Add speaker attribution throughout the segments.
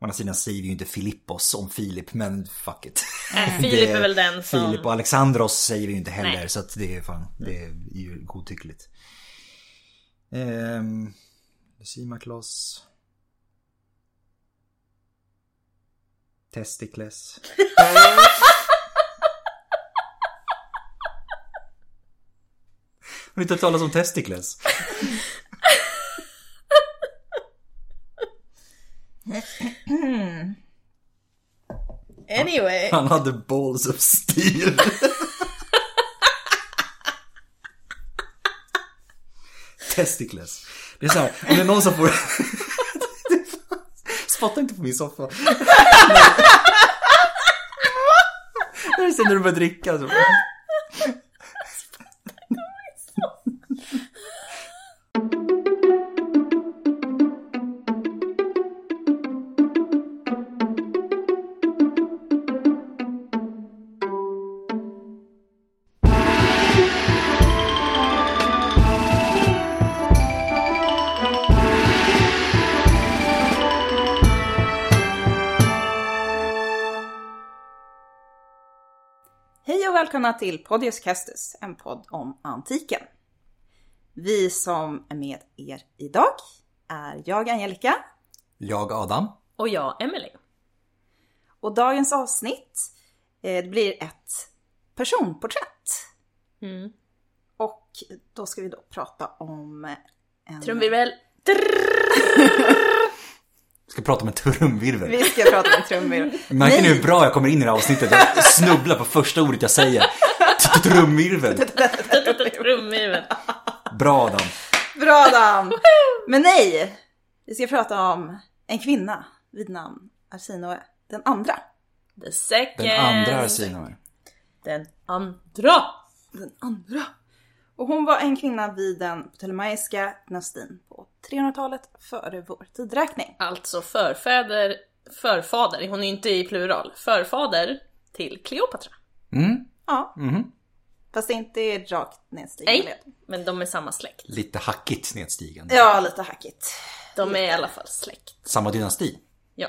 Speaker 1: å andra sidan säger vi ju inte Filippos om Filip, men fuck it.
Speaker 2: Nej, Filip är väl den som...
Speaker 1: Filip och Alexandros säger vi ju inte heller,
Speaker 2: Nej.
Speaker 1: så att det är fan, det är ju godtyckligt. Ehm, Simaklos. Testicles. Har du inte hört talas om testicles?
Speaker 2: Anyway.
Speaker 1: Han hade balls of steel. Testicles. Det är så här, om det är någon som får... Spotta inte på min soffa. Det är som när du börjar dricka. Så.
Speaker 3: Hej och välkomna till Podius Castus, en podd om antiken. Vi som är med er idag är jag, Angelica,
Speaker 1: Jag Adam.
Speaker 2: Och jag, Emily.
Speaker 3: och dagens avsnitt eh, det blir ett personporträtt.
Speaker 2: Mm.
Speaker 3: Och då ska vi då prata om en...
Speaker 2: Trumvirvel.
Speaker 1: Ska prata om en trumvirvel.
Speaker 3: Vi ska prata om en trumvirvel.
Speaker 1: Märker ni
Speaker 3: Nej.
Speaker 1: hur bra jag kommer in i det här avsnittet? Jag snubblar på första ordet jag säger. Trumvirvel.
Speaker 2: Trumvirvel.
Speaker 1: Bra Adam.
Speaker 3: Bra Adam! Men nej! Vi ska prata om en kvinna vid namn Arsinoe den andra.
Speaker 2: The second.
Speaker 1: Den andra har sina
Speaker 2: Den andra.
Speaker 3: den andra. Och hon var en kvinna vid den ptolemaiska dynastin på 300-talet före vår tidräkning.
Speaker 2: Alltså förfäder, förfader. Hon är inte i plural. Förfader till Kleopatra.
Speaker 1: Mm,
Speaker 3: Ja,
Speaker 1: mhm.
Speaker 3: fast det inte är rakt nedstigande
Speaker 2: Nej,
Speaker 3: led.
Speaker 2: men de är samma släkt.
Speaker 1: Lite hackigt snedstigande.
Speaker 3: Ja, lite hackigt.
Speaker 2: De är i alla fall släkt.
Speaker 1: Samma dynasti.
Speaker 2: Ja.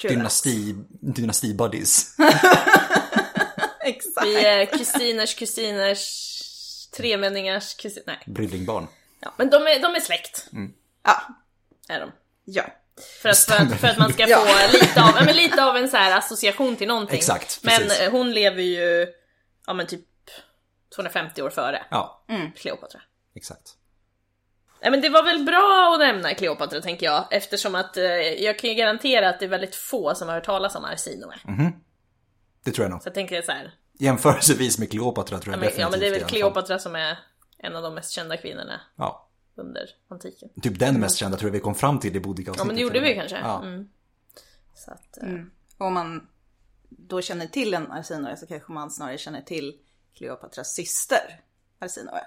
Speaker 3: True
Speaker 1: Dynasti, dynastibuddies.
Speaker 3: that. Exakt.
Speaker 2: Vi är kusiners kusiners tremänningars kusin... Nej.
Speaker 1: Brillingbarn.
Speaker 2: Ja, men de är, de är släkt.
Speaker 1: Mm.
Speaker 3: Ja,
Speaker 2: Är de.
Speaker 3: ja.
Speaker 2: För att, för, att, för att man ska
Speaker 3: Ja.
Speaker 2: få lite av, ja, men lite av en så här association till någonting.
Speaker 1: Exakt,
Speaker 2: men
Speaker 1: precis.
Speaker 2: eh, hon lever ju, ja men typ 250 år före
Speaker 1: Ja,
Speaker 2: Kleopatra.
Speaker 1: exakt.
Speaker 2: Nej men det var väl bra att nämna Kleopatra tänker jag, eftersom att eh, jag kan ju garantera att det är väldigt få som har hört talas om Arsinoe.
Speaker 1: Mm. Det tror jag nog.
Speaker 2: Så jag tänker så här,
Speaker 1: Jämförelsevis med Kleopatra tror
Speaker 2: ja
Speaker 1: jag
Speaker 2: men,
Speaker 1: definitivt.
Speaker 2: ja men det är
Speaker 1: i
Speaker 2: väl
Speaker 1: alla fall.
Speaker 2: Kleopatra som är en av de mest kända kvinnorna
Speaker 1: Ja.
Speaker 2: under antiken.
Speaker 1: Typ den mest kända tror jag vi kom fram till i Boudicca
Speaker 2: Ja men det gjorde vi kanske. Mm. Så att, eh,
Speaker 3: Och om man då känner till en Arsinoe så kanske man snarare känner till Kleopatras syster Arsinoe.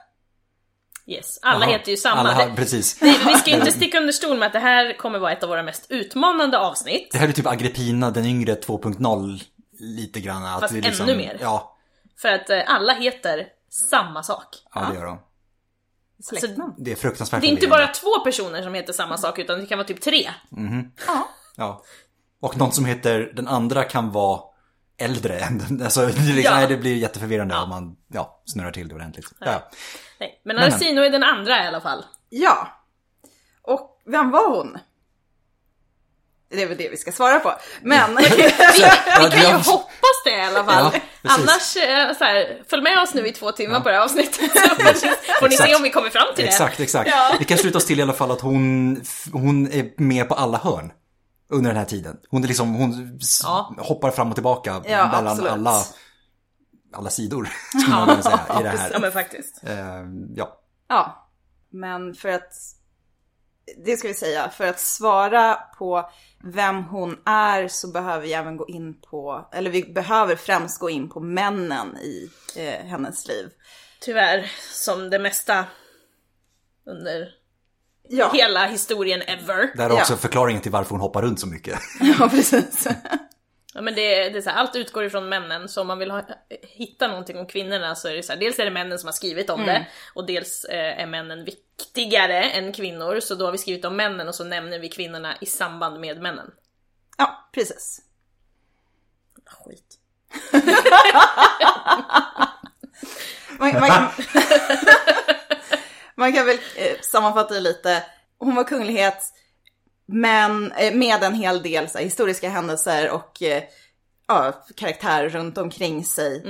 Speaker 2: yes, alla heter ju samma.
Speaker 1: Alla,
Speaker 2: Det-
Speaker 1: har- precis.
Speaker 2: Vi, vi ska inte sticka under stol med att det här kommer vara ett av våra mest utmanande avsnitt.
Speaker 1: Det här är typ Agrippina den yngre 2.0 lite grann. Att
Speaker 2: Fast
Speaker 1: det är liksom,
Speaker 2: ännu mer.
Speaker 1: Ja,
Speaker 2: För att eh, alla heter samma sak.
Speaker 1: ja, det gör de.
Speaker 2: Alltså,
Speaker 3: Släktnamn.
Speaker 1: Det är fruktansvärt
Speaker 2: Det är inte bara
Speaker 1: förvirrande.
Speaker 2: två personer som heter samma sak utan det kan vara typ tre.
Speaker 3: Ja.
Speaker 1: Ja. Och någon som heter den andra kan vara äldre än den. Alltså, det, är liksom,
Speaker 2: Ja.
Speaker 1: nej, det blir jätteförvirrande om man ja, snurrar till det ordentligt. Ja.
Speaker 2: Nej, men
Speaker 1: Men,
Speaker 2: Arsino är den andra i alla fall.
Speaker 3: Ja. Och vem var hon? Det är väl det vi ska svara på. Men...
Speaker 1: Ja,
Speaker 2: Vi kan ju
Speaker 1: jag-
Speaker 2: hoppas det i alla fall.
Speaker 1: Ja, precis.
Speaker 2: Annars, eh, så här, följ med oss nu i två timmar på det här avsnittet. Så får ni se
Speaker 1: Exakt.
Speaker 2: om vi kommer fram till det.
Speaker 1: Exakt, exakt.
Speaker 2: Ja.
Speaker 1: Vi kan sluta oss till i alla fall att hon, hon är med på alla hörn under den här tiden. Hon, är liksom, hon s-
Speaker 2: Ja.
Speaker 1: hoppar fram och tillbaka
Speaker 3: Ja,
Speaker 1: mellan
Speaker 3: absolut.
Speaker 1: alla, alla sidor, skulle man kunna säga, i det här.
Speaker 2: Ja men faktiskt.
Speaker 1: Ehm, ja.
Speaker 3: Ja, men för att, det ska vi säga, för att svara på vem hon är så behöver vi även gå in på, eller vi behöver främst gå in på männen i eh, hennes liv.
Speaker 2: Tyvärr, som det mesta under
Speaker 3: Ja,
Speaker 2: hela historien ever.
Speaker 1: Där är också
Speaker 3: Ja.
Speaker 1: förklaringen till varför hon hoppar runt så mycket.
Speaker 3: ja precis.
Speaker 2: Ja men det, det är så här, allt utgår ifrån männen, så om man vill ha, hitta någonting om kvinnorna så är det så här, dels är det männen som har skrivit om det, och dels eh, är männen viktigare än kvinnor, så då har vi skrivit om männen och så nämner vi kvinnorna i samband med männen.
Speaker 3: Ja, precis.
Speaker 2: Skit.
Speaker 3: Man, man, kan, man kan väl eh, sammanfatta det lite. Hon var kunglighet, men eh, med en hel del så här, historiska händelser och eh, ja, karaktär runt omkring sig.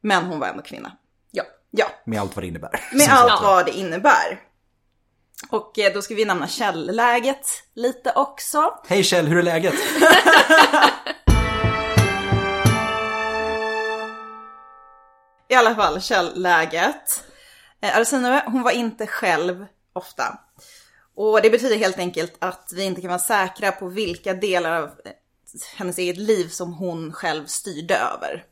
Speaker 3: Men hon var ändå kvinna.
Speaker 2: Ja.
Speaker 3: Ja,
Speaker 1: Med allt vad det innebär.
Speaker 3: med
Speaker 1: Som
Speaker 3: allt
Speaker 1: sagt.
Speaker 3: vad det innebär. Och eh, då ska vi nämna källläget lite också.
Speaker 1: Hej Kjell, hur är läget?
Speaker 3: I alla fall källläget. Eh, Arsinoe, hon var inte själv ofta. Och det betyder helt enkelt att vi inte kan vara säkra på vilka delar av eh, hennes eget liv som hon själv styrde över.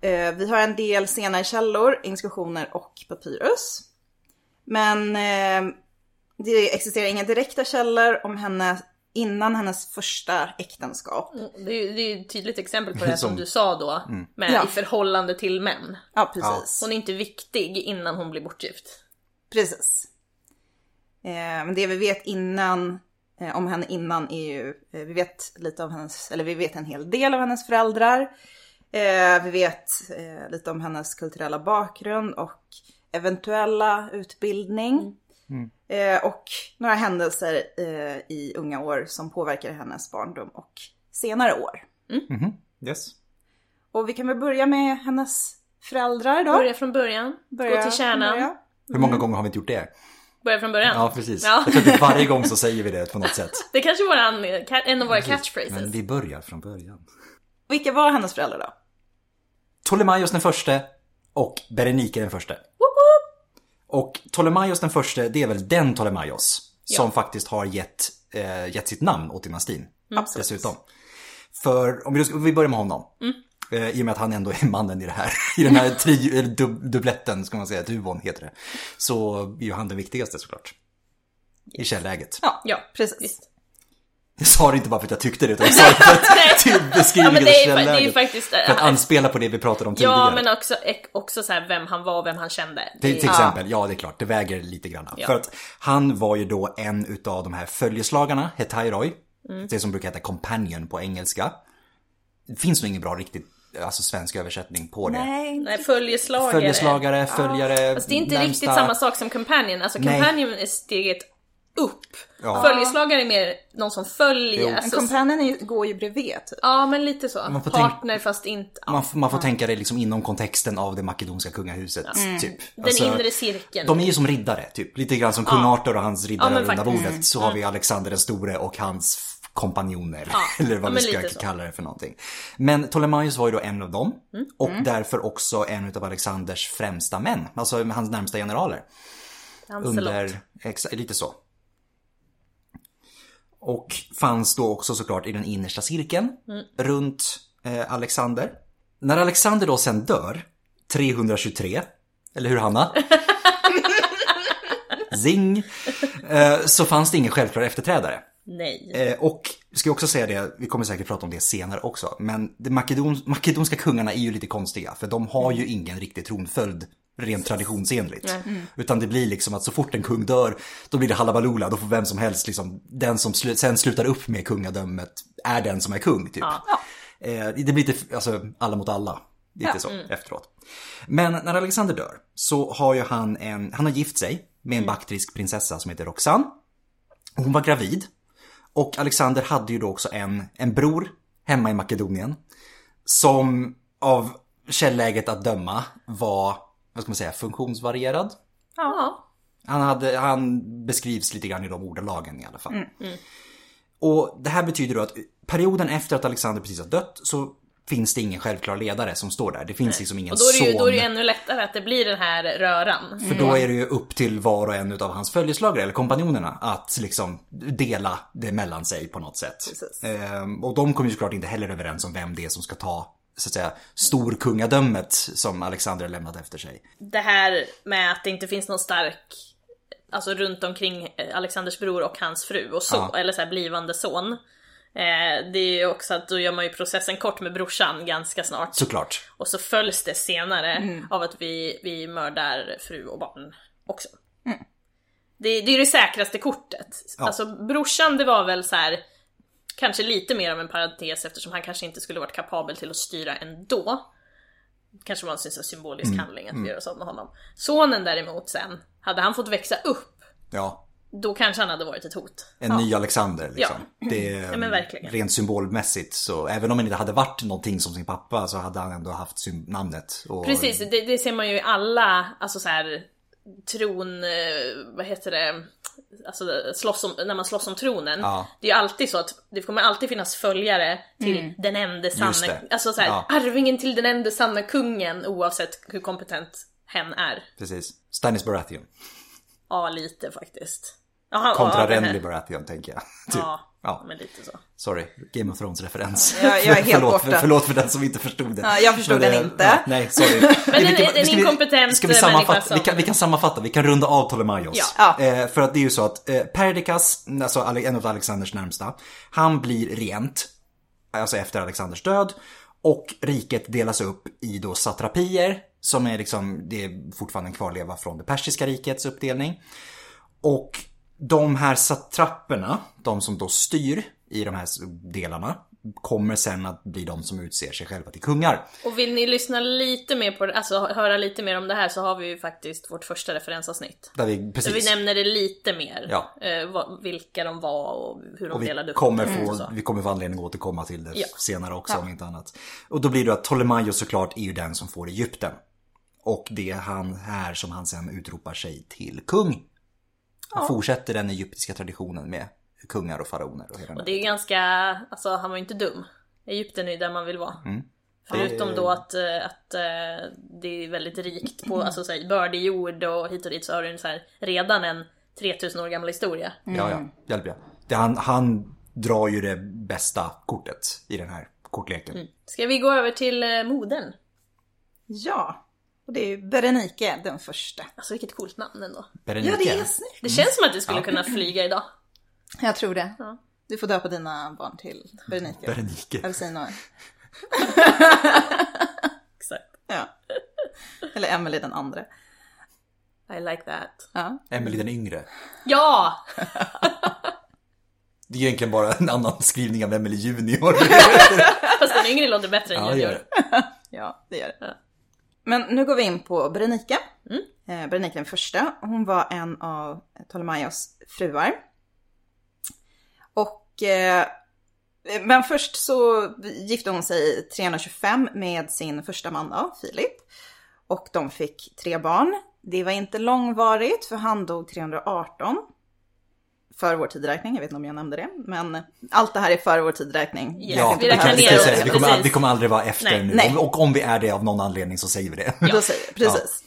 Speaker 3: Eh, Vi har en del senare källor, inskriptioner och papyrus. Men eh, det existerar inga direkta källor om henne innan hennes första äktenskap.
Speaker 2: Det är, ju- det är ju ett tydligt exempel på det här som Mm.
Speaker 1: Som-
Speaker 2: du sa då, med
Speaker 3: Ja.
Speaker 2: i förhållande till män.
Speaker 3: Ja, precis.
Speaker 2: Hon är inte viktig innan hon blir bortgift.
Speaker 3: Precis. Eh, Men det vi vet innan, eh, om henne innan är ju, eh, vi vet lite av hennes, eller vi vet en hel del av hennes föräldrar. Eh, Vi vet eh, lite om hennes kulturella bakgrund och eventuella
Speaker 2: Mm.
Speaker 3: utbildning. Eh, Och några händelser eh, i unga år som påverkar hennes barndom och senare år.
Speaker 1: Yes.
Speaker 3: Och vi kan väl börja med hennes föräldrar då.
Speaker 2: Börja från början, gå till kärnan,
Speaker 3: börja.
Speaker 1: Hur många gånger har vi inte gjort det?
Speaker 2: börja från början.
Speaker 1: Ja, precis.
Speaker 2: Ja.
Speaker 1: Jag tror att varje gång så säger vi det på något sätt.
Speaker 2: Det är kanske är våran, en av våra
Speaker 1: Men
Speaker 2: catchphrases.
Speaker 1: vi börjar från början.
Speaker 3: Vilka var hennes föräldrar då?
Speaker 1: Ptolemaios den förste och Berenike den förste. Och Ptolemaios den förste, det är väl den Ptolemaios som faktiskt har gett, eh, gett sitt namn åt dynastin.
Speaker 2: Mm.
Speaker 3: Absolut.
Speaker 1: Dessutom. För om vi, då ska- vi börjar med honom. Eh, I och med att han ändå är mannen i det här. I den här tri- eller dub- dubbletten, ska man säga, duvon heter det. Så är ju han den viktigaste såklart. I källäget.
Speaker 3: Ja,
Speaker 2: Ja,
Speaker 3: precis.
Speaker 2: visst.
Speaker 1: Jag sa det inte bara för att jag tyckte det, utan jag sa det för att typ till
Speaker 2: Ja,
Speaker 1: beskrivningen
Speaker 2: men
Speaker 1: av
Speaker 2: det är, ju fa- det är ju
Speaker 1: källäget.
Speaker 2: faktiskt...
Speaker 1: För att anspela på det vi pratade om tidigare.
Speaker 2: Ja, men också, också så här vem han var och vem han kände.
Speaker 1: Till, till
Speaker 2: Det-
Speaker 1: exempel, ja det är klart, det väger lite grann. För att han var ju då en utav de här följeslagarna, Hetairoi.
Speaker 2: Mm.
Speaker 1: Det som brukar heta companion på engelska. Det finns nog ingen bra riktigt alltså, svensk översättning på det.
Speaker 3: Nej,
Speaker 2: Nej, följeslagare.
Speaker 1: Följeslagare, följare,
Speaker 2: Fast det är inte
Speaker 1: närmsta-
Speaker 2: riktigt samma sak som companion. Alltså
Speaker 1: Nej.
Speaker 2: companion är steget upp.
Speaker 1: Ja.
Speaker 2: Följeslagare är mer någon som
Speaker 1: Jo.
Speaker 2: följer.
Speaker 1: En
Speaker 3: En
Speaker 2: Alltså,
Speaker 3: companion är ju- går ju bredvid typ.
Speaker 2: ja, men lite så.
Speaker 1: Man får tänka-
Speaker 2: Partner fast inte... Ja. Mm.
Speaker 1: Man, f- man får tänka det liksom inom kontexten av det makedonska kungahuset, typ.
Speaker 2: Den inre cirkeln.
Speaker 1: De är ju som riddare, typ. Lite grann som kung Arthur och hans riddare
Speaker 2: Ja, men
Speaker 1: runda
Speaker 2: faktiskt. Mm.
Speaker 1: bordet. Så har vi Alexander den store och hans f- kompanjoner. Eller vad
Speaker 2: ja,
Speaker 1: vi
Speaker 2: men
Speaker 1: ska
Speaker 2: lite så.
Speaker 1: kalla det för någonting. Men Ptolemaios var ju då en av dem.
Speaker 2: Mm.
Speaker 1: Och därför också en av Alexanders främsta män. Alltså hans närmsta generaler.
Speaker 2: Lancelot.
Speaker 1: Under, exa, lite så. Och fanns då också såklart i den innersta cirkeln runt eh, Alexander. När Alexander då sen dör, 323, eller hur Hanna? Zing! Eh, så fanns det ingen självklar efterträdare.
Speaker 2: Nej.
Speaker 1: Eh, och vi ska ju också säga det, vi kommer säkert prata om det senare också, men de makedon, makedonska kungarna är ju lite konstiga för de har ju ingen riktig tronföljd rent traditionsenligt. Utan det blir liksom att så fort en kung dör, då blir det halabaloola, då får vem som helst liksom, den som slu, sen slutar upp med kungadömet är den som är kung typ. Eh, det blir lite, alltså alla mot alla, lite så efteråt. Men när Alexander dör så har ju han en, han har gift sig med en baktrisk prinsessa som heter Roxanne. Hon var gravid och Alexander hade ju då också en, en bror hemma i Makedonien. Som av källäget att döma var, vad ska man säga, funktionsvarierad.
Speaker 2: Ja.
Speaker 1: Han, hade, han beskrivs lite grann i de ordalagen i alla fall.
Speaker 2: Mm,
Speaker 1: Och det här betyder då att perioden efter att Alexander precis har dött så finns det ingen självklar ledare som står där. Det finns liksom ingen
Speaker 2: Och då är, det ju,
Speaker 1: son.
Speaker 2: då är det ju ännu lättare att det blir den här röran.
Speaker 1: För då är det ju upp till var och en av hans följeslagare eller kompanjonerna att liksom dela det mellan sig på något sätt.
Speaker 3: Precis.
Speaker 1: Ehm, och de kommer ju såklart inte heller överens om vem det är som ska ta så att säga storkungadömet som Alexander har lämnat efter sig.
Speaker 2: Det här med att det inte finns någon stark, alltså runt omkring eh, Alexanders bror och hans fru och så,
Speaker 1: Ja.
Speaker 2: eller så här blivande son. Eh, det är ju också att då gör man ju processen kort med brorsan ganska snart.
Speaker 1: Såklart.
Speaker 2: Och så följs det senare av att vi, vi mördar fru och barn också. Det, det är ju det säkraste kortet. Alltså brorsan det var väl så här kanske lite mer av en parentes eftersom han kanske inte skulle varit kapabel till att styra ändå. Kanske var en sån symbolisk handling att vi gör sånt med honom. Sonen däremot sen, hade han fått växa upp,
Speaker 1: Ja,
Speaker 2: då kanske han hade varit ett hot.
Speaker 1: en ny Alexander liksom. Det är,
Speaker 2: men verkligen.
Speaker 1: Rent symbolmässigt så, även om han inte hade varit någonting som sin pappa så hade han ändå haft sym- namnet. Och,
Speaker 2: Precis, det, det ser man ju i alla, alltså så här tron, eh, vad heter det, alltså slåss om, när man slåss om tronen.
Speaker 1: Ja.
Speaker 2: Det är ju alltid så att det kommer alltid finnas följare till den enda
Speaker 1: Just
Speaker 2: sanna,
Speaker 1: det.
Speaker 2: alltså så här,
Speaker 1: Ja.
Speaker 2: arvingen till den enda sanna kungen oavsett hur kompetent hen är.
Speaker 1: Precis. Stannis Baratheon.
Speaker 2: Ja, lite faktiskt. Ja, han-
Speaker 1: Kontra
Speaker 2: ja, den här-
Speaker 1: Renly Baratheon tänker jag. Typ.
Speaker 2: Ja,
Speaker 1: Ja.
Speaker 2: men lite så.
Speaker 1: Sorry, Game of Thrones-referens.
Speaker 3: Ja, jag är helt
Speaker 1: förlåt,
Speaker 3: borta.
Speaker 1: För, förlåt för den som inte förstod det.
Speaker 3: Ja, jag förstod
Speaker 1: Men,
Speaker 3: den
Speaker 1: eh,
Speaker 3: inte.
Speaker 1: ja, nej, sorry. Men
Speaker 2: en- en inkompetent
Speaker 1: ska vi,
Speaker 2: människa
Speaker 1: sammanfatta,
Speaker 2: som-
Speaker 1: vi, kan, vi kan sammanfatta, vi kan runda av Ptolemaios.
Speaker 3: Ja.
Speaker 1: Eh, för att det är ju så att eh, Perdiccas, alltså Ale- en av Alexanders närmsta, han blir regent, alltså efter Alexanders död. Och riket delas upp i då satrapier, som är liksom, det är fortfarande en kvarleva från det persiska rikets uppdelning. Och de här satrapperna, de som då styr i de här delarna, kommer sen att bli de som utser sig själva till kungar.
Speaker 2: Och vill ni lyssna lite mer på det, alltså höra lite mer om det här så har vi ju faktiskt vårt första referensavsnitt.
Speaker 1: Där vi,
Speaker 2: Så
Speaker 1: precis.
Speaker 2: vi nämner det lite mer.
Speaker 1: Ja.
Speaker 2: Eh, vad, vilka de var och hur de
Speaker 1: Och vi
Speaker 2: delade upp
Speaker 1: kommer,
Speaker 2: dem och
Speaker 1: få,
Speaker 2: så.
Speaker 1: vi kommer få anledning att återkomma till det
Speaker 2: Mm. Ja.
Speaker 1: senare också om inte annat. Och då blir det att Ptolemaios såklart är ju den som får Egypten. Och det är han här som han sen utropar sig till kung. Han fortsätter den egyptiska traditionen med kungar och faraoner. Och hela den
Speaker 2: Och det är ju ganska, alltså han var ju inte dum. Egypten är ju där man vill vara.
Speaker 1: Mm.
Speaker 2: Förutom då att, eh, att eh, det är väldigt rikt på alltså, så här, bördig jord och hit och dit så har du en så här, redan en 3000 år gammal historia.
Speaker 1: Ja, ja. Hjälp ja. Det, han, han drar ju det bästa kortet i den här kortleken.
Speaker 2: Ska vi gå över till eh, moden?
Speaker 3: Ja, och det är ju Berenike den första.
Speaker 2: Alltså vilket coolt namn ändå.
Speaker 1: Berenike.
Speaker 3: snyggt.
Speaker 1: Mm.
Speaker 2: Det känns som att det skulle kunna flyga idag.
Speaker 3: Jag tror det.
Speaker 2: Ja.
Speaker 3: Du får döpa dina barn till Berenike.
Speaker 1: Berenike.
Speaker 3: Eller säg något.
Speaker 2: Exakt.
Speaker 3: Ja. Eller Emelie den andra.
Speaker 2: I like that.
Speaker 3: Ja.
Speaker 1: Emily den yngre.
Speaker 2: Ja!
Speaker 1: Det är ju egentligen bara en annan skrivning av Emily Junior.
Speaker 2: Fast den yngre låter bättre än
Speaker 1: ja, det gör
Speaker 2: junior.
Speaker 1: det.
Speaker 3: Ja, det gör det.
Speaker 2: Ja. Mm.
Speaker 3: Men nu går vi in på Berenike. Eh, Berenike den första. Hon var en av Ptolemaios fruar. Och, eh, men först så gifte hon sig 325 med sin första man då, Filip. Och de fick tre barn. Det var inte långvarigt för han dog 318. För vår tideräkning, jag vet inte om jag nämnde det. Men allt det här är före vår tideräkning.
Speaker 2: Ja,
Speaker 1: Ja,
Speaker 2: vi
Speaker 1: vi, kan,
Speaker 2: räknar
Speaker 1: vi,
Speaker 2: ner
Speaker 1: kan
Speaker 2: oss,
Speaker 1: säga, vi, kommer,
Speaker 2: precis.
Speaker 1: ald- vi kommer aldrig vara efter
Speaker 2: Nej.
Speaker 1: nu.
Speaker 3: Nej.
Speaker 1: Om- Och om vi är det av någon anledning så säger vi det.
Speaker 3: Då säger, precis.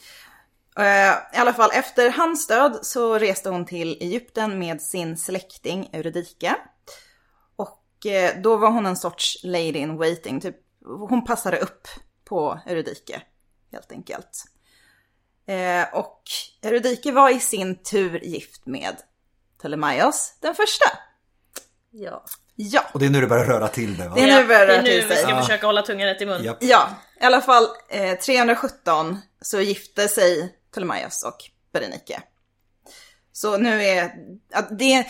Speaker 3: Eh, I alla fall efter hans död så reste hon till Egypten med sin släkting Eurydike. Och eh, då var hon en sorts lady in waiting, typ hon passade upp på Eurydike helt enkelt. Eh, Och Eurydike var i sin tur gift med Ptolemaios den första.
Speaker 2: Ja.
Speaker 3: Ja,
Speaker 1: Och det är nu det börjar röra till det. Va?
Speaker 3: det är nu det börjar
Speaker 2: det är
Speaker 3: röra
Speaker 2: nu vi
Speaker 3: till sig.
Speaker 2: ska försöka hålla tungan rätt i mun.
Speaker 1: Japp.
Speaker 3: Ja, i alla fall eh, 317 så gifte sig Ptolemaios och Berenike. Så nu är, att det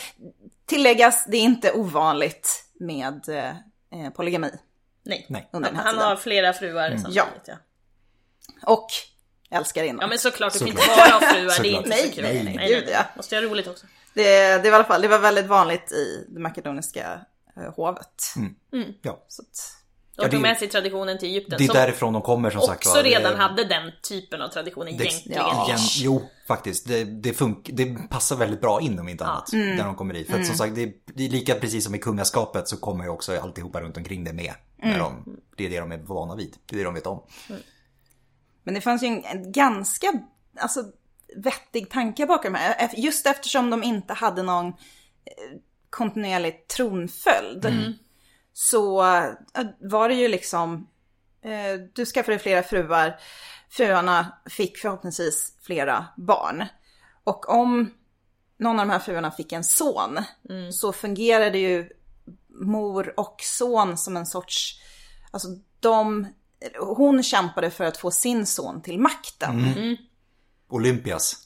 Speaker 3: tilläggas, det är inte ovanligt med eh, eh, polygami.
Speaker 2: Nej.
Speaker 1: Nej. Mm.
Speaker 3: Under
Speaker 2: Han,
Speaker 3: den här
Speaker 2: han
Speaker 3: tiden.
Speaker 2: har flera fruar samtidigt ja.
Speaker 3: Och älskarinnor.
Speaker 2: Ja men såklart, du kan
Speaker 1: Såklart.
Speaker 2: inte bara ha fruar, det är
Speaker 1: Såklart.
Speaker 2: inte
Speaker 3: Nej,
Speaker 2: så kul.
Speaker 1: nej, nej,
Speaker 3: gud, ja.
Speaker 2: Måste jag ha roligt också.
Speaker 3: det, det, var i alla fall, det var väldigt vanligt i det makedoniska eh, hovet.
Speaker 1: Ja.
Speaker 3: Så att,
Speaker 2: De
Speaker 1: Ja, det-
Speaker 2: tog med sig traditionen till Egypten
Speaker 1: Det är
Speaker 2: som
Speaker 1: därifrån de kommer som sagt
Speaker 2: också redan
Speaker 1: Det-
Speaker 2: hade den typen av tradition
Speaker 1: det-
Speaker 2: egentligen.
Speaker 3: Ja.
Speaker 1: Igen, jo, faktiskt. Det, det, funkar, det passar väldigt bra in om inte annat.
Speaker 2: Mm.
Speaker 1: Där de kommer i. För att som sagt, det är, det är lika precis som i kungaskapet så kommer ju också alltihopa runt omkring det med.
Speaker 2: Mm.
Speaker 1: När de, det är det de är vana vid. Det är det de vet om.
Speaker 3: Men det fanns ju en, en ganska alltså, vettig tanke bakom det här. Ef- Just eftersom de inte hade någon eh, kontinuerlig tronföljd. Så eh, var det ju liksom, eh, du skaffade flera fruar, fruarna fick förhoppningsvis flera barn. Och om någon av de här fruarna fick en son så fungerade ju mor och son som en sorts, alltså de, hon kämpade för att få sin son till makten.
Speaker 1: Olympias.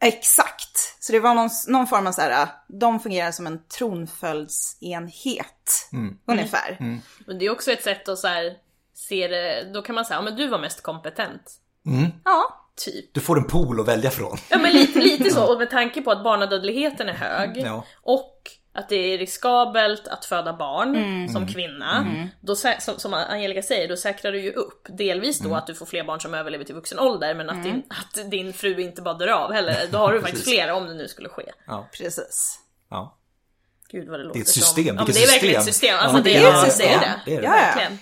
Speaker 3: Exakt. Så det var någon, någon form av så här, äh, de fungerar som en tronföljdsenhet ungefär.
Speaker 2: Men det är också ett sätt att så här, se det, då kan man säga, ja men du var mest kompetent.
Speaker 3: Ja,
Speaker 2: Typ.
Speaker 1: Du får en pool att välja från.
Speaker 2: Ja men lite, lite så, och med tanke på att barnadödligheten är hög
Speaker 1: Ja.
Speaker 2: och att det är riskabelt att föda barn
Speaker 3: Mm.
Speaker 2: som
Speaker 1: Mm.
Speaker 2: kvinna. Då, sä- som, som Angelica säger, då säkrar du ju upp. Delvis
Speaker 1: Mm.
Speaker 2: då att du får fler barn som överlever till vuxen ålder men att,
Speaker 3: Mm.
Speaker 2: din, att din fru inte bara dör av heller. Då har du faktiskt
Speaker 1: Precis.
Speaker 2: fler om det nu skulle ske.
Speaker 3: precis.
Speaker 1: ja.
Speaker 2: Gud vad det låter
Speaker 1: Det är ett
Speaker 2: som-
Speaker 1: system.
Speaker 2: Ja, men
Speaker 1: Vilket
Speaker 2: det är verkligen ett
Speaker 1: system.
Speaker 2: system.
Speaker 1: Ja,
Speaker 2: Alltså,
Speaker 1: men
Speaker 2: det,
Speaker 3: det är ett
Speaker 2: ja,
Speaker 3: system.
Speaker 2: Det är det.
Speaker 1: Det är det.
Speaker 3: Ja, ja.
Speaker 2: Verkligen.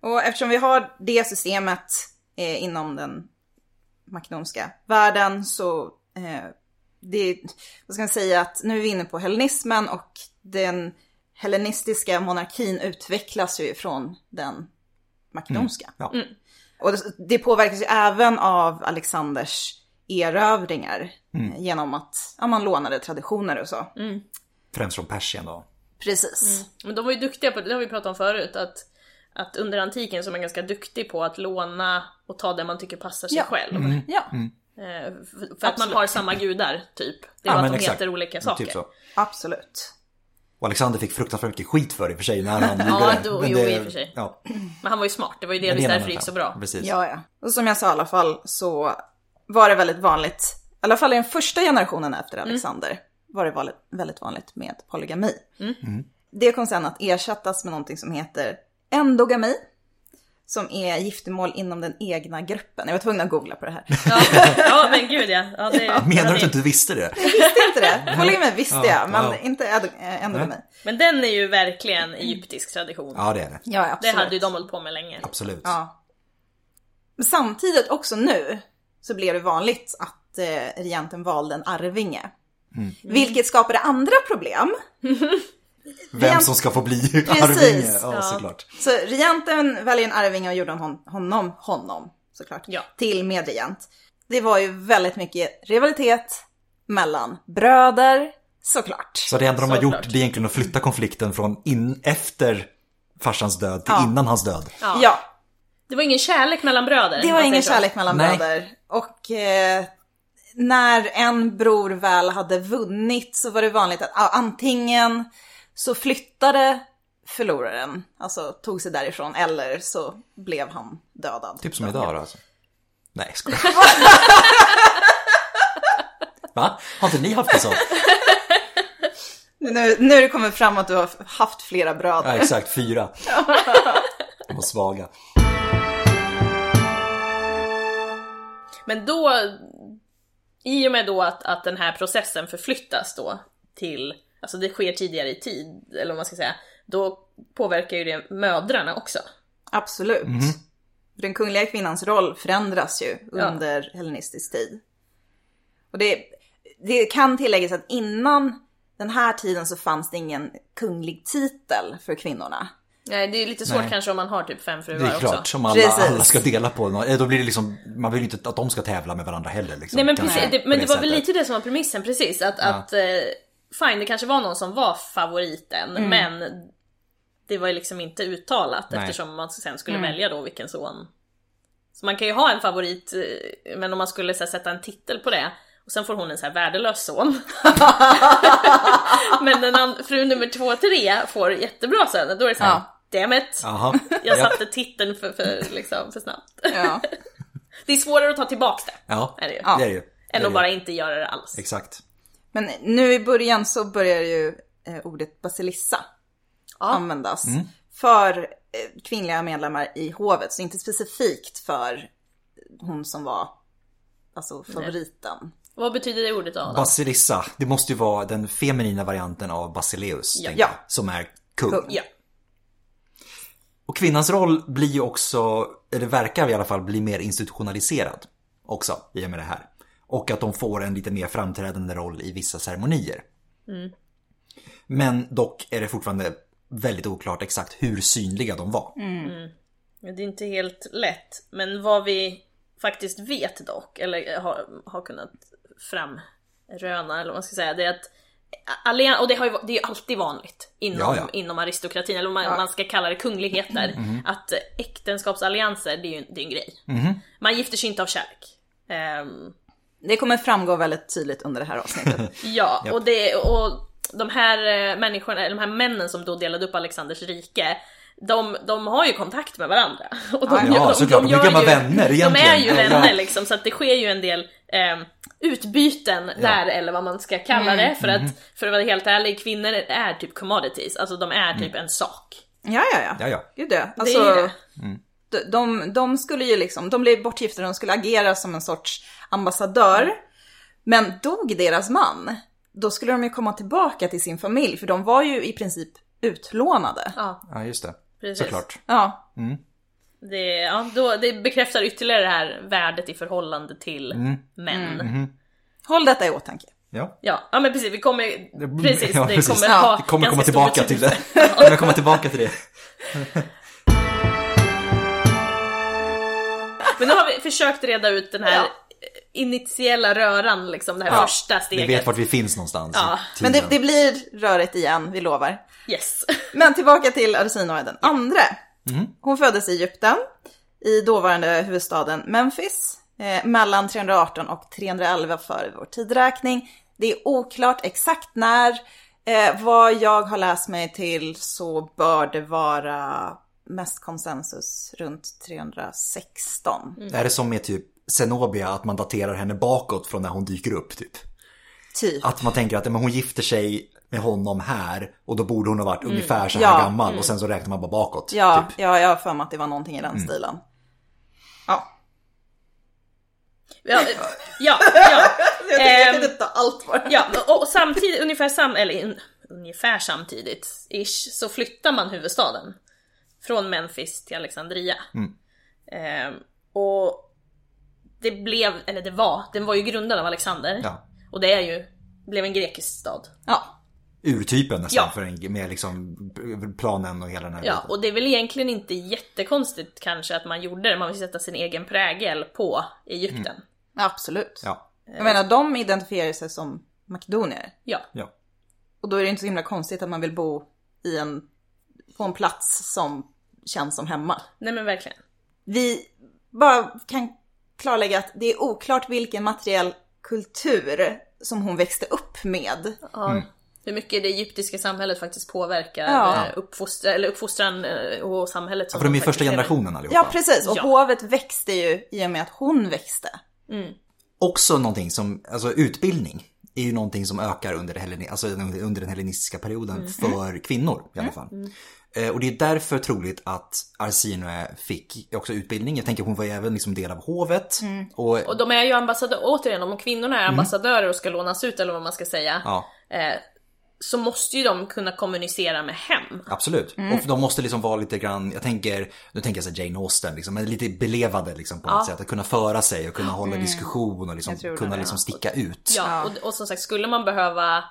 Speaker 3: Och eftersom vi har det systemet eh, inom den makedonska världen så eh, det, vad ska man säga att nu är vi inne på hellenismen och den hellenistiska monarkin utvecklas ju från den makedonska.
Speaker 1: Ja.
Speaker 3: Och det- det påverkas ju även av Alexanders erövringar eh, genom att ja, man lånade traditioner och så.
Speaker 1: Främst från Persien då.
Speaker 3: Precis.
Speaker 2: Men de var ju duktiga på, det har vi pratat om förut, att, att under antiken så är man ganska duktig på att låna och ta det man tycker passar sig
Speaker 3: Ja.
Speaker 2: själv.
Speaker 1: Mm.
Speaker 3: Ja,
Speaker 2: Eh, För, för att man har samma gudar, typ. Det är
Speaker 1: Ja,
Speaker 2: bara
Speaker 1: men
Speaker 2: att de
Speaker 1: exakt.
Speaker 2: heter olika saker.
Speaker 1: Typ så.
Speaker 3: absolut.
Speaker 1: Och Alexander fick fruktansvärt mycket skit för det i och för sig när han gjorde det.
Speaker 2: då-
Speaker 1: Men
Speaker 2: jo,
Speaker 1: det-
Speaker 2: i och för sig.
Speaker 1: Ja, men
Speaker 2: Men han var ju smart, det var ju
Speaker 1: det är en
Speaker 2: delvis
Speaker 1: annan
Speaker 2: därför det gick så
Speaker 1: femma.
Speaker 2: bra.
Speaker 1: Precis.
Speaker 3: Ja, ja. Och som jag sa i alla fall så var det väldigt vanligt, i alla fall i den första generationen efter
Speaker 2: Mm.
Speaker 3: Alexander, var det vali- väldigt vanligt med polygami.
Speaker 2: Mm.
Speaker 1: Mm.
Speaker 3: Det kom sen att ersättas med någonting som heter endogami, som är giftermål inom den egna gruppen. Jag var tvungen att googla på det här. Jag
Speaker 2: Ja, ja men gud ja. ja, det,
Speaker 1: Menar du att
Speaker 2: det,
Speaker 1: du inte visste det?
Speaker 3: visste inte det. Polygami visste
Speaker 1: Ja,
Speaker 3: jag, men
Speaker 1: ja.
Speaker 3: inte ed- eh, endogami.
Speaker 2: Men den är ju verkligen egyptisk tradition.
Speaker 1: Ja, det är det.
Speaker 3: Ja, ja,
Speaker 2: det
Speaker 3: absolut.
Speaker 2: hade ju de hållit på med länge.
Speaker 1: Absolut.
Speaker 3: Ja. Men samtidigt också nu så blev det vanligt att eh, regenten valde en arvinge. Vilket skapade andra problem.
Speaker 1: Vem som ska få bli arvinge. Ja,
Speaker 2: ja.
Speaker 1: såklart.
Speaker 3: Så regenten väljer en arvinge och gjorde hon, honom, honom såklart,
Speaker 2: Ja.
Speaker 3: till medregent. Det var ju väldigt mycket rivalitet mellan bröder såklart.
Speaker 1: Så det enda de har gjort
Speaker 2: Såklart.
Speaker 1: det är egentligen att flytta konflikten från in, efter farsans död till
Speaker 3: Ja.
Speaker 1: innan hans död.
Speaker 2: Ja.
Speaker 3: Ja,
Speaker 2: Det var ingen kärlek mellan bröder.
Speaker 3: det
Speaker 2: om
Speaker 3: var
Speaker 2: man säger
Speaker 3: ingen
Speaker 2: så.
Speaker 3: kärlek mellan
Speaker 1: Nej.
Speaker 3: bröder. Och eh, när en bror väl hade vunnit så var det vanligt att ah, antingen så flyttade förloraren, alltså tog sig därifrån, eller så blev han dödad.
Speaker 1: Typ som idag då alltså. Nej, jag skojar. Va? Har inte ni haft det så?
Speaker 3: Nu, nu det kommer fram att du har haft flera bröder.
Speaker 1: Ja, exakt. Fyra. De var svaga.
Speaker 2: Men då, i och med då att, att den här processen förflyttas då till, alltså det sker tidigare i tid, eller vad man ska säga, då påverkar ju det mödrarna också.
Speaker 3: Absolut. Den kungliga kvinnans roll förändras ju under hellenistisk tid. Och det, det kan tilläggas att innan den här tiden så fanns det ingen kunglig titel för kvinnorna.
Speaker 2: Nej, det är ju lite svårt
Speaker 1: Nej.
Speaker 2: kanske om man har typ fem
Speaker 1: Det
Speaker 2: fruar
Speaker 1: är
Speaker 2: också.
Speaker 1: klart, som alla,
Speaker 3: Precis.
Speaker 1: alla ska dela på. nå- eh, Då blir det liksom, man vill ju inte att de ska tävla med varandra heller. Liksom,
Speaker 2: Nej men
Speaker 1: kanske,
Speaker 2: precis,
Speaker 1: på
Speaker 2: det, men det var väl
Speaker 1: sättet.
Speaker 2: lite det som var premissen precis. Att, att eh, fine, det kanske var någon som var favoriten, men det var ju liksom inte uttalat
Speaker 1: Mm. Nej. Mm.
Speaker 2: eftersom man sen skulle välja då vilken son. Så man kan ju ha en favorit, eh, men om man skulle så här, sätta en titel på det, och sen får hon en så här värdelös son. men den an- fru nummer två, tre får jättebra söner, då är det såhär, ja. damn it.
Speaker 1: Jaha.
Speaker 2: Jag
Speaker 1: Ja.
Speaker 2: satte titeln för, för, liksom, för snabbt.
Speaker 3: Ja.
Speaker 2: Det är svårare att ta tillbaks det.
Speaker 1: Ja,
Speaker 2: Är det ju.
Speaker 1: det är det ju. Det är
Speaker 2: Än
Speaker 1: det
Speaker 2: att
Speaker 1: ju.
Speaker 2: bara inte göra det alls.
Speaker 1: Exakt.
Speaker 3: Men nu i början så börjar ju eh, ordet basilissa
Speaker 2: Ja.
Speaker 3: användas för eh, kvinnliga medlemmar i hovet. Så inte specifikt för hon som var alltså favoriten.
Speaker 2: Vad betyder det ordet då? Adam?
Speaker 1: Basilissa, det måste ju vara den feminina varianten av Basileus, tänker
Speaker 3: Ja.
Speaker 1: jag, som är kung.
Speaker 3: Kung.
Speaker 2: Ja.
Speaker 1: Och kvinnans roll blir ju också, eller verkar i alla fall bli mer institutionaliserad också i och med det här. Och att de får en lite mer framträdande roll i vissa ceremonier.
Speaker 2: Mm.
Speaker 1: Men dock är det fortfarande väldigt oklart exakt hur synliga de var.
Speaker 2: Mm. Det är inte helt lätt. Men vad vi faktiskt vet dock, eller har, har kunnat framröna, eller vad man ska säga, det är att Allian, och det, har ju, det är ju alltid vanligt inom,
Speaker 1: Ja, Mm. ja.
Speaker 2: inom aristokratin, eller om man, om man ska kalla det kungligheter, att
Speaker 1: Mm.
Speaker 2: äktenskapsallianser, det är ju det är en grej. Man gifter sig inte av kärlek. Ehm,
Speaker 3: Det kommer framgå väldigt tydligt under det här avsnittet.
Speaker 2: Ja, och, det, och de här eh, människorna, eller de här männen som då delade upp Alexanders rike, de, de har ju kontakt med varandra. Och de,
Speaker 1: Ja, såklart. De är
Speaker 2: gör
Speaker 1: gamla
Speaker 2: ju-
Speaker 1: vänner
Speaker 2: De
Speaker 1: egentligen.
Speaker 2: är ju
Speaker 1: Ja.
Speaker 2: vänner liksom, så att det sker ju en del eh, utbyten där, eller vad man ska kalla det. För att,
Speaker 1: Mm-hmm.
Speaker 2: för att vara helt ärlig, kvinnor är typ commodities, alltså de är
Speaker 1: Mm.
Speaker 2: typ en sak.
Speaker 3: Ja, ja, ja.
Speaker 1: Ja, ja.
Speaker 3: Gud ja.
Speaker 2: Det är
Speaker 3: Alltså,
Speaker 2: ju det.
Speaker 3: de- de, de skulle ju liksom, de blev bortgifta, de skulle agera som en sorts ambassadör.
Speaker 2: Mm.
Speaker 3: Men dog deras man, då skulle de ju komma tillbaka till sin familj, för de var ju i princip utlånade.
Speaker 2: Ja,
Speaker 1: Ja, just det.
Speaker 2: precis.
Speaker 1: Såklart.
Speaker 3: Ja,
Speaker 2: Det, ja, då, det bekräftar ytterligare det här värdet i förhållande till
Speaker 1: Mm.
Speaker 2: män.
Speaker 3: håll detta i åtanke.
Speaker 1: Ja.
Speaker 2: Ja, ja, men precis, vi kommer, precis,
Speaker 1: Ja,
Speaker 2: det
Speaker 1: precis.
Speaker 2: kommer ha
Speaker 1: Det kommer
Speaker 2: ganska
Speaker 1: komma
Speaker 2: stor
Speaker 1: tillbaka till
Speaker 2: betydelse.
Speaker 1: det. Det kommer komma tillbaka till det.
Speaker 2: Men nu har vi försökt reda ut den här
Speaker 3: Ja.
Speaker 2: initiella röran, liksom det här första
Speaker 1: Vi
Speaker 2: steget.
Speaker 1: vet vart vi finns någonstans
Speaker 2: Ja.
Speaker 1: i
Speaker 3: Men
Speaker 1: tiden.
Speaker 3: det, det blir rörigt igen, vi lovar.
Speaker 2: Yes.
Speaker 3: Men tillbaka till Arsinoe den andra. Hon föddes i Egypten, i dåvarande huvudstaden Memphis, eh, mellan 318 och 311 före vår tidräkning. Det är oklart exakt när. Eh, vad jag har läst mig till så bör det vara mest konsensus runt 316.
Speaker 1: Är det som med typ Zenobia, att man daterar henne bakåt från när hon dyker upp typ?
Speaker 3: Typ.
Speaker 1: Att man tänker att men hon gifter sig med honom här och då borde hon ha varit ungefär så här
Speaker 3: Ja.
Speaker 1: gammal och sen så räknar man bara bakåt.
Speaker 3: Ja,
Speaker 1: Typ.
Speaker 3: ja, jag har för mig att det var någonting i den stilen. Ja.
Speaker 2: Ja, eh, ja, ja.
Speaker 3: Jag tänkte, jag
Speaker 2: Ehm,
Speaker 3: kunde ta allt bara.
Speaker 2: ja. Och, och samtidigt, ungefär, sam, eller, in, ungefär samtidigt ish, så flyttar man huvudstaden. Från Memphis till Alexandria.
Speaker 1: Mm.
Speaker 2: Ehm, och det blev, eller det var, den var ju grundad av Alexander.
Speaker 1: Ja.
Speaker 2: Och det är ju, blev en grekisk stad.
Speaker 3: Ja.
Speaker 1: Urtypen nästan
Speaker 2: Ja.
Speaker 1: för en, med liksom planen och hela den här
Speaker 2: Ja,
Speaker 1: biten.
Speaker 2: och det är väl egentligen inte jättekonstigt kanske att man gjorde det, man vill sätta sin egen prägel på Egypten.
Speaker 1: Mm.
Speaker 3: Absolut.
Speaker 1: Ja.
Speaker 3: Jag menar, de identifierar sig som makedonier.
Speaker 2: Ja.
Speaker 1: ja.
Speaker 3: Och då är det inte så himla konstigt att man vill bo i en, på en plats som känns som hemma.
Speaker 2: Nej men verkligen.
Speaker 3: Vi bara kan klarlägga att det är oklart vilken materiell kultur som hon växte upp med.
Speaker 2: Ja.
Speaker 1: Mm.
Speaker 2: Hur mycket det egyptiska samhället faktiskt påverkar
Speaker 3: Ja.
Speaker 2: ja. uppfostran, eller uppfostran eh, och samhället som
Speaker 1: För de är ju
Speaker 2: faktiskt
Speaker 1: första
Speaker 2: lever i.
Speaker 1: generationen allihopa.
Speaker 3: Ja, precis. Och
Speaker 2: Ja.
Speaker 3: hovet växte ju i och med att hon växte.
Speaker 1: Också någonting som, alltså utbildning är ju någonting som ökar under, det helleni- alltså under den hellenistiska perioden för kvinnor i alla fall. Eh, Och det är därför troligt att Arsinoe fick också utbildning. Jag tänker hon var ju även liksom del av hovet. Och,
Speaker 2: Och de är ju ambassadörer, återigen om kvinnorna är ambassadörer och ska lånas ut eller vad man ska säga.
Speaker 1: Mm. ja.
Speaker 2: Eh, så måste ju de kunna kommunicera med hem.
Speaker 1: Absolut.
Speaker 3: Mm.
Speaker 1: Och de måste liksom vara lite grann, jag tänker, nu tänker jag så här Jane Austen, liksom, men lite belevade liksom på något sätt. Att kunna föra sig och kunna hålla diskussion och liksom,
Speaker 3: Mm. Jag tror
Speaker 1: kunna
Speaker 3: det,
Speaker 1: liksom sticka ut.
Speaker 2: Ja, och, och som sagt, skulle man behöva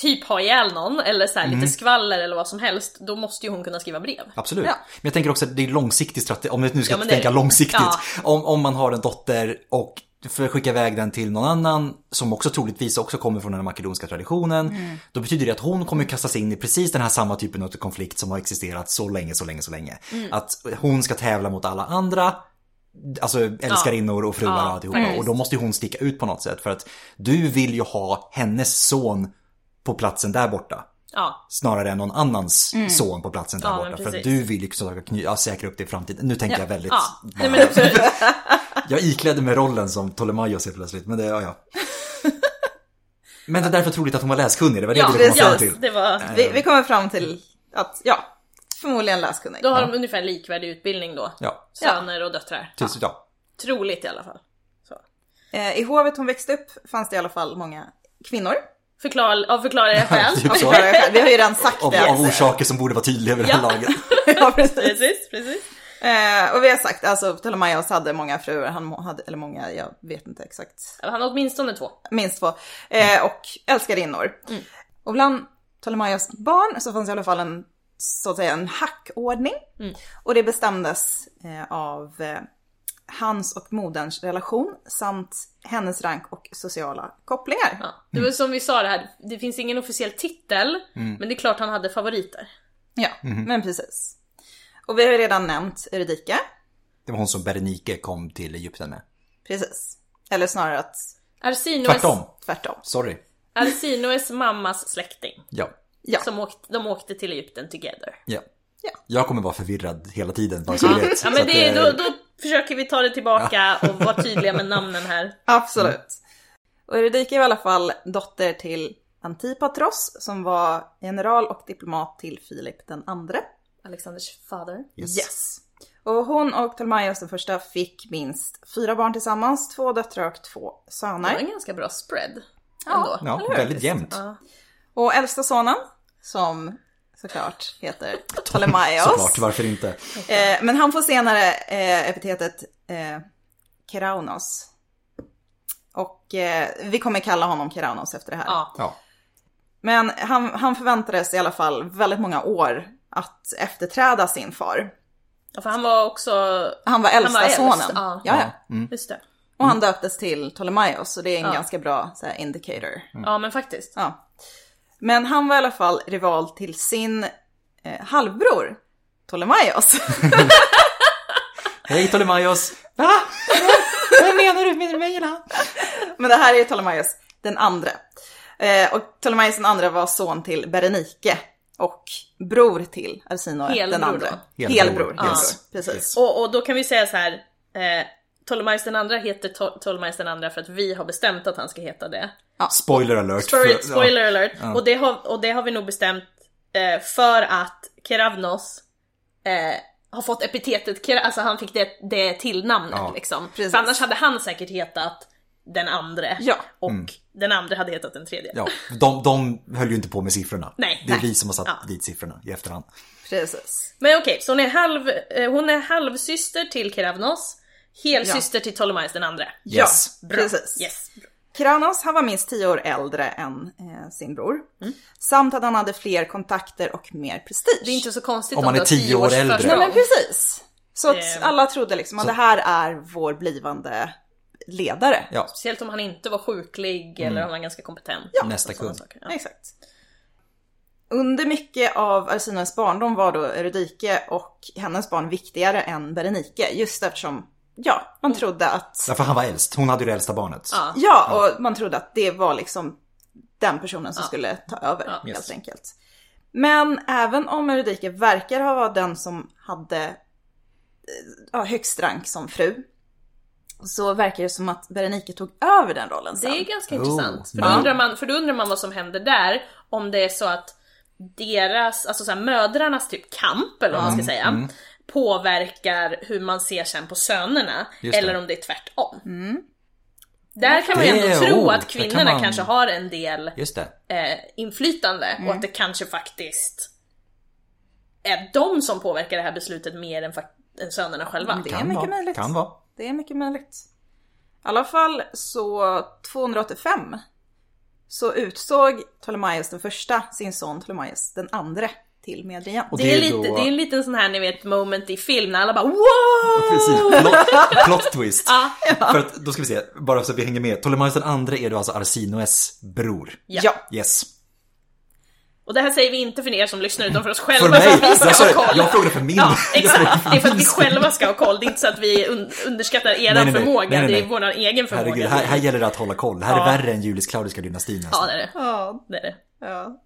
Speaker 2: typ ha ihjäl någon eller så här
Speaker 1: Mm.
Speaker 2: lite skvaller eller vad som helst, då måste ju hon kunna skriva brev.
Speaker 1: Absolut.
Speaker 3: Ja.
Speaker 1: Men jag tänker också att det är långsiktig strategi, om vi nu ska
Speaker 2: Ja, men det är
Speaker 1: tänka
Speaker 2: det.
Speaker 1: långsiktigt.
Speaker 2: Ja.
Speaker 1: Om, om man har en dotter och för att skicka iväg den till någon annan som också troligtvis också kommer från den makedonska traditionen.
Speaker 2: Mm.
Speaker 1: Då betyder det att hon kommer kastas in i precis den här samma typen av konflikt som har existerat så länge, så länge, så länge.
Speaker 2: Mm.
Speaker 1: Att hon ska tävla mot alla andra. Alltså älskarinnor och fruar och
Speaker 2: Ja, Mm.
Speaker 1: alltihopa. Och då måste ju hon sticka ut på något sätt. För att du vill ju ha hennes son på platsen där borta
Speaker 2: Ja,
Speaker 1: snarare än någon annans son på platsen där
Speaker 2: Mm. Ja, men
Speaker 1: borta. För att
Speaker 2: precis.
Speaker 1: du vill ju liksom försöka kny- ja, säkra upp det i framtiden. Nu tänker jag väldigt...
Speaker 2: ja. Nej, men absolut.
Speaker 1: Jag iklädde mig rollen som Ptolemaios helt plötsligt, men det, ja, ja. Men det är därför troligt att hon var läskunnig, det var det
Speaker 2: Ja,
Speaker 1: du kom fram
Speaker 2: ja,
Speaker 1: till.
Speaker 2: det var...
Speaker 3: Vi, vi kommer fram till att, ja, förmodligen läskunnig.
Speaker 2: Då har de ungefär likvärdig utbildning då.
Speaker 1: Ja,
Speaker 2: Söner och döttrar.
Speaker 1: tills, ja.
Speaker 2: Troligt i alla fall. Så.
Speaker 3: Eh, I hovet hon växte upp fanns det i alla fall många kvinnor.
Speaker 2: Förklar, av förklarliga skäl.
Speaker 1: Typ så.
Speaker 3: Vi har ju redan sagt
Speaker 1: Av,
Speaker 3: det.
Speaker 1: av orsaker som borde vara tydliga vid det här
Speaker 2: Ja.
Speaker 1: laget.
Speaker 3: Ja, precis.
Speaker 2: precis, precis.
Speaker 3: Eh, och vi har sagt, alltså Ptolemaios hade många fruar, han må- hade, eller många, jag vet inte exakt,
Speaker 2: Han har åtminstone två.
Speaker 3: minst två, eh, och älskarinnor. Och bland Ptolemaios barn så fanns i alla fall en, så att säga, en hackordning. Och det bestämdes eh, av eh, hans och moderns relation samt hennes rank och sociala kopplingar.
Speaker 2: Ja. Det var som vi sa det här, det finns ingen officiell titel, men det är klart han hade favoriter.
Speaker 3: Ja, men precis. Och vi har ju redan nämnt Eurydike,
Speaker 1: Det var hon som Berenike kom till Egypten med.
Speaker 3: precis. Eller snarare att
Speaker 2: Arsinoes,
Speaker 1: Tvärtom.
Speaker 3: tvärtom.
Speaker 1: Sorry.
Speaker 2: Arsinoes mammas släkting.
Speaker 1: Ja.
Speaker 3: Ja.
Speaker 2: Som åkte, de åkte till Egypten together.
Speaker 1: Ja.
Speaker 3: Ja.
Speaker 1: Jag kommer vara förvirrad hela tiden, bara så ni vet.
Speaker 2: Ja
Speaker 1: Så
Speaker 2: men
Speaker 1: att,
Speaker 2: det, är-
Speaker 1: eh,
Speaker 2: då, då försöker vi ta det tillbaka och vara tydliga med namnen här.
Speaker 3: Absolut. Och Eurydike var i alla fall dotter till Antipatros som var general och diplomat till Filip den andre.
Speaker 2: Alexanders fader.
Speaker 1: Yes.
Speaker 3: Och hon och Ptolemaios den första fick minst fyra barn tillsammans, två döttrar och två
Speaker 2: Det var
Speaker 3: söner.
Speaker 2: en ganska bra spread.
Speaker 3: Ja.
Speaker 2: Ändå.
Speaker 1: Ja, väldigt jämnt.
Speaker 2: Ja.
Speaker 3: Och äldsta sonen, som såklart heter Ptolemaios.
Speaker 1: Såklart, varför inte?
Speaker 3: Eh, men han får senare eh, epitetet eh, Keraunos. Och eh, vi kommer kalla honom Keraunos efter det här.
Speaker 2: Ja.
Speaker 1: Ja.
Speaker 3: Men han, han förväntades i alla fall väldigt många år att efterträda sin far.
Speaker 2: ja, för han var också...
Speaker 3: Han var äldsta
Speaker 2: var äldst,
Speaker 3: sonen.
Speaker 2: ja.
Speaker 3: ja.
Speaker 1: Mm.
Speaker 2: Just det.
Speaker 3: Och han döptes till Ptolemaios, så det är en
Speaker 2: Ja.
Speaker 3: ganska bra så här, indicator.
Speaker 1: Mm.
Speaker 2: Ja men faktiskt.
Speaker 3: Ja. Men han var i alla fall rival till sin eh, halvbror, Ptolemaios.
Speaker 1: Hej Ptolemaios!
Speaker 3: Va? Vad menar du med Mejerna? Men det här är Ptolemaios den andre. Eh, och Ptolemaios den andra var son till Berenike och bror till Arsinoe den
Speaker 2: Helbror
Speaker 3: andre.
Speaker 1: då?
Speaker 3: Helbror.
Speaker 1: Helbror,
Speaker 3: helbror,
Speaker 1: yes.
Speaker 3: Precis.
Speaker 1: Yes.
Speaker 2: Och, och då kan vi säga så här. Eh, Ptolemaios den andra heter Pto- Ptolemaios den andra för att vi har bestämt att han ska heta det.
Speaker 1: Spoiler alert.
Speaker 2: Spoiler,
Speaker 1: för- ja.
Speaker 2: spoiler alert. Och, det har, och det har vi nog bestämt eh, för att Keravnos eh, har fått epitetet, Kera- alltså han fick det, det tillnamnet
Speaker 1: Ja,
Speaker 2: liksom.
Speaker 3: precis.
Speaker 2: För annars hade han säkert hetat den andre
Speaker 3: Ja.
Speaker 2: och den andra hade hetat den tredje.
Speaker 1: Mm. Ja, de, de höll ju inte på med siffrorna.
Speaker 2: Nej.
Speaker 1: det är
Speaker 2: Nej.
Speaker 1: vi som har satt
Speaker 2: Ja.
Speaker 1: dit siffrorna i efterhand.
Speaker 3: Precis.
Speaker 2: Men okej, så hon är, halv, eh, hon är halvsyster till Keravnos, helsyster till Ptolemaios den andra.
Speaker 1: Yes.
Speaker 3: Ja,
Speaker 2: Bra.
Speaker 3: precis.
Speaker 2: Yes.
Speaker 3: Kranos, han var minst tio år äldre än eh, sin bror. Samt att han hade fler kontakter och mer prestige.
Speaker 2: Mm. Det är inte så konstigt
Speaker 1: Om man
Speaker 2: det
Speaker 1: är
Speaker 2: var
Speaker 1: tio år äldre.
Speaker 2: försprång.
Speaker 3: Nej men precis. Så att
Speaker 2: Eh.
Speaker 3: alla trodde liksom att
Speaker 1: Så-
Speaker 3: det här är vår blivande ledare.
Speaker 1: Ja,
Speaker 2: Speciellt om han inte var sjuklig eller om han var ganska kompetent. och
Speaker 1: nästa
Speaker 2: sådana
Speaker 1: kung.
Speaker 2: saker.
Speaker 3: Ja, Exakt. Under mycket av Arsinoes barndom var då Eurydike och hennes barn viktigare än Berenike. Just eftersom, ja, man
Speaker 2: Mm.
Speaker 3: trodde att,
Speaker 1: Därför han var äldst. Hon hade ju det äldsta barnet.
Speaker 2: Ja.
Speaker 3: ja, och man trodde att det var liksom den personen som skulle ta över
Speaker 2: Ja.
Speaker 3: helt
Speaker 1: Yes.
Speaker 3: enkelt. Men även om Eurydike verkar ha varit den som hade eh, ja, högst rank som fru, så verkar det som att Berenike tog över den rollen sen.
Speaker 2: Det är ganska
Speaker 1: Oh,
Speaker 2: intressant. För då,
Speaker 1: ja.
Speaker 2: undrar man, för då undrar man vad som händer där, om det är så att deras, alltså så här, mödrarnas typ kamp, eller vad
Speaker 1: Mm,
Speaker 2: man ska säga, påverkar hur man ser sen på sönerna,
Speaker 1: Just det.
Speaker 2: eller om det är tvärtom. Där kan man ju
Speaker 1: Det-
Speaker 2: ändå tro
Speaker 1: oh,
Speaker 2: att
Speaker 1: där kan
Speaker 2: kvinnorna
Speaker 1: man-
Speaker 2: kanske har en del
Speaker 1: Just det.
Speaker 2: eh, inflytande och att det kanske faktiskt är de som påverkar det här beslutet mer än, fak- än sönerna själva.
Speaker 3: Det är mycket
Speaker 1: vara.
Speaker 3: möjligt.
Speaker 1: Kan vara.
Speaker 3: Det är mycket möjligt. I alla fall så 285 så utsåg Ptolemaios den första sin son Ptolemaios den andre till medregent.
Speaker 1: Och
Speaker 2: Det är,
Speaker 1: det är
Speaker 2: lite,
Speaker 1: då-
Speaker 2: det är en liten sån här ni vet moment i film när alla bara wow!
Speaker 1: Precis, plot, plot twist.
Speaker 2: Ja.
Speaker 1: För att, då ska vi se, bara så att vi hänger med. Ptolemaios den andra är då alltså Arsinoes bror.
Speaker 2: Ja.
Speaker 3: Ja,
Speaker 1: Yes.
Speaker 2: Och det här säger vi inte för er som lyssnar utan för oss själva
Speaker 1: För mig, Alltså,
Speaker 2: för att vi
Speaker 1: jag,
Speaker 2: ska ha
Speaker 1: sa-
Speaker 2: koll.
Speaker 1: jag frågade för min.
Speaker 2: Ja, exakt. Det är för att vi själva ska ha koll. Det är inte så att vi un- underskattar
Speaker 1: Nej,
Speaker 2: er
Speaker 1: nej, nej.
Speaker 2: förmåga,
Speaker 1: Nej, nej,
Speaker 2: det
Speaker 1: nej.
Speaker 2: är vår egen förmåga.
Speaker 1: Herregud, här, här gäller det att hålla koll. Det här är värre än Julius-Claudiska dynastin alltså.
Speaker 2: Ja,
Speaker 1: nästan.
Speaker 2: det är det. det,
Speaker 3: ja,
Speaker 2: är det.
Speaker 3: ja.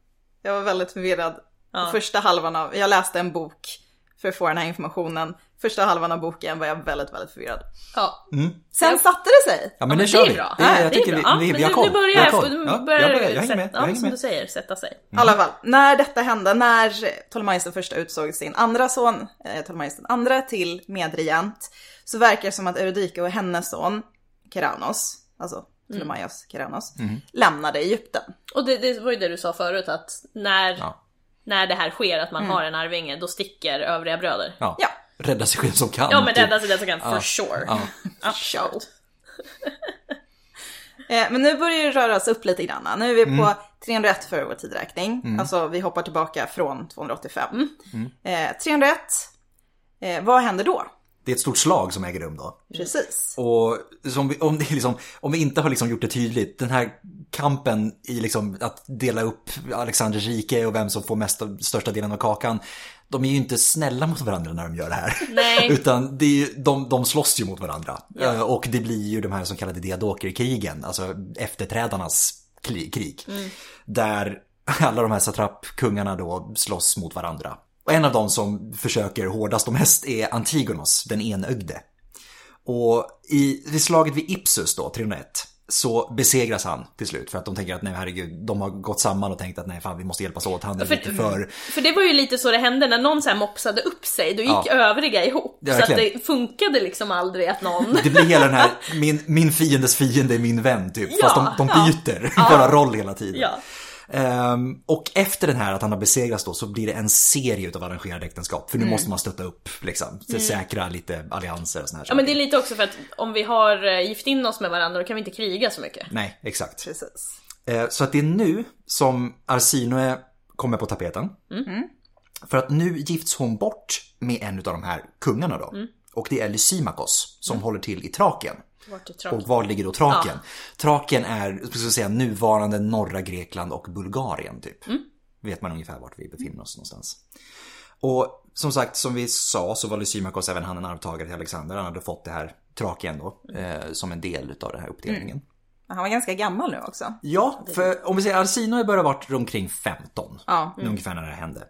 Speaker 3: Jag var väldigt förvirrad.
Speaker 2: Ja.
Speaker 3: Första halvan av, jag läste en bok för att få den här informationen. Första halvan av boken var jag väldigt, väldigt förvirrad.
Speaker 2: Ja.
Speaker 3: Sen satte det sig.
Speaker 1: Ja, Mm, men nu
Speaker 2: det
Speaker 1: kör
Speaker 2: är
Speaker 1: vi.
Speaker 2: bra.
Speaker 1: Det, är-
Speaker 2: Ja,
Speaker 1: jag tycker
Speaker 2: bra.
Speaker 1: vi,
Speaker 2: Ja,
Speaker 1: vi,
Speaker 2: men
Speaker 1: vi har
Speaker 2: nu-
Speaker 1: koll.
Speaker 2: Nu börjar,
Speaker 1: vi har koll.
Speaker 2: nu
Speaker 1: Ja,
Speaker 2: börjar
Speaker 1: jag, börjar, jag hänger med.
Speaker 2: sätta-
Speaker 1: Jag
Speaker 2: ja,
Speaker 1: hänger
Speaker 2: som du
Speaker 1: med.
Speaker 2: säger, sätta sig.
Speaker 3: I alla fall, när detta hände, när Ptolemaios den första utsåg sin andra son, eh, Ptolemaios den andra, till medregent, så verkar det som att Eurydike och hennes son, Keranos,
Speaker 2: Mm.
Speaker 3: alltså Ptolemaios Keranos, lämnade Egypten.
Speaker 2: Och det, det var ju det du sa förut att när,
Speaker 1: Ja. Mm.
Speaker 2: när det här sker, att man har en arvinge, då sticker övriga bröder.
Speaker 1: Ja.
Speaker 3: Ja.
Speaker 1: Rädda sig själv som kan.
Speaker 2: Ja men
Speaker 1: typ.
Speaker 2: rädda sig den som kan, for sure.
Speaker 1: Ja.
Speaker 2: Absolut.
Speaker 3: Eh, men nu börjar det röra sig upp lite grann. Nu är vi på 301 för vår tidräkning. Alltså vi hoppar tillbaka från 285. Eh, 301, eh, vad händer då?
Speaker 1: Det är ett stort slag som äger rum då.
Speaker 3: Precis.
Speaker 1: Och som vi, om, det är liksom, om vi inte har liksom gjort det tydligt, den här kampen i liksom att dela upp Alexanders rike och vem som får mest, största delen av kakan, de är ju inte snälla mot varandra när de gör det här.
Speaker 2: Nej,
Speaker 1: Utan det är ju, de, de slåss ju mot varandra. Eh, Och det blir ju de här så kallade diadokerkrigen, alltså efterträdarnas kli- krig. Där alla de här satrapkungarna då slåss mot varandra. Och en av dem som försöker hårdast och mest är Antigonos, den enögde. Och i, vid slaget vid Ipsus då, 301, så besegras han till slut. För att de tänker att nej herregud, de har gått samman och tänkt att nej fan vi måste hjälpas åt, han är
Speaker 2: För-
Speaker 1: lite för...
Speaker 2: för det var ju lite så det hände när någon så här mopsade upp sig, då gick
Speaker 1: Ja.
Speaker 2: övriga ihop.
Speaker 1: Ja,
Speaker 2: så att
Speaker 1: verkligen.
Speaker 2: det funkade liksom aldrig att någon...
Speaker 1: Det blir hela den här, min, min fiendes fiende är min vän typ.
Speaker 2: Ja,
Speaker 1: Fast de, de
Speaker 2: ja.
Speaker 1: byter bara roll hela tiden.
Speaker 2: Ja.
Speaker 1: Ehm, och efter den här att han har besegrats då så blir det en serie utav arrangerade äktenskap.
Speaker 2: Mm.
Speaker 1: För nu måste man stötta upp liksom. Så Säkra lite allianser och såna här
Speaker 2: ja men det är lite också för att om vi har eh, gift in oss med varandra då kan vi inte kriga så mycket.
Speaker 1: Nej, exakt.
Speaker 3: Precis.
Speaker 1: Eh, Så att det är nu som Arsinoe kommer på tapeten. För att nu gifts hon bort med en utav de här kungarna då. Och det är Lysimakos som håller till i Traken.
Speaker 2: Vart är
Speaker 1: Och
Speaker 2: tråkigt.
Speaker 1: var ligger då Traken? Traken är, ska vi säga, nuvarande norra Grekland och Bulgarien typ. Vet man ungefär vart vi befinner oss någonstans. Och som sagt, som vi sa så var Lysimakos även han en arvtagare till Alexander. Han hade fått det här Traken då, eh, som en del utav den här uppdelningen.
Speaker 3: Men Han var ganska gammal nu också.
Speaker 1: Ja, för om vi säger Arsinoe börjar varit runt omkring 15.
Speaker 3: Ja.
Speaker 2: Mm.
Speaker 1: Ungefär när det här hände.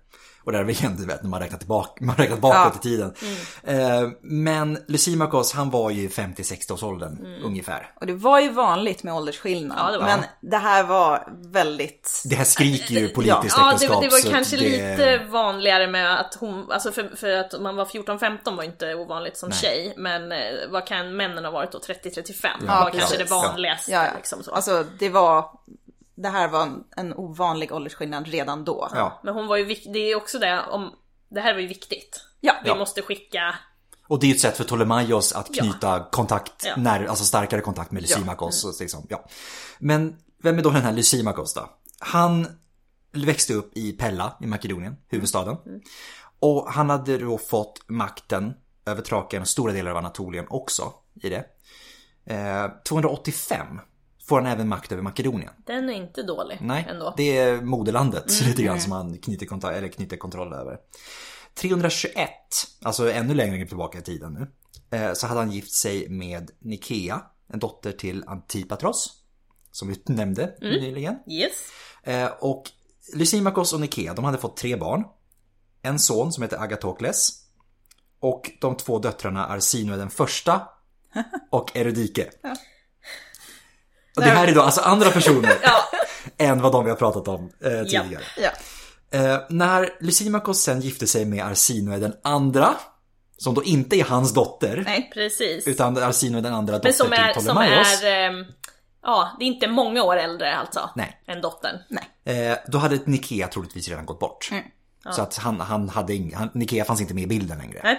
Speaker 1: Och där är väl igen, du vet, när man räknar, tillbaka, man räknar bakåt i tiden.
Speaker 2: Mm.
Speaker 1: Eh, men Lysimakos, han var ju i 50-60-årsåldern
Speaker 2: Mm.
Speaker 1: ungefär.
Speaker 3: Och det var ju vanligt med åldersskillnad.
Speaker 2: Ja, det var-
Speaker 3: Men det här var väldigt...
Speaker 1: Det här skriker ju politiskt
Speaker 2: Ja, det,
Speaker 1: äktenskap.
Speaker 2: det var
Speaker 1: så
Speaker 2: kanske
Speaker 1: det-
Speaker 2: lite vanligare med att hon, alltså för, för att man var 14-15 var inte ovanligt som tjej, men eh, vad kan männen ha varit då, 30-35 var
Speaker 3: precis.
Speaker 2: kanske det
Speaker 1: Ja.
Speaker 2: vanligaste
Speaker 3: Ja, ja.
Speaker 2: liksom så.
Speaker 3: Alltså det var... Det här var en, en ovanlig åldersskillnad redan då.
Speaker 1: Ja,
Speaker 2: Men hon var ju vik- det är ju också det om, det här var ju viktigt.
Speaker 3: Ja.
Speaker 2: Vi
Speaker 1: Ja.
Speaker 2: måste skicka,
Speaker 1: och det är ju ett sätt för Ptolemaios att knyta kontakt,
Speaker 2: Ja.
Speaker 1: när, alltså starkare kontakt med Lysimakos. och Liksom, ja. Men vem är då den här Lysimakos då? Han växte upp i Pella i Makedonien, huvudstaden. Och han hade då fått makten över Traken och stora delar av Anatolien också i det. Eh, 285 får han även makt över Makedonien.
Speaker 2: den är inte dålig
Speaker 1: Nej,
Speaker 2: ändå. Mm,
Speaker 1: det är moderlandet lite grann som han knyter, konta- eller knyter kontroll över. 321, alltså ännu längre tillbaka i tiden nu, eh, så hade han gift sig med Nikea, en dotter till Antipatros, som vi nämnde
Speaker 2: Mm.
Speaker 1: nyligen.
Speaker 2: Yes.
Speaker 1: Eh, Och Lysimakos och Nikea, de hade fått tre barn. En son som heter Agatokles. Och de två döttrarna Arsinoe den första och Eurydike. Och det här är då alltså andra personer
Speaker 2: Ja,
Speaker 1: än vad de vi har pratat om eh, tidigare.
Speaker 3: Ja.
Speaker 1: Eh, när Lysimakos sen gifte sig med Arsinoe den andra, som då inte är hans dotter,
Speaker 3: Nej.
Speaker 2: precis.
Speaker 1: utan Arsinoe den andra dotter
Speaker 2: Men som är,
Speaker 1: till
Speaker 2: som
Speaker 1: Ptolemaios,
Speaker 2: är, ehm, ja det är inte många år äldre alltså.
Speaker 1: Nej.
Speaker 2: Än dottern.
Speaker 1: eh, då hade Nikea troligtvis redan gått bort.
Speaker 2: Mm.
Speaker 1: Så att han, han hade ing, han, Nikea fanns inte med i bilden längre.
Speaker 2: Nej.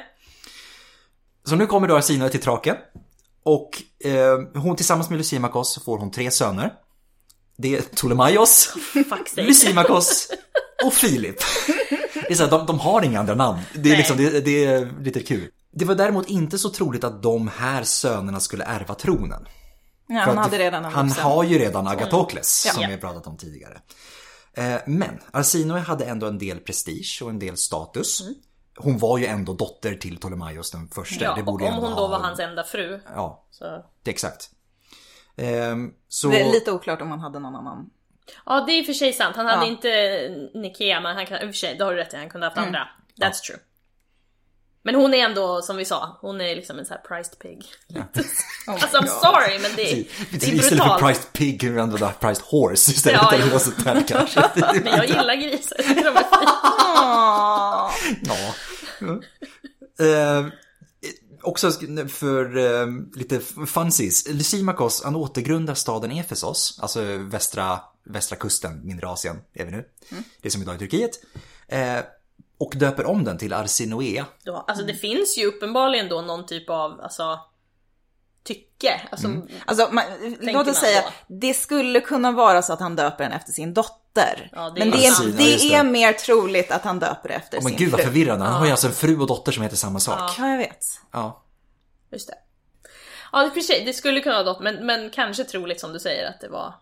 Speaker 1: Så nu kommer då Arsinoe till Traken. Och eh, hon tillsammans med Lysimakos så får hon tre söner. Det är Ptolemaios,
Speaker 2: Fuck sake.
Speaker 1: Lysimakos och Filip. Det är så här, de, de har inga andra namn. Det är,
Speaker 2: Nej.
Speaker 1: liksom, det, det är lite kul. Det var däremot inte så troligt att de här sönerna skulle ärva tronen.
Speaker 3: Ja,
Speaker 1: För
Speaker 3: han
Speaker 1: att
Speaker 3: hade redan en
Speaker 1: han
Speaker 3: vuxen.
Speaker 1: har ju redan Agatokles som
Speaker 2: Ja.
Speaker 1: vi har pratat om tidigare. Eh, Men Arsinoe hade ändå en del prestige och en del status.
Speaker 2: Mm.
Speaker 1: Hon var ju ändå dotter till Ptolemaios den första.
Speaker 2: Ja,
Speaker 1: det
Speaker 2: och
Speaker 1: borde
Speaker 2: om
Speaker 1: ändå
Speaker 2: hon då
Speaker 1: ha-
Speaker 2: var hans enda fru.
Speaker 1: Ja,
Speaker 2: Så.
Speaker 1: det, exakt. Ehm, Så...
Speaker 3: Det är lite oklart om han hade någon annan.
Speaker 2: Ja det är i och för sig sant, han hade
Speaker 3: Ja.
Speaker 2: inte Nikea men han kan, i och för sig, det har du rätt i, han kunde haft
Speaker 1: Mm.
Speaker 2: andra. That's true. Men hon är ändå, som vi sa, hon är liksom en sån här prized pig.
Speaker 3: Oh my
Speaker 2: Alltså I'm
Speaker 3: God.
Speaker 2: sorry men det är, det är
Speaker 1: Istället för
Speaker 2: brutalt.
Speaker 1: priced pig kunde vi ändå ha priced horse istället.
Speaker 2: Ja,
Speaker 1: eller
Speaker 2: ja.
Speaker 1: något sånt där kanske.
Speaker 2: Men jag gillar grisar, jag tycker de är fina.
Speaker 3: Åh.
Speaker 1: ja. Mm. Eh, också sk- för eh, lite funsies. Lysimakos, han återgrundar staden Efesos, alltså västra, västra kusten, mindre Asien är vi nu.
Speaker 2: Mm.
Speaker 1: Det som idag är Turkiet. Eh, och döper om den till Arsinoea.
Speaker 2: Då, Alltså det finns ju uppenbarligen då någon typ av, alltså tycke. Alltså,
Speaker 3: Alltså, man, låt
Speaker 2: man
Speaker 3: oss säga,
Speaker 2: då?
Speaker 3: det skulle kunna vara så att han döper den efter sin dotter.
Speaker 2: Ja, det
Speaker 3: men
Speaker 2: är
Speaker 3: det är,
Speaker 1: sant. Ja, just
Speaker 3: det
Speaker 1: det.
Speaker 3: är mer troligt att han döper det efter
Speaker 1: Oh, men
Speaker 3: sin
Speaker 1: gud vad
Speaker 3: fru.
Speaker 1: förvirrande, han har ju alltså en fru och dotter som heter samma sak.
Speaker 3: Ja, jag vet.
Speaker 1: Ja.
Speaker 2: just det. Ja det, är för sig, det skulle kunna vara något, men, men kanske troligt som du säger att det var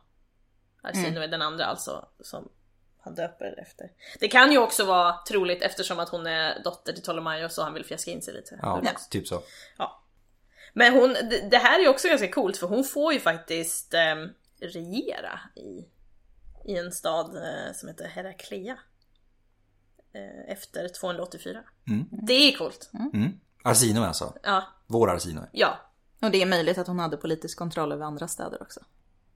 Speaker 2: Arsinoe den andra alltså som han döper det efter. Det kan ju också vara troligt eftersom att hon är dotter till Ptolemaios och han vill fjäska in sig lite.
Speaker 1: Ja, typ så.
Speaker 2: Ja. Men hon, det- det här är ju också ganska coolt för hon får ju faktiskt ehm, regera i, i en stad eh, som heter Herakleia. Eh, efter 284.
Speaker 1: Mm.
Speaker 2: Det är coolt!
Speaker 1: Mm. Arsino alltså.
Speaker 2: Ja,
Speaker 1: Vår Arsino.
Speaker 2: ja.
Speaker 3: Och det är möjligt att hon hade politisk kontroll över andra städer också.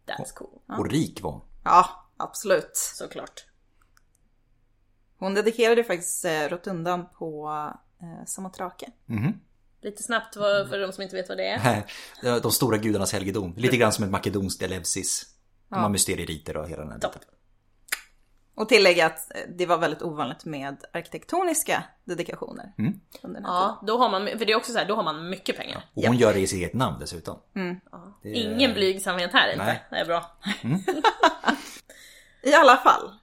Speaker 2: That's cool.
Speaker 1: Och rik var hon.
Speaker 3: Ja, absolut.
Speaker 2: Såklart.
Speaker 3: Hon dedikerade faktiskt eh, Rotundan på eh, Samothrake.
Speaker 1: Mhm.
Speaker 2: Lite snabbt för, för de som inte vet vad det är.
Speaker 1: Eh, De stora gudarnas helgedom.
Speaker 2: Mm.
Speaker 1: Lite grann som ett makedonskt Eleusis. De har mysterieriter och hela den här
Speaker 2: Topp.
Speaker 3: Och tillägga att eh, det var väldigt ovanligt med arkitektoniska dedikationer.
Speaker 1: Mm.
Speaker 3: Under den här tiden.
Speaker 2: Ja, då har man, för det är också så här, då har man mycket pengar.
Speaker 1: Och hon gör det i sitt eget namn dessutom.
Speaker 2: Mm. Ja.
Speaker 1: är-
Speaker 2: Ingen blygsamhet här inte.
Speaker 1: Nej.
Speaker 2: Det är bra.
Speaker 3: I alla fall,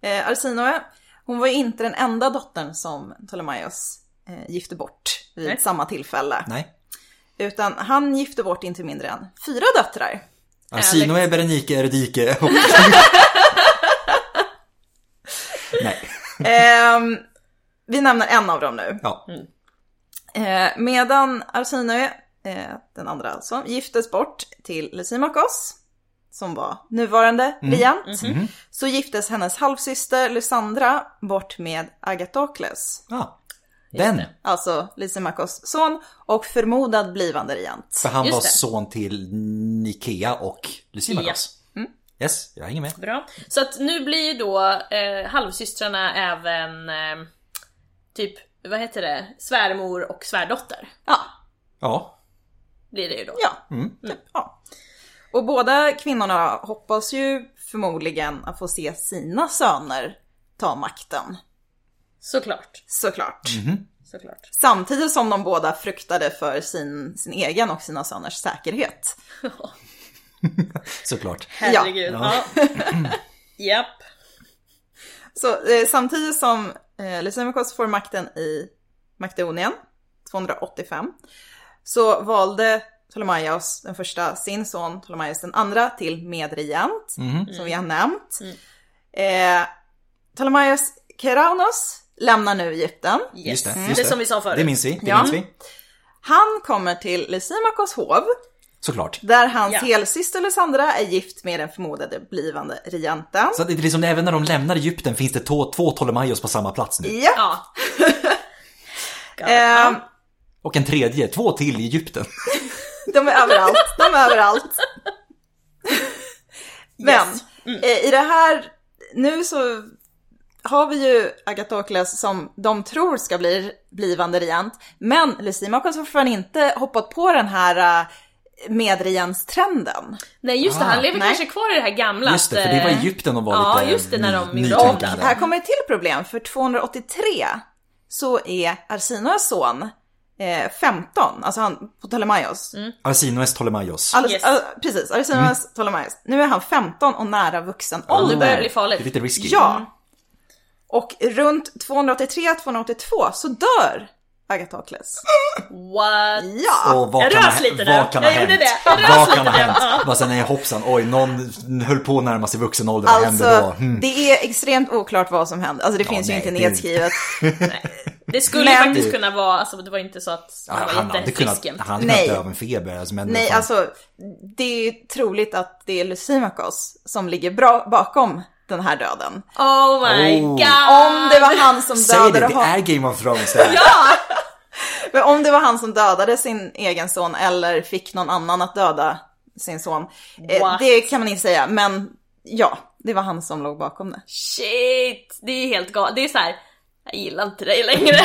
Speaker 3: eh, Arsinoe, hon var ju inte den enda dottern som Ptolemaios eh, gifte bort vid
Speaker 2: Nej.
Speaker 3: samma tillfälle.
Speaker 1: Nej.
Speaker 3: Utan han gifte bort inte mindre än fyra döttrar.
Speaker 1: Arsino är Berenike, Eredike och... Nej.
Speaker 3: Ehm, vi nämner en av dem nu.
Speaker 1: Ja.
Speaker 2: Mm.
Speaker 3: Eh, medan Arsinoe, eh, den andra alltså, giftes bort till Lysimakos, som var nuvarande regent, så giftes hennes halvsyster Lysandra bort med Agatokles,
Speaker 1: ja. Den.
Speaker 3: alltså Lysimakos son och förmodad blivande regent.
Speaker 1: För han
Speaker 2: Just
Speaker 1: var
Speaker 2: det.
Speaker 1: son till Nikea och Lysimakos.
Speaker 2: Mm.
Speaker 1: Yes, jag hänger med.
Speaker 2: Bra. Så att nu blir då eh, halvsystrarna även eh, typ, vad heter det, svärmor och svärdotter.
Speaker 3: Ja,
Speaker 1: Ja.
Speaker 2: Blir det ju då.
Speaker 3: ja, typ, ja. Och båda kvinnorna hoppas ju förmodligen att få se sina söner ta makten,
Speaker 2: Såklart.
Speaker 3: såklart.
Speaker 2: Såklart.
Speaker 3: Samtidigt som de båda fruktade för sin, sin egen och sina söners säkerhet.
Speaker 1: Såklart.
Speaker 2: Herregud. Ja.
Speaker 1: Ja.
Speaker 2: Japp.
Speaker 3: Så eh, samtidigt som eh, Lysimachos får makten i Makedonien 285 så valde Ptolemaios den första sin son Ptolemaios den andra till medregent
Speaker 2: Mm.
Speaker 1: Mhm.
Speaker 3: som vi har nämnt. Eh, Ptolemaios Keraunos lämnar nu Egypten.
Speaker 2: Yes.
Speaker 1: Just det.
Speaker 2: Mm.
Speaker 1: Just
Speaker 2: det som vi sa förut.
Speaker 1: Det minns vi. Det
Speaker 3: Ja.
Speaker 1: minns vi.
Speaker 3: Han kommer till Lysimachos hov
Speaker 1: Såklart.
Speaker 3: där hans
Speaker 2: Ja.
Speaker 3: helsyster Lysandra är gift med den förmodade blivande regenten.
Speaker 1: Så att det är liksom, även när de lämnar Egypten finns det två, två Ptolemaios på samma plats nu.
Speaker 3: Ja.
Speaker 2: Ja. God,
Speaker 3: Ehm,
Speaker 2: ja.
Speaker 1: Och en tredje, två till i Egypten.
Speaker 3: De är överallt, de är överallt. Men
Speaker 2: Yes. Mm.
Speaker 3: eh, i det här, nu så har vi ju Agatokles som de tror ska bli blivande regent. Men Lysimachos har fortfarande inte hoppat på den här eh, medregentstrenden.
Speaker 2: Nej just det, han
Speaker 1: Ah,
Speaker 2: lever
Speaker 3: nej.
Speaker 2: kanske kvar i det här gamla.
Speaker 1: Just det, för det var i Egypten de var
Speaker 2: eh, Ja,
Speaker 1: lite
Speaker 2: just det, när de
Speaker 1: ny-
Speaker 2: gjorde om
Speaker 1: nytänkande.
Speaker 2: den.
Speaker 3: Här kommer ett till problem, för 283 så är Arsinoes son eh, 15, alltså han på Ptolemaios.
Speaker 1: Arsinoes Ptolemaios.
Speaker 3: Alldeles,
Speaker 2: Mm, Yes. Mm.
Speaker 3: all- precis, Arsinoes Ptolemaios. Nu är han 15 och nära vuxen
Speaker 2: Ja, nu
Speaker 3: ålder.
Speaker 2: börjar det bli
Speaker 1: Det
Speaker 2: farligt.
Speaker 1: är lite risky.
Speaker 3: Ja. Och runt 283-282 så dör Agatokles.
Speaker 2: eh, What?
Speaker 3: Ja!
Speaker 1: Och vad
Speaker 2: Jag
Speaker 1: kan,
Speaker 2: rös
Speaker 1: ha-
Speaker 2: lite nu.
Speaker 1: vad kan ha
Speaker 2: Jag
Speaker 1: hänt?
Speaker 2: gjorde det. Jag rös
Speaker 1: Vad kan
Speaker 2: lite
Speaker 1: ha
Speaker 2: nu.
Speaker 1: hänt? Bara sen, nej hoppsan, oj, någon höll på att närma sig vuxen ålder, vad hände då?
Speaker 3: Alltså,
Speaker 1: Hmm.
Speaker 3: det är extremt oklart vad som hände. Alltså det finns ju
Speaker 1: nej,
Speaker 3: inte
Speaker 1: det-
Speaker 3: nedskrivet.
Speaker 2: Det skulle ju
Speaker 3: Men-
Speaker 2: faktiskt kunna vara, alltså det var inte så att
Speaker 1: Ja,
Speaker 2: han
Speaker 1: han
Speaker 2: var
Speaker 1: hade
Speaker 2: jättefrisk
Speaker 1: kunnat,
Speaker 2: jämt.
Speaker 1: han hade kunnat
Speaker 3: Nej.
Speaker 1: dö av en feber. Alltså, men
Speaker 3: Nej,
Speaker 1: fan,
Speaker 3: alltså det är ju troligt att det är Lysimachos som ligger bra bakom den här döden.
Speaker 2: Oh my
Speaker 1: Oh.
Speaker 2: god!
Speaker 3: Om det var han som
Speaker 1: Säg det,
Speaker 3: dödade
Speaker 1: det
Speaker 3: honom.
Speaker 1: är Game of Thrones det här.
Speaker 3: Men om det var han som dödade sin egen son eller fick någon annan att döda sin son. Eh,
Speaker 2: What?
Speaker 3: det kan man inte säga, men ja, det var han som låg bakom det.
Speaker 2: Shit! Det är helt galet. Det är så här. jag gillar inte dig längre.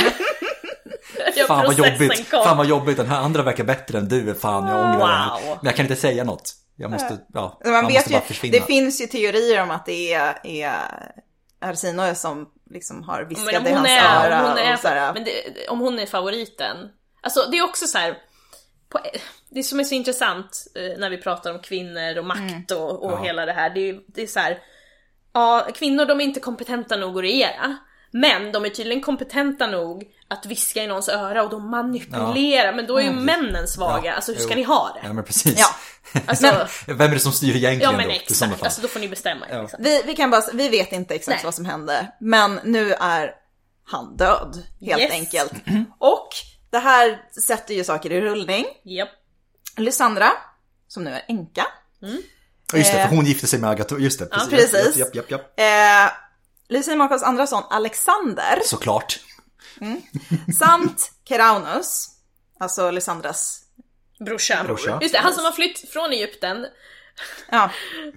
Speaker 2: jag
Speaker 1: Fan vad
Speaker 2: processen
Speaker 1: jobbigt,
Speaker 2: kom.
Speaker 1: fan vad jobbigt, den här andra verkar bättre än du, fan jag ångrar mig.
Speaker 2: Wow.
Speaker 1: Men jag kan inte säga något. Jag måste, ja,
Speaker 3: Men
Speaker 1: man
Speaker 3: Man vet
Speaker 1: måste
Speaker 3: ju,
Speaker 1: bara försvinna.
Speaker 3: det finns ju teorier om att det är, är Arsinoe som liksom har viskat
Speaker 2: Men
Speaker 3: i
Speaker 2: om hon
Speaker 3: hans
Speaker 2: är,
Speaker 3: öra
Speaker 2: om hon
Speaker 3: och så här,
Speaker 2: är, men det, om hon är favoriten. Alltså det är också så här. På, det som är så intressant eh, när vi pratar om kvinnor och makt
Speaker 3: Mm.
Speaker 2: och, och
Speaker 1: Ja.
Speaker 2: hela det här. Det är, det är så här. Ja, kvinnor de är inte kompetenta nog att regera. Men de är tydligen kompetenta nog att viska i någons öra och de manipulerar. Men då är ju männen svaga.
Speaker 1: Mm. Ja,
Speaker 2: Alltså hur ska
Speaker 1: jo.
Speaker 2: ni ha det?
Speaker 1: Ja men precis.
Speaker 3: Ja.
Speaker 2: Alltså,
Speaker 1: Vem är det som styr egentligen
Speaker 2: ja men
Speaker 1: då? I sådana
Speaker 2: exakt.
Speaker 1: fall.
Speaker 2: Alltså då får ni bestämma er.
Speaker 1: Ja.
Speaker 2: Liksom.
Speaker 3: Vi, vi kan bara, vi vet inte exakt
Speaker 2: Nej.
Speaker 3: vad som hände, men nu är han död helt
Speaker 2: Yes.
Speaker 3: enkelt. Och det här sätter ju saker i rullning.
Speaker 2: Japp.
Speaker 3: Lysandra, som nu är änka,
Speaker 1: Ja, just det,
Speaker 2: eh,
Speaker 1: för hon gifte sig med Agatha. Just det.
Speaker 3: precis.
Speaker 1: Japp, japp, japp.
Speaker 3: eh, Lucien Markovs andra son Alexander
Speaker 1: Såklart.
Speaker 3: samt Keraunus, alltså Lysandras,
Speaker 2: Brorsa.
Speaker 1: Brorsa.
Speaker 2: Just det, han som har flytt från Egypten
Speaker 3: ja,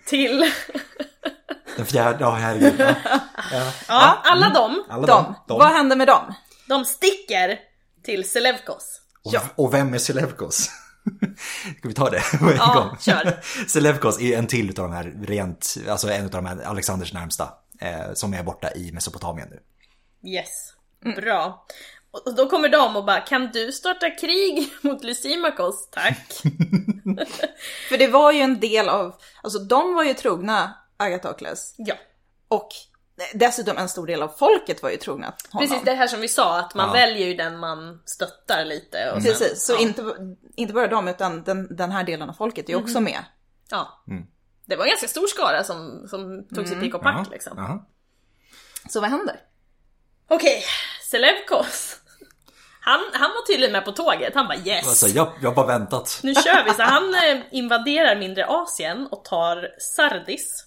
Speaker 2: till...
Speaker 1: Den fjärde, ja herregud. Ja.
Speaker 2: Ja, alla
Speaker 1: Mm.
Speaker 2: dem,
Speaker 1: Alla
Speaker 3: dem.
Speaker 1: dem.
Speaker 3: Vad hände med dem?
Speaker 2: de sticker till Selevkos.
Speaker 1: Och,
Speaker 3: Ja.
Speaker 1: och vem är Selevkos? Ska vi ta det på en
Speaker 2: Ja,
Speaker 1: gång?
Speaker 2: kör.
Speaker 1: Selevkos är en till utav de här rent, alltså en utav de här Alexanders närmsta. Eh, som är borta i Mesopotamien nu.
Speaker 2: Yes,
Speaker 1: Mm.
Speaker 2: bra. Och och då kommer de och bara kan du starta krig mot Lysimakos? Tack.
Speaker 3: För det var ju en del av, alltså de var ju trogna Agatokles
Speaker 2: Ja,
Speaker 3: och dessutom en stor del av folket var ju trogna honom.
Speaker 2: precis det här som vi sa att man
Speaker 1: Ja. Mm.
Speaker 2: väljer ju den man stöttar lite. Och sen,
Speaker 3: Precis, så
Speaker 2: ja.
Speaker 3: inte, inte bara de utan den, den här delen av folket är också med.
Speaker 2: Ja.
Speaker 1: Mm.
Speaker 2: Det var en ganska stor skara som, som tog sig pick och pack liksom.
Speaker 1: jaha.
Speaker 3: Så vad händer?
Speaker 2: Okej, Selevkos. Han, han var tydligen med på tåget, han bara yes!
Speaker 1: Alltså jag, jag har bara väntat.
Speaker 2: Nu kör vi! Så han eh, invaderar mindre Asien och tar Sardis.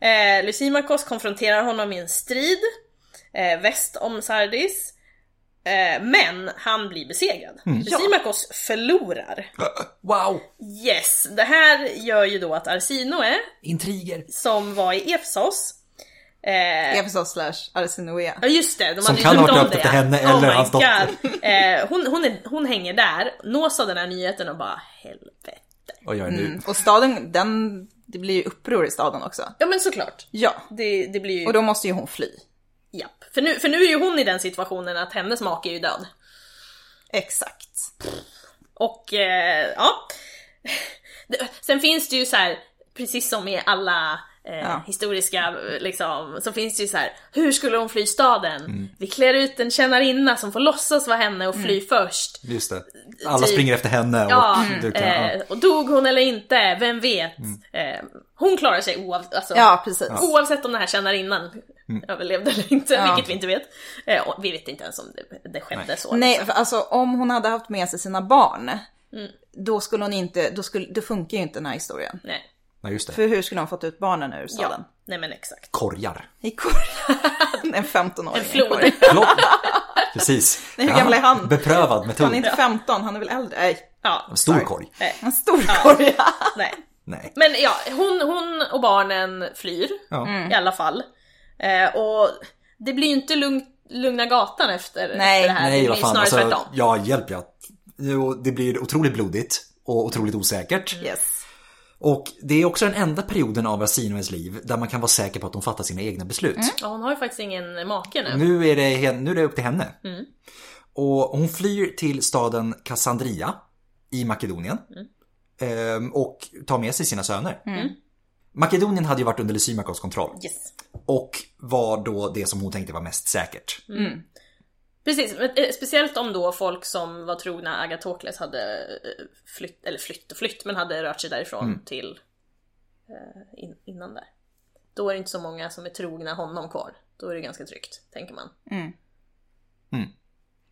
Speaker 2: Eh, Lysimakos konfronterar honom i en strid eh, väst om Sardis. Eh, men han blir besegrad.
Speaker 1: Mm.
Speaker 2: Lysimakos förlorar.
Speaker 1: Wow!
Speaker 2: Yes, det här gör ju då att Arsinoe,
Speaker 1: Intriger.
Speaker 2: som var i Efsos, eh,
Speaker 3: Det är förstås slash Arsinoea. Mm.
Speaker 2: Ja just det, de
Speaker 1: Som
Speaker 2: hade ju
Speaker 1: kan
Speaker 2: döpt
Speaker 1: ha
Speaker 2: om
Speaker 1: döpt det
Speaker 2: det.
Speaker 1: till henne
Speaker 2: Oh
Speaker 1: eller
Speaker 2: my
Speaker 1: hans
Speaker 2: God.
Speaker 1: dotter.
Speaker 2: Eh, hon, hon, är, hon hänger där, nås av den här nyheten och bara helvete.
Speaker 1: Oj, oj, nu.
Speaker 3: Mm. Och staden, den, det blir ju uppror i staden också.
Speaker 2: Ja men såklart.
Speaker 3: Ja,
Speaker 2: Det, det blir ju...
Speaker 3: och då måste ju hon fly.
Speaker 2: Japp. För nu, för nu är ju hon i den situationen att hennes make är ju död.
Speaker 3: Exakt.
Speaker 2: Och eh, ja. Det- Sen finns det ju så här, precis som i alla eh,
Speaker 3: Ja.
Speaker 2: historiska eh, liksom, så finns det ju så här, hur skulle hon fly staden?
Speaker 3: Mm.
Speaker 2: Vi klär ut en tjänarinna som får låtsas vara henne och fly först.
Speaker 1: Just det. Alla
Speaker 2: Typ-
Speaker 1: springer efter henne och
Speaker 2: Ja,
Speaker 1: du kan... ja.
Speaker 2: eh, och dog hon eller inte, vem vet? Eh, hon klarar sig oav, alltså,
Speaker 3: Mm. Ja, precis.
Speaker 2: oavsett om den här tjänarinnan överlevde eller inte,
Speaker 3: Ja.
Speaker 2: vilket vi inte vet. Eh, och vi vet inte ens om det, det skedde så.
Speaker 3: Nej, för alltså om hon hade haft med sig sina barn, Mm. då skulle hon inte, då, skulle, då funkar ju inte den här historien.
Speaker 2: Nej.
Speaker 1: Nej, just det.
Speaker 3: För Typ, hur skulle hon fått ut barnen ur
Speaker 2: Ja.
Speaker 3: staden?
Speaker 2: Nej men exakt.
Speaker 1: Korgar.
Speaker 3: I korgen. En 15-åring.
Speaker 2: En flod.
Speaker 3: i en korg.
Speaker 1: Klopp. Precis.
Speaker 3: Nej, hur gammal är han?
Speaker 1: Beprövad
Speaker 3: Han är
Speaker 1: metod.
Speaker 3: inte 15, han är väl äldre? Nej,
Speaker 2: Ja. Eh,
Speaker 1: Stor korg.
Speaker 3: en stor korg.
Speaker 2: Nej.
Speaker 1: Nej.
Speaker 2: Men ja, hon, hon och barnen flyr
Speaker 3: Mm.
Speaker 1: Ja.
Speaker 2: i alla fall. Eh, och det blir ju inte lugn, lugna gatan efter,
Speaker 3: Nej.
Speaker 2: efter det här.
Speaker 1: Nej,
Speaker 2: det
Speaker 1: vad
Speaker 2: blir
Speaker 1: fan.
Speaker 2: snarare
Speaker 1: Alltså,
Speaker 2: tvärtom.
Speaker 1: ja, hjälp ja. Jo, Det blir otroligt blodigt och otroligt osäkert.
Speaker 3: Yes.
Speaker 1: Och det är också den enda perioden av Asinoes liv där man kan vara säker på att hon fattar sina egna beslut.
Speaker 3: Mm.
Speaker 2: Ja, hon har ju faktiskt ingen make nu.
Speaker 1: Nu, är det, hen- nu är det upp till henne.
Speaker 3: Mm.
Speaker 1: Och hon flyr till staden Kassandria i Makedonien.
Speaker 3: Mm.
Speaker 1: Ehm, Och tar med sig sina söner. Makedonien hade ju varit under Lysimakos kontroll
Speaker 2: Yes.
Speaker 1: och var då det som hon tänkte var mest säkert.
Speaker 2: Precis, men, eh, speciellt om då folk som var trogna Agatokles hade eh, flytt, eller flytt och flytt, men hade rört sig därifrån
Speaker 1: Mm.
Speaker 2: till eh, in, innan där. Då är det inte så många som är trogna honom kvar. Då är det ganska tryggt, tänker man.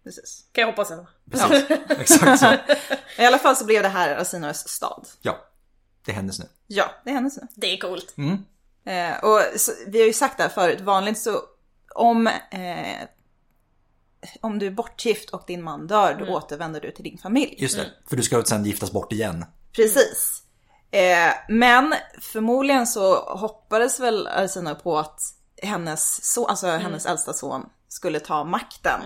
Speaker 3: Precis.
Speaker 2: Kan jag hoppas ändå.
Speaker 1: Precis. Exakt så.
Speaker 3: I alla fall så blev det här Arsinoes stad.
Speaker 1: Ja, det är hennes nu.
Speaker 3: Ja, det är hennes nu.
Speaker 2: Det är coolt.
Speaker 1: Mm.
Speaker 3: Eh, och så, vi har ju sagt det här förut, vanligt så om, eh, om du är bortgift och din man dör, då
Speaker 2: Mm.
Speaker 3: återvänder du till din familj.
Speaker 1: Just det, för du ska sen giftas bort igen.
Speaker 3: Precis. Eh, men förmodligen så hoppades väl Arsina på att hennes, so- alltså hennes äldsta son skulle ta makten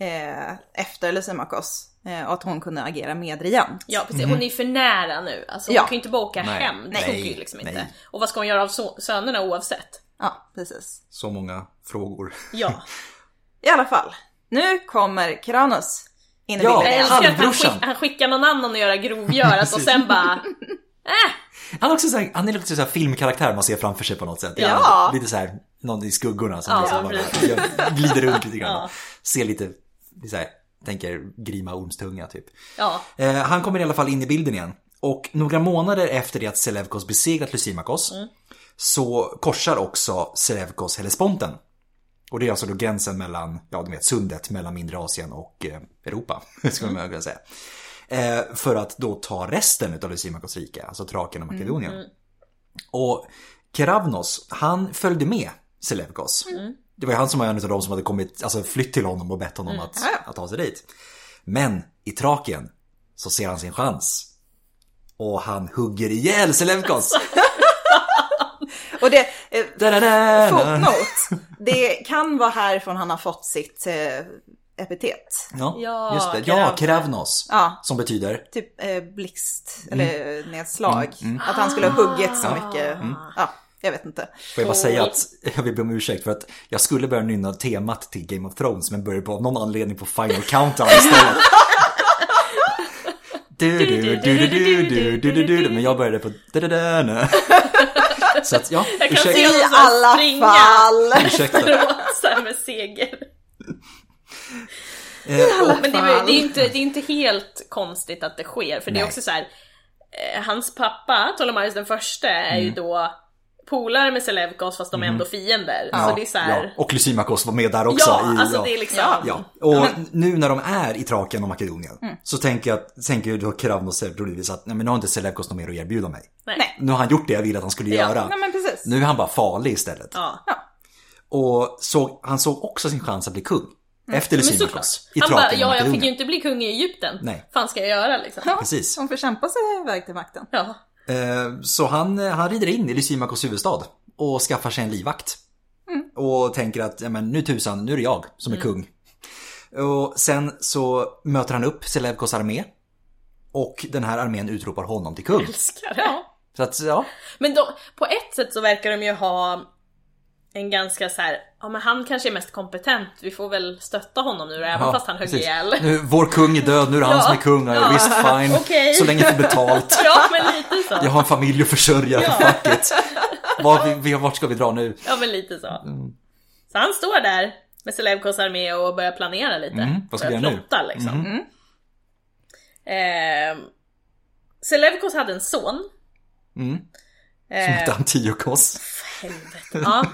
Speaker 3: eh, efter Lysimakos eh, och att hon kunde agera medregent.
Speaker 2: Ja precis, hon är ju för nära nu. Alltså hon
Speaker 3: Ja.
Speaker 2: kan ju inte bara åka
Speaker 1: Mm. Nej.
Speaker 2: hem. Det
Speaker 1: Nej.
Speaker 2: funkar ju liksom inte.
Speaker 1: Nej.
Speaker 2: Och vad ska hon göra av so- sönerna oavsett?
Speaker 3: Ja, precis.
Speaker 1: Så många frågor.
Speaker 2: Ja.
Speaker 3: I alla fall, nu kommer Kranos in i
Speaker 1: Ja.
Speaker 2: Jag
Speaker 3: bilden.
Speaker 2: älskar att han,
Speaker 1: Halvbrorsan.
Speaker 2: skick, han skickar någon annan att göra grovgörat och sen bara... Äh,
Speaker 1: Han är också så här, han är lite så här filmkaraktär man ser framför sig på något sätt.
Speaker 3: Ja.
Speaker 1: Lite så här någon i skuggorna som
Speaker 2: Ja,
Speaker 1: liksom
Speaker 2: precis.
Speaker 1: bara jag glider runt lite grann.
Speaker 2: Ja.
Speaker 1: Ser lite, så här, tänker grima ormstunga typ.
Speaker 2: Ja,
Speaker 1: Eh, han kommer i alla fall in i bilden igen. Och några månader efter det att Selevkos besegrat Lysimakos
Speaker 2: Mm.
Speaker 1: så korsar också Selevkos Hellesponten. Och det är alltså då gränsen mellan, ja du vet sundet mellan mindre Asien och eh, Europa, skulle man kunna säga. Eh, för att då ta resten av Lysimakos rike, alltså Thrakien och Makedonien. Och Keravnos, han följde med Selevkos. Det var ju han som var en av de som hade kommit, alltså flytt till honom och bett honom att, att ta sig dit. Men i Thrakien så ser han sin chans. Och han hugger ihjäl Selevkos.
Speaker 3: Och det, eh,
Speaker 1: Da-da-da-da.
Speaker 3: fotnot, det kan vara härifrån han har fått sitt eh, epitet.
Speaker 1: Ja,
Speaker 2: Ja,
Speaker 1: just det. Ja,
Speaker 2: Kravnos.
Speaker 1: Kravnos.
Speaker 3: Ja.
Speaker 1: Som betyder
Speaker 3: Typ eh, blixt
Speaker 1: Mm.
Speaker 3: eller nedslag. Att han skulle ha huggit
Speaker 1: Ah.
Speaker 3: så mycket.
Speaker 1: Mm.
Speaker 3: Ja, jag vet inte.
Speaker 1: Får jag bara säga att jag vill be om ursäkt för att jag skulle börja nynna temat till Game of Thrones men började på av någon anledning på Final Countdown istället. Du, du, du, du, du, du, du, du, du, men jag började på da, da, da, nu. Så att ja,
Speaker 2: Jag kan se
Speaker 1: ursäkta,
Speaker 2: honom
Speaker 3: I
Speaker 2: som
Speaker 3: alla
Speaker 2: springa.
Speaker 3: fall.
Speaker 1: ursäkta.
Speaker 2: såhär med seger.
Speaker 1: Eh, och-
Speaker 2: Men det är, ju- det, är ju inte, det är inte helt konstigt att det sker, för det är
Speaker 1: Nej.
Speaker 2: också så här. eh, Hans pappa, Ptolemaios den förste, är
Speaker 1: Mm.
Speaker 2: ju då polare med Selevkos fast de är ändå fiender. Så alltså, det är så här.
Speaker 1: ja, och Lysimakos var med där
Speaker 2: Ja,
Speaker 1: också. i-
Speaker 2: alltså
Speaker 1: ja.
Speaker 2: det är liksom...
Speaker 1: Ja, och nu när de är i Thrakien och Makedonien
Speaker 2: Mm.
Speaker 1: så tänker jag, tänker ju då Kravnos troligtvis att nej men nu har inte Selevkos något mer att erbjuda mig.
Speaker 2: Nej.
Speaker 1: Nu har han gjort det jag ville att han skulle
Speaker 2: Ja,
Speaker 1: göra.
Speaker 3: Nej men precis.
Speaker 1: Nu är han bara farlig istället.
Speaker 2: Ja.
Speaker 1: Och såg, han såg också sin chans att bli kung. Efter
Speaker 2: Mm. Men
Speaker 1: Lysimakos.
Speaker 2: såklart.
Speaker 1: I
Speaker 2: Han bara,
Speaker 1: Thrakien och
Speaker 2: ja jag fick ju
Speaker 1: Makedonien.
Speaker 2: inte bli kung i Egypten.
Speaker 1: Nej.
Speaker 2: fan ska jag göra liksom?
Speaker 3: Ja,
Speaker 1: precis.
Speaker 3: Hon får kämpa sig iväg till makten.
Speaker 2: Ja.
Speaker 1: Eh, Så han, eh, han rider in i Lysimakos huvudstad och skaffar sig en livvakt.
Speaker 2: Mm.
Speaker 1: Och tänker att ja, men nu tusan, nu är det jag som är kung. Och sen så möter han upp Selevkos armé. Och den här armén utropar honom till kung.
Speaker 2: Älskar det.
Speaker 1: Så att, ja.
Speaker 2: Men de, på ett sätt så verkar de ju ha en ganska så här, ja men han kanske är mest kompetent, vi får väl stötta honom nu då, även
Speaker 1: ja
Speaker 2: fast han högg
Speaker 1: precis.
Speaker 2: ihjäl.
Speaker 1: Nu, vår kung är död, nu är det han
Speaker 2: Ja.
Speaker 1: som är kung. Ja,
Speaker 2: Ja.
Speaker 1: Visst, fine.
Speaker 2: Okej.
Speaker 1: Så länge jag får betalt.
Speaker 2: Ja men lite så.
Speaker 1: Jag har en familj att försörja,
Speaker 2: Ja.
Speaker 1: fuck it. Var, vi- vi, vart ska vi dra nu? Mm.
Speaker 2: Ja men lite så. Så han står där med Selevkos armé och börjar planera lite.
Speaker 1: Mm, vad ska vi
Speaker 2: Börjar
Speaker 1: göra nu? Mm.
Speaker 2: plotta, liksom. Ehm, Selevkos hade en son.
Speaker 1: Mm.
Speaker 2: Ehm,
Speaker 1: Som heter Antiochos.
Speaker 2: Helvete. Ja.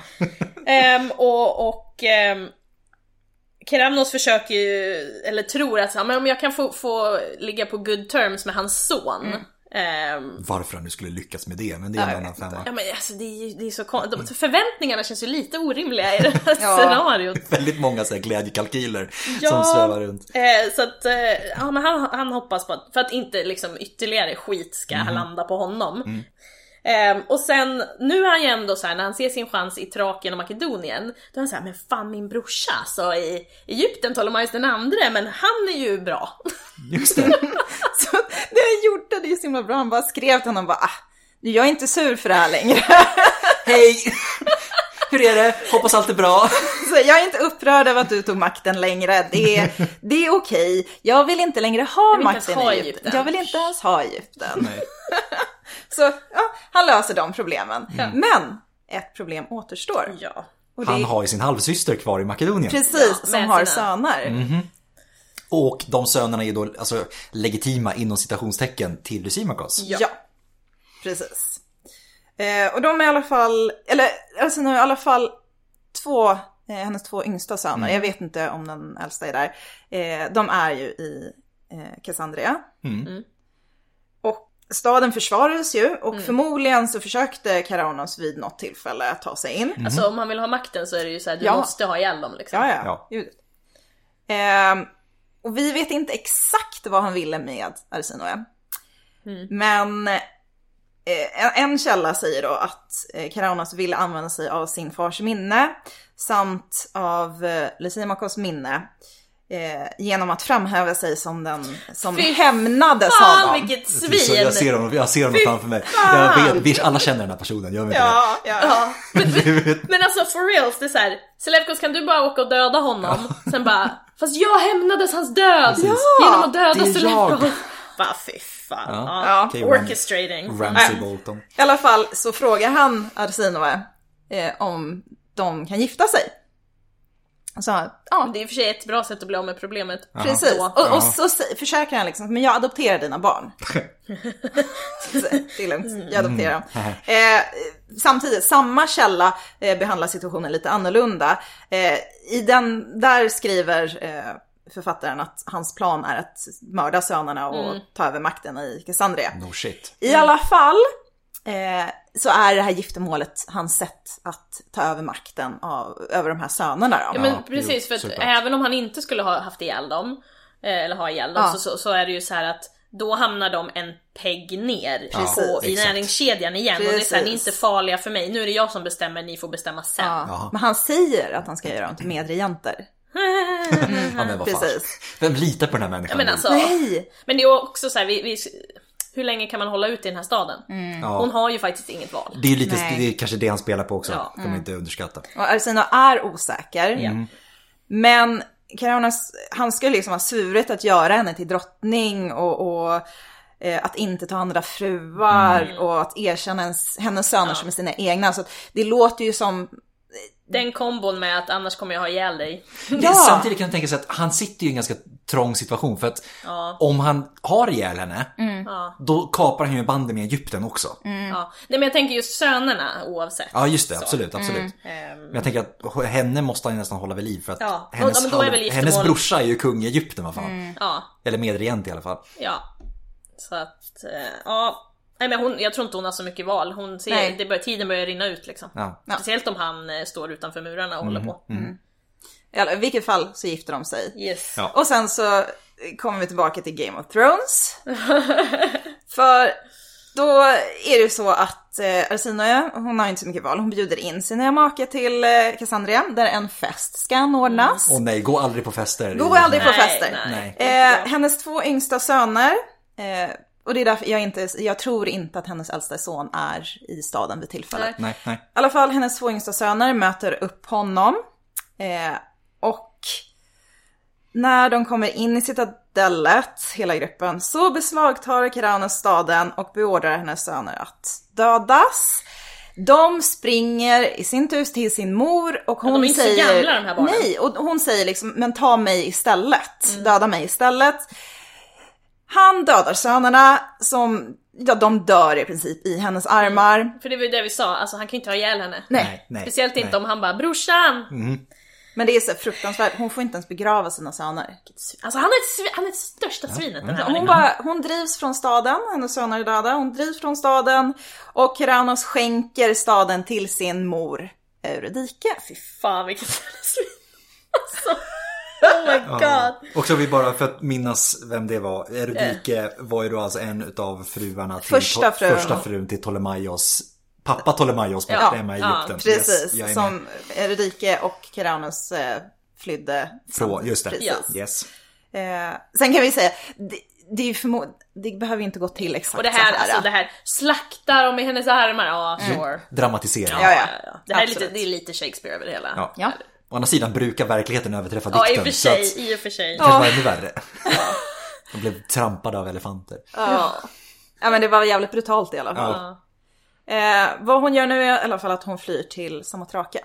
Speaker 2: Ehm, och och ehm, Keramnos försöker ju, eller tror att så här, men om jag kan få, få ligga på good terms med hans son. Ehm,
Speaker 1: Varför han nu skulle lyckas med det, men det är en annan femma.
Speaker 2: ja men alltså det är ju det är så konstigt. Förväntningarna känns ju lite orimliga i det här
Speaker 3: Ja.
Speaker 2: scenariot.
Speaker 1: Väldigt många så här glädjekalkyler
Speaker 2: Ja.
Speaker 1: som svävar runt.
Speaker 2: Eh, så att, eh, ja, men han, han hoppas på att, för att inte liksom ytterligare skit ska landa på honom. Eh, och sen, nu är han ju ändå såhär, när han ser sin chans i Thrakien och Makedonien, då är han såhär, men fan min brorsa alltså i Egypten, Ptolemaios den andre, men han är ju bra.
Speaker 1: Just det.
Speaker 3: Så det han gjorde, det är ju så himla bra. Han bara skrev till honom bara, ah, jag är inte sur för det här längre.
Speaker 1: Hej! Hur är det? Hoppas allt är bra.
Speaker 3: Så Alltså, jag är inte upprörd över att du tog makten längre. Det är, det är okej. Jag vill inte längre ha
Speaker 2: vill inte
Speaker 3: makten
Speaker 2: ens ha
Speaker 3: i Egypten.
Speaker 2: Egypten.
Speaker 3: Jag vill inte ens ha Egypten.
Speaker 1: Nej.
Speaker 3: Så ja, han löser de problemen.
Speaker 1: Mm.
Speaker 3: Men ett problem återstår.
Speaker 2: ja.
Speaker 3: Och det
Speaker 1: Han
Speaker 3: är
Speaker 1: har ju sin halvsyster kvar i Makedonien.
Speaker 3: precis
Speaker 2: Ja,
Speaker 3: som
Speaker 2: med
Speaker 3: har
Speaker 2: sina-
Speaker 3: söner.
Speaker 1: Mhm. Och de sönerna är då alltså, legitima inom citationstecken till Lysimakos.
Speaker 2: Ja.
Speaker 3: Ja, precis. Eh, och de är i alla fall, eller alltså nu är i alla fall två, eh, hennes två yngsta söner,
Speaker 1: Mm.
Speaker 3: jag vet inte om den äldsta är där, eh, de är ju i eh, Cassandria.
Speaker 1: Mm.
Speaker 2: Mm.
Speaker 3: Och staden försvarades ju och förmodligen så försökte Karaonos vid något tillfälle att ta sig in.
Speaker 1: Mm.
Speaker 2: Alltså om han vill ha makten så är det ju såhär, du
Speaker 3: Ja.
Speaker 2: måste ha ihjäl dem liksom.
Speaker 3: Ja, ja.
Speaker 1: Ja.
Speaker 3: Ljudet. Ehm, och vi vet inte exakt vad han ville med Arsinoe. Men eh, en, en källa säger då att eh, Karaunas ville använda sig av sin fars minne samt av eh, Lysimakos minne eh, genom att framhäva sig som den som
Speaker 2: Fy
Speaker 3: hämnades av
Speaker 2: Fan
Speaker 3: honom.
Speaker 2: vilket
Speaker 1: Så jag ser
Speaker 2: svin!
Speaker 1: honom, jag ser honom framför mig. Jag vet, vi alla känner den här personen, gör vi inte
Speaker 3: Ja, ja.
Speaker 2: Ja. Men,
Speaker 1: det? Du vet,
Speaker 2: men alltså for reals, det är såhär, Selevkos kan du bara åka och döda honom? Sen bara, fast jag hämnades hans död! Genom att
Speaker 1: det
Speaker 2: döda
Speaker 1: är
Speaker 2: Selevkos!
Speaker 1: jag.
Speaker 2: Bara fy fan.
Speaker 1: Ja.
Speaker 2: Ja.
Speaker 1: Okej,
Speaker 2: Orchestrating.
Speaker 1: Ramsay Bolton.
Speaker 3: I alla fall så frågar han Arsinoe eh, om de kan gifta sig. Så, ja,
Speaker 2: Det är i och för sig ett bra sätt att bli av med problemet.
Speaker 3: precis.
Speaker 2: Då.
Speaker 3: Och,
Speaker 1: Ja.
Speaker 3: och så sä- försäkrar han liksom, men jag adopterar dina barn. Så, det är
Speaker 2: Mm.
Speaker 3: lugnt, jag adopterar dem. Eh, samtidigt, samma källa eh, behandlar situationen lite annorlunda. Eh, I den, där skriver eh, författaren att hans plan är att mörda sönerna och
Speaker 2: Mm.
Speaker 3: ta över makten i Cassandria.
Speaker 1: No shit.
Speaker 3: I alla fall eh, så är det här giftermålet hans sätt att ta över makten av, över de här sönerna då.
Speaker 2: Ja, men
Speaker 1: Ja,
Speaker 2: precis,
Speaker 1: jo,
Speaker 2: för att
Speaker 1: såklart.
Speaker 2: även om han inte skulle ha haft ihjäl dem, eh, eller ha ihjäl dem,
Speaker 3: Ja.
Speaker 2: så, så, så är det ju så här att då hamnar de en pegg ner på, i
Speaker 1: exakt.
Speaker 2: näringskedjan igen. Och det är så här, ni är
Speaker 3: Precis.
Speaker 2: inte farliga för mig, nu är det jag som bestämmer, ni får bestämma sen.
Speaker 3: Ja. Men han säger att han ska göra dem till medregenter.
Speaker 1: Ja, men vad fan.
Speaker 3: Precis.
Speaker 1: Vem litar på den här människan?
Speaker 2: Mm-hmm. Men
Speaker 1: nu?
Speaker 2: alltså,
Speaker 3: Nej!
Speaker 2: men det är också så här, vi, vi, hur länge kan man hålla ut i den här staden?
Speaker 1: Ja.
Speaker 2: Hon har ju faktiskt inget val.
Speaker 1: Det är ju lite,
Speaker 3: Nej.
Speaker 1: det är kanske det han spelar på också.
Speaker 2: Ja.
Speaker 1: kan man inte underskatta.
Speaker 3: Och Arsino är osäker. Men Caronas, han skulle liksom ha svurit att göra henne till drottning och, och eh, att inte ta andra fruar och att erkänna ens, hennes söner som är sina egna. Så att det låter ju som...
Speaker 2: Den kombon med att annars kommer jag ha ihjäl dig.
Speaker 1: Men
Speaker 3: Ja.
Speaker 1: Samtidigt kan jag tänka sig att han sitter ju i en ganska trång situation för att om han har ihjäl henne,
Speaker 2: Ja.
Speaker 1: då kapar han ju banden med Egypten också.
Speaker 2: Ja. Nej men jag tänker just sönerna oavsett.
Speaker 1: Ja just det, absolut, absolut.
Speaker 2: Ehm,
Speaker 1: Men jag tänker att henne måste han ju nästan hålla vid liv för att
Speaker 2: Ja, och- ja,
Speaker 1: hennes,
Speaker 2: men då är
Speaker 1: halv-
Speaker 2: väl giftermål- Mm.
Speaker 1: hennes brorsa är ju kung i Egypten vad fan.
Speaker 2: ja.
Speaker 1: Eller medregent i alla fall.
Speaker 2: Ja. Så att, eh, ja. Nej men hon, jag tror inte hon har så mycket val. Hon
Speaker 3: Nej.
Speaker 2: ser, det bör, tiden börjar rinna ut liksom.
Speaker 1: Ja. Mm-hmm.
Speaker 2: Speciellt om han eh, står utanför murarna och håller på.
Speaker 3: eller I vilket fall så gifter de sig.
Speaker 2: Yes.
Speaker 1: Ja.
Speaker 3: Och sen så kommer vi tillbaka till Game of Thrones. För då är det så att eh, Arsinoe, hon har inte så mycket val, hon bjuder in sin nya make till eh, Cassandria där en fest ska anordnas.
Speaker 1: Och nej, gå aldrig på fester.
Speaker 3: Gå aldrig på
Speaker 2: Nej,
Speaker 3: fester.
Speaker 2: nej.
Speaker 3: Eh, hennes två yngsta söner, eh, och det är därför jag inte, jag tror inte att hennes äldsta son är i staden vid tillfället.
Speaker 2: Nej.
Speaker 1: Nej, nej.
Speaker 3: I alla fall hennes två yngsta söner möter upp honom. Eh, och när de kommer in i citadellet, hela gruppen, så beslagtar Karanos staden och beordrar hennes söner att dödas. De springer i sin tur till sin mor och hon
Speaker 2: de är inte så
Speaker 3: säger...
Speaker 2: gamla, de här barnen. Mm.
Speaker 3: Nej, och hon säger liksom, men ta mig istället. Döda mig istället. Han dödar sönerna som, ja de dör i princip i hennes
Speaker 2: Mm.
Speaker 3: armar.
Speaker 2: För det var ju det vi sa, alltså han kan ju inte ha ihjäl henne.
Speaker 3: Nej.
Speaker 1: nej, nej.
Speaker 2: Speciellt inte
Speaker 1: nej. Mm.
Speaker 2: om han bara “brorsan”.
Speaker 3: Men det är så fruktansvärt, hon får inte ens begrava sina söner.
Speaker 2: Alltså han är, ett, svi- han är det största svinet den här
Speaker 3: Hon,
Speaker 2: mannen.
Speaker 3: bara, hon drivs från staden, hennes söner är döda, hon drivs från staden och Keranos skänker staden till sin mor Eurydike.
Speaker 2: Fy fan vilket jävla svin. Alltså. Oh my god.
Speaker 1: Och så vi bara för att minnas vem det var. Eurydike var ju då alltså en utav fruarna till
Speaker 3: Första
Speaker 1: To-
Speaker 3: frun.
Speaker 1: första frun till Ptolemaios. Pappa Ptolemaios borta
Speaker 2: Ja,
Speaker 1: hemma i
Speaker 2: ja,
Speaker 1: Egypten.
Speaker 3: Precis,
Speaker 1: jag är med.
Speaker 3: som Eurydike och Keranos eh, flydde.
Speaker 1: Från, just det.
Speaker 3: Precis.
Speaker 1: Yes.
Speaker 3: Eh, sen kan vi säga, det, det, är ju förmo- det behöver ju inte gå till exakt
Speaker 2: Och det här,
Speaker 3: så här.
Speaker 2: alltså det här, slakta dem i hennes armar, ja sure.
Speaker 1: Dramatisering.
Speaker 3: Mm. Ja, ja.
Speaker 2: Det här är lite,
Speaker 3: Absolut.
Speaker 2: det är lite Shakespeare över det hela.
Speaker 1: Ja.
Speaker 3: Ja.
Speaker 1: Å andra sidan brukar verkligheten överträffa
Speaker 2: Ja, i och
Speaker 1: dikten.
Speaker 2: för
Speaker 1: så att
Speaker 2: sig, i och för sig.
Speaker 1: det kanske var ännu värre. De blev trampade av elefanter.
Speaker 2: Ja.
Speaker 3: Ja men det var jävligt brutalt i alla fall.
Speaker 1: Ja.
Speaker 2: Ja.
Speaker 3: Eh, vad hon gör nu är i alla fall att hon flyr till Samotrake.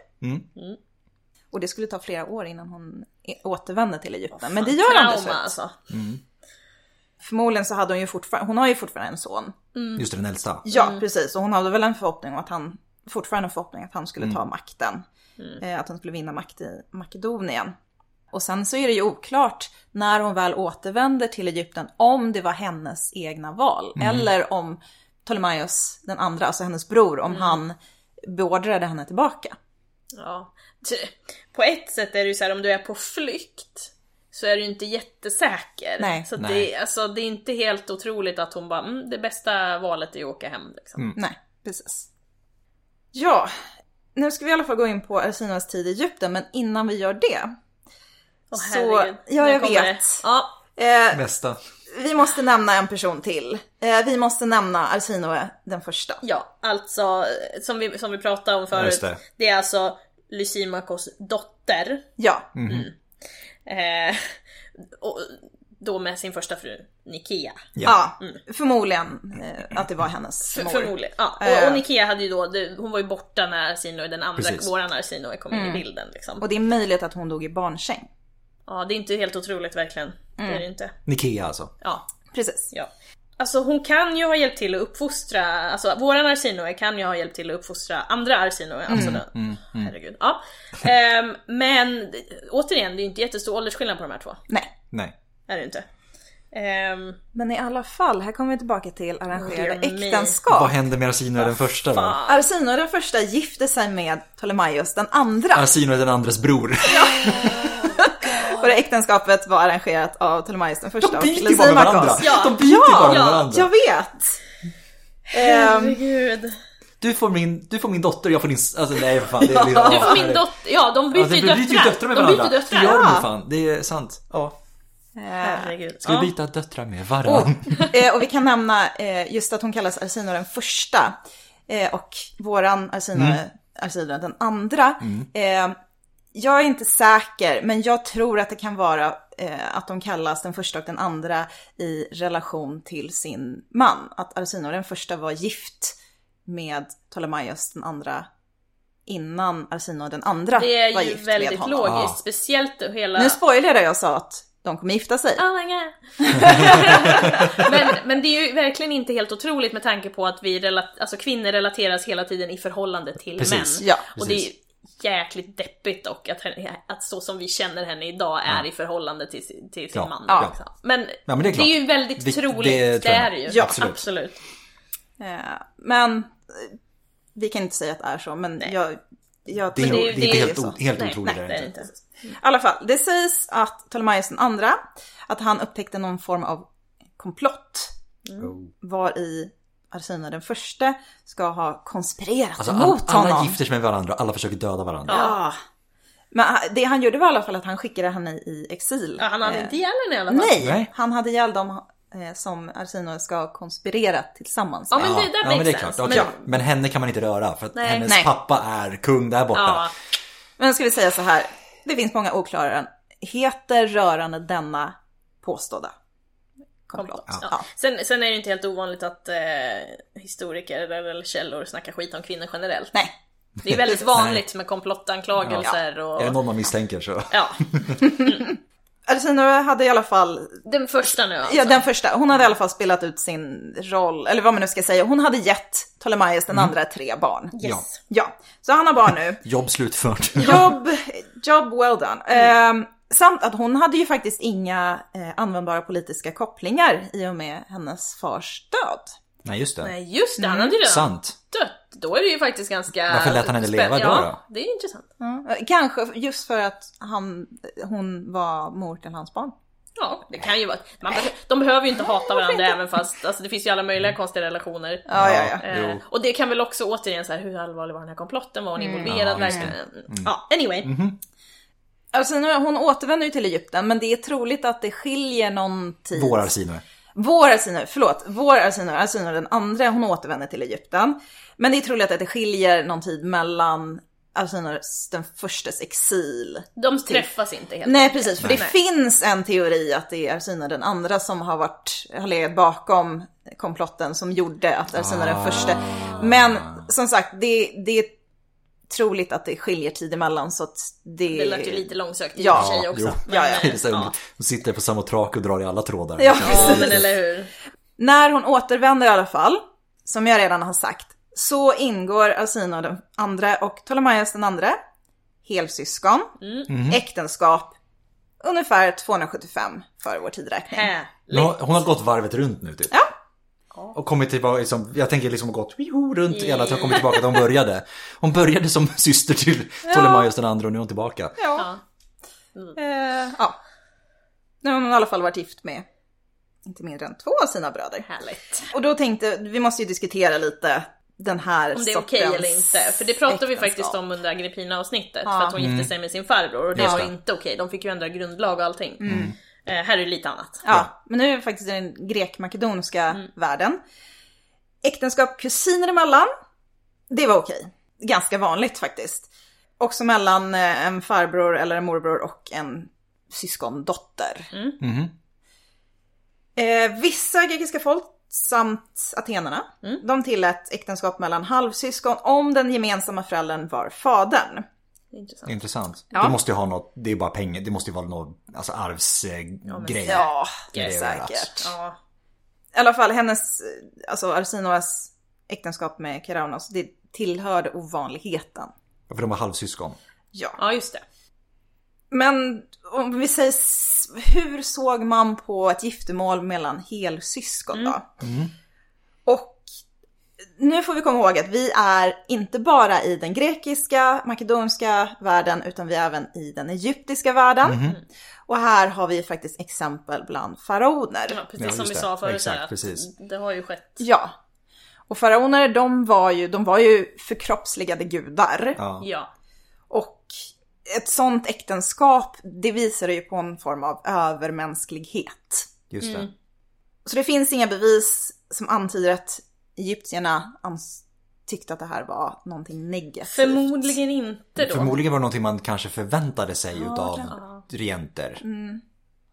Speaker 3: Och det skulle ta flera år innan hon i- återvänder till Egypten. men det gör hon till
Speaker 2: Trauma
Speaker 3: slut.
Speaker 2: alltså.
Speaker 3: Förmodligen så hade hon ju fortfarande, hon har ju fortfarande en son.
Speaker 1: Just det, den äldsta.
Speaker 3: Ja precis, och hon hade väl en förhoppning om att han, fortfarande en förhoppning att han skulle ta makten. Eh, att han skulle vinna makt i Makedonien. Och sen så är det ju oklart när hon väl återvänder till Egypten om det var hennes egna val. Eller om Ptolemaios den andra, alltså hennes bror, om han beordrade henne tillbaka.
Speaker 2: Ja. Ty- På ett sätt är det ju så här, om du är på flykt så är du ju inte jättesäker.
Speaker 3: Nej.
Speaker 2: så att
Speaker 1: Nej.
Speaker 2: Det, alltså, det är inte helt otroligt att hon bara, mm, det bästa valet är att åka hem. Liksom.
Speaker 3: Nej, precis. Ja, nu ska vi i alla fall gå in på Ersinas tid i Egypten, men innan vi gör det.
Speaker 2: Åh,
Speaker 3: Så-
Speaker 2: herregud.
Speaker 3: ja,
Speaker 2: Nu
Speaker 3: jag
Speaker 2: kommer
Speaker 3: vet.
Speaker 2: det. Ja.
Speaker 3: Eh,
Speaker 1: Bästa.
Speaker 3: vi måste nämna en person till. Eh, vi måste nämna Arsinoe den första.
Speaker 2: ja, alltså eh, som vi, som vi pratade om förut.
Speaker 1: just det.
Speaker 2: det är alltså
Speaker 1: Mm.
Speaker 2: Lysimakos dotter.
Speaker 3: Ja,
Speaker 2: Eh, och Då med sin första fru, Nikea.
Speaker 1: Ja.
Speaker 3: Ja, förmodligen eh, att det var hennes
Speaker 2: Mm. För,
Speaker 3: mor.
Speaker 2: förmodligen. Ja. Och, och Nikea hade ju då, det, hon var ju borta när Arsinoe, den andra,
Speaker 1: Precis.
Speaker 2: våran Arsinoe kom in i bilden liksom.
Speaker 3: Och det är möjligt att hon dog i barnsäng.
Speaker 2: Ja, det är inte helt otroligt verkligen. Det är det inte.
Speaker 1: Nikea alltså.
Speaker 2: Ja,
Speaker 3: Precis.
Speaker 2: ja. Alltså hon kan ju ha hjälpt till att uppfostra, alltså våran Arsinoe kan ju ha hjälpt till att uppfostra andra Arsinoe.
Speaker 1: Mm.
Speaker 2: Alltså den, herregud. Ja. Ehm, men återigen, det är ju inte jättestor åldersskillnad på de här två.
Speaker 3: Nej.
Speaker 1: Nej.
Speaker 2: Är det inte. Ehm,
Speaker 3: Men i alla fall, här kommer vi tillbaka till arrangerade
Speaker 2: Dear me.
Speaker 1: Vad
Speaker 3: äktenskap.
Speaker 1: hände med Arsinoe den första då?
Speaker 3: Arsinoe den första gifte sig med Ptolemaios den andra.
Speaker 1: Arsinoe den andres bror.
Speaker 3: Och det äktenskapet var arrangerat av Ptolemaios den första
Speaker 1: De
Speaker 3: och
Speaker 1: biter ju bara med
Speaker 3: Lysimachos.
Speaker 1: varandra.
Speaker 2: Ja.
Speaker 1: De biter ju bara med
Speaker 2: Ja,
Speaker 1: varandra.
Speaker 3: Jag vet! Ehm,
Speaker 2: herregud.
Speaker 1: Du får min, du får min dotter, jag får din... s- Alltså nej för fan. Det är liksom,
Speaker 2: Du får min dotter, ja de byter
Speaker 1: Ja, det
Speaker 2: ju
Speaker 1: blir- byter ju döttrar med
Speaker 2: De
Speaker 1: varandra.
Speaker 2: byter döttrar.
Speaker 1: Det gör de ju
Speaker 3: Ja.
Speaker 1: fan. Det är sant. Ja.
Speaker 3: eh,
Speaker 2: Herregud.
Speaker 1: Ska
Speaker 2: Ja. Alltså,
Speaker 1: vi byta döttrar med varandra?
Speaker 3: eh, och vi kan nämna eh, just att hon kallas Arsinoe den första eh, och våran Arsinoe, Arsinoe den andra. Eh, jag är inte säker, men jag tror att det kan vara eh, att de kallas den första och den andra i relation till sin man. Att Arsinoe den första var gift med Ptolemaios den andra innan Arsinoe den andra
Speaker 2: Det är
Speaker 3: var
Speaker 2: ju
Speaker 3: gift med
Speaker 2: väldigt
Speaker 3: honom.
Speaker 2: logiskt,
Speaker 1: Ah.
Speaker 2: speciellt hela...
Speaker 3: Nu spoilade jag och sa att de kommer gifta sig.
Speaker 2: Oh my God. men, men det är ju verkligen inte helt otroligt med tanke på att vi relat- alltså, kvinnor relateras hela tiden i förhållande till
Speaker 1: Precis.
Speaker 2: män.
Speaker 3: Ja.
Speaker 2: Och det är ju jäkligt deppigt dock att, henne, att så som vi känner henne idag är i förhållande till, sin- till sin
Speaker 1: Ja.
Speaker 2: man.
Speaker 1: Ja.
Speaker 2: liksom. Men,
Speaker 1: men det är
Speaker 2: det, är
Speaker 1: klart.
Speaker 2: ju väldigt
Speaker 1: Det-
Speaker 2: troligt,
Speaker 1: det
Speaker 2: det,
Speaker 1: tror jag.
Speaker 2: är det ju.
Speaker 1: Ja, absolut.
Speaker 3: Eh, Men eh, vi kan inte säga att det är så, men jag, jag
Speaker 1: Det är,
Speaker 3: tror
Speaker 2: det är
Speaker 1: det
Speaker 2: ju-
Speaker 1: är inte
Speaker 2: det är ju
Speaker 1: helt,
Speaker 3: så.
Speaker 1: o- helt
Speaker 2: Nej,
Speaker 1: otroligt.
Speaker 2: nej,
Speaker 1: är det inte.
Speaker 2: inte.
Speaker 3: I alla fall, det sägs att Ptolemaios den andra, att han upptäckte någon form av komplott
Speaker 1: Oh.
Speaker 2: Mm.
Speaker 3: var i Arsinoe den första ska ha konspirerat
Speaker 1: Alltså, all,
Speaker 3: mot honom.
Speaker 1: alla gifter sig med varandra, alla försöker döda varandra.
Speaker 3: Ja. Men han- det han gjorde var i alla fall att han skickade henne i exil.
Speaker 2: Ja, han hade
Speaker 3: Eh,
Speaker 2: inte ihjäl henne i alla fall.
Speaker 3: Nej,
Speaker 1: Nej.
Speaker 3: han hade ihjäl dem eh, som Arsinoe ska ha konspirerat tillsammans
Speaker 2: Ja,
Speaker 3: med.
Speaker 2: men det där
Speaker 1: ja,
Speaker 2: makes
Speaker 1: men det är
Speaker 2: sense.
Speaker 1: klart. Men...
Speaker 2: Men-
Speaker 1: Ja. men henne kan man inte röra för att
Speaker 2: Nej.
Speaker 1: hennes
Speaker 3: Nej.
Speaker 1: pappa är kung där borta.
Speaker 2: Ja.
Speaker 3: Men ska vi säga så här, det finns många oklarheter rörande denna påstådda komplott.
Speaker 2: Ja.
Speaker 3: Ja.
Speaker 2: Sen, sen är det ju inte helt ovanligt att eh, historiker eller eller källor snackar skit om kvinnor generellt.
Speaker 3: Nej,
Speaker 2: Det är väldigt vanligt med komplottanklagelser
Speaker 1: Är det
Speaker 2: och...
Speaker 1: någon man misstänker så.
Speaker 2: Ja,
Speaker 3: Arsinoe hade i alla fall,
Speaker 2: den första nu alltså.
Speaker 3: ja den första, hon hade i alla fall spelat ut sin roll, eller vad man nu ska säga, hon hade gett Ptolemaios den andra tre barn.
Speaker 2: Yes.
Speaker 3: Ja, så han har barn nu.
Speaker 1: Jobb slutfört.
Speaker 3: Jobb, job well done. Ehm, samt att hon hade ju faktiskt inga eh, användbara politiska kopplingar i och med hennes fars död.
Speaker 1: Nej, just det.
Speaker 2: Nej just det, han hade ju redan
Speaker 1: Mm, Sant.
Speaker 2: dött. Då är det ju faktiskt ganska...
Speaker 1: Varför lät han henne
Speaker 2: spän-
Speaker 1: leva då,
Speaker 2: Ja, det är intressant.
Speaker 3: Eh, Kanske just för att han, hon var mor till hans barn.
Speaker 2: Ja, det kan ju vara... Man, behöver- de behöver ju inte hata varandra även fast... Alltså det finns ju alla möjliga konstiga relationer.
Speaker 3: Ja, ja, ja.
Speaker 2: Eh,
Speaker 1: Jo. Mm.
Speaker 2: och det kan väl också återigen så här, hur allvarlig var den här komplotten? Var hon involverad?
Speaker 1: Ja, just det. Mm. Mhm.
Speaker 2: verkligen? Ja, anyway.
Speaker 3: Alltså, nu- hon återvänder ju till Egypten, men det är troligt att det skiljer någon tid.
Speaker 1: Vår Arsinoe.
Speaker 3: Vår Arsinoe, förlåt. Vår Arsinoe, Arsinoe den andra, hon återvänder till Egypten. Men det är troligt att det skiljer någon tid mellan Arsinoes den förstes exil.
Speaker 2: De träffas inte helt
Speaker 3: Nej, precis. För det
Speaker 2: Nej.
Speaker 3: finns en teori att det är Arsinoe den andra som har, varit, har legat bakom komplotten som gjorde att Arsinoe den första...
Speaker 2: Ah.
Speaker 3: Men som sagt, det, det är troligt att det skiljer tid emellan så att det...
Speaker 2: Det lät ju lite långsökt i och
Speaker 3: Ja,
Speaker 2: för sig också.
Speaker 1: jo.
Speaker 2: Men,
Speaker 3: Ja, ja.
Speaker 2: eh,
Speaker 1: Det är så här, Hon sitter på samma trak och drar i alla trådar.
Speaker 3: Ja,
Speaker 2: ja,
Speaker 3: precis.
Speaker 2: men eller hur.
Speaker 3: När hon återvänder i alla fall, som jag redan har sagt, så ingår Arsinoe den andra och Ptolemaios den andra, helsyskon,
Speaker 2: Mm.
Speaker 3: äktenskap, ungefär 275 före vår tidräkning.
Speaker 2: Äh,
Speaker 1: Men Hon, hon har gått varvet runt nu typ.
Speaker 3: Ja.
Speaker 1: Och kommit tillbaka, liksom, jag tänker liksom gått wiho, runt hela tiden, kommit tillbaka till hon började. Hon började som syster till Ptolemaios den andra och nu är hon tillbaka.
Speaker 3: Ja.
Speaker 2: ja. Mm.
Speaker 3: Eh, ja. Nu har hon i alla fall varit gift med inte mindre än två av sina bröder.
Speaker 2: Härligt.
Speaker 3: Och då tänkte vi måste ju diskutera lite den här
Speaker 2: Om det är okej
Speaker 3: sortens
Speaker 2: eller inte. För det pratade vi
Speaker 3: äktenskap.
Speaker 2: faktiskt om under Agrippina avsnittet.
Speaker 3: Ja.
Speaker 2: För att hon gifte sig med sin farbror och det
Speaker 1: Mm. Just
Speaker 2: var
Speaker 1: det. Mm.
Speaker 2: inte okej. De fick ju ändra grundlag och allting. Eh, här är det lite annat.
Speaker 3: Ja, men nu är vi faktiskt i den grekmakedonska världen. Äktenskap kusiner emellan, det var okej. Ganska vanligt faktiskt. Också mellan eh, en farbror eller en morbror och en syskondotter.
Speaker 1: Mhm.
Speaker 3: Eh, vissa grekiska folk samt atenarna, de tillät äktenskap mellan halvsyskon om den gemensamma föräldern var fadern.
Speaker 2: Det är intressant.
Speaker 1: Intressant.
Speaker 3: Ja.
Speaker 1: Det måste ju ha något, det är bara pengar, det måste ju vara någon alltså arvsgrej. Eh, grej.
Speaker 3: Ja,
Speaker 1: det är
Speaker 3: säkert.
Speaker 1: rätt.
Speaker 2: Ja.
Speaker 3: I alla fall hennes, alltså Arsinoas äktenskap med Keraunos, det tillhörde ovanligheten.
Speaker 1: För de var halvsyskon.
Speaker 3: Ja.
Speaker 2: ja, just det.
Speaker 3: Men om vi säger, s- hur såg man på ett giftermål mellan helsyskon då? Och nu får vi komma ihåg att vi är inte bara i den grekiska, makedonska världen utan vi är även i den egyptiska världen. Och här har vi faktiskt exempel bland faraoner.
Speaker 2: Ja, precis
Speaker 1: Ja,
Speaker 2: som
Speaker 1: just
Speaker 2: vi
Speaker 1: det.
Speaker 2: sa förut.
Speaker 1: Exakt,
Speaker 2: där, att
Speaker 1: precis.
Speaker 2: Det har ju skett.
Speaker 3: Ja. Och faraoner de var ju, de var ju förkroppsligade gudar.
Speaker 1: Ja.
Speaker 2: Ja.
Speaker 3: Och ett sånt äktenskap, det visar ju på en form av övermänsklighet.
Speaker 1: Just det.
Speaker 3: Så det finns inga bevis som antyder att egyptierna ans- tyckte att det här var någonting negativt.
Speaker 2: Förmodligen inte då.
Speaker 1: Förmodligen var det någonting man kanske förväntade sig utav
Speaker 2: ja.
Speaker 1: regenter
Speaker 3: Mm.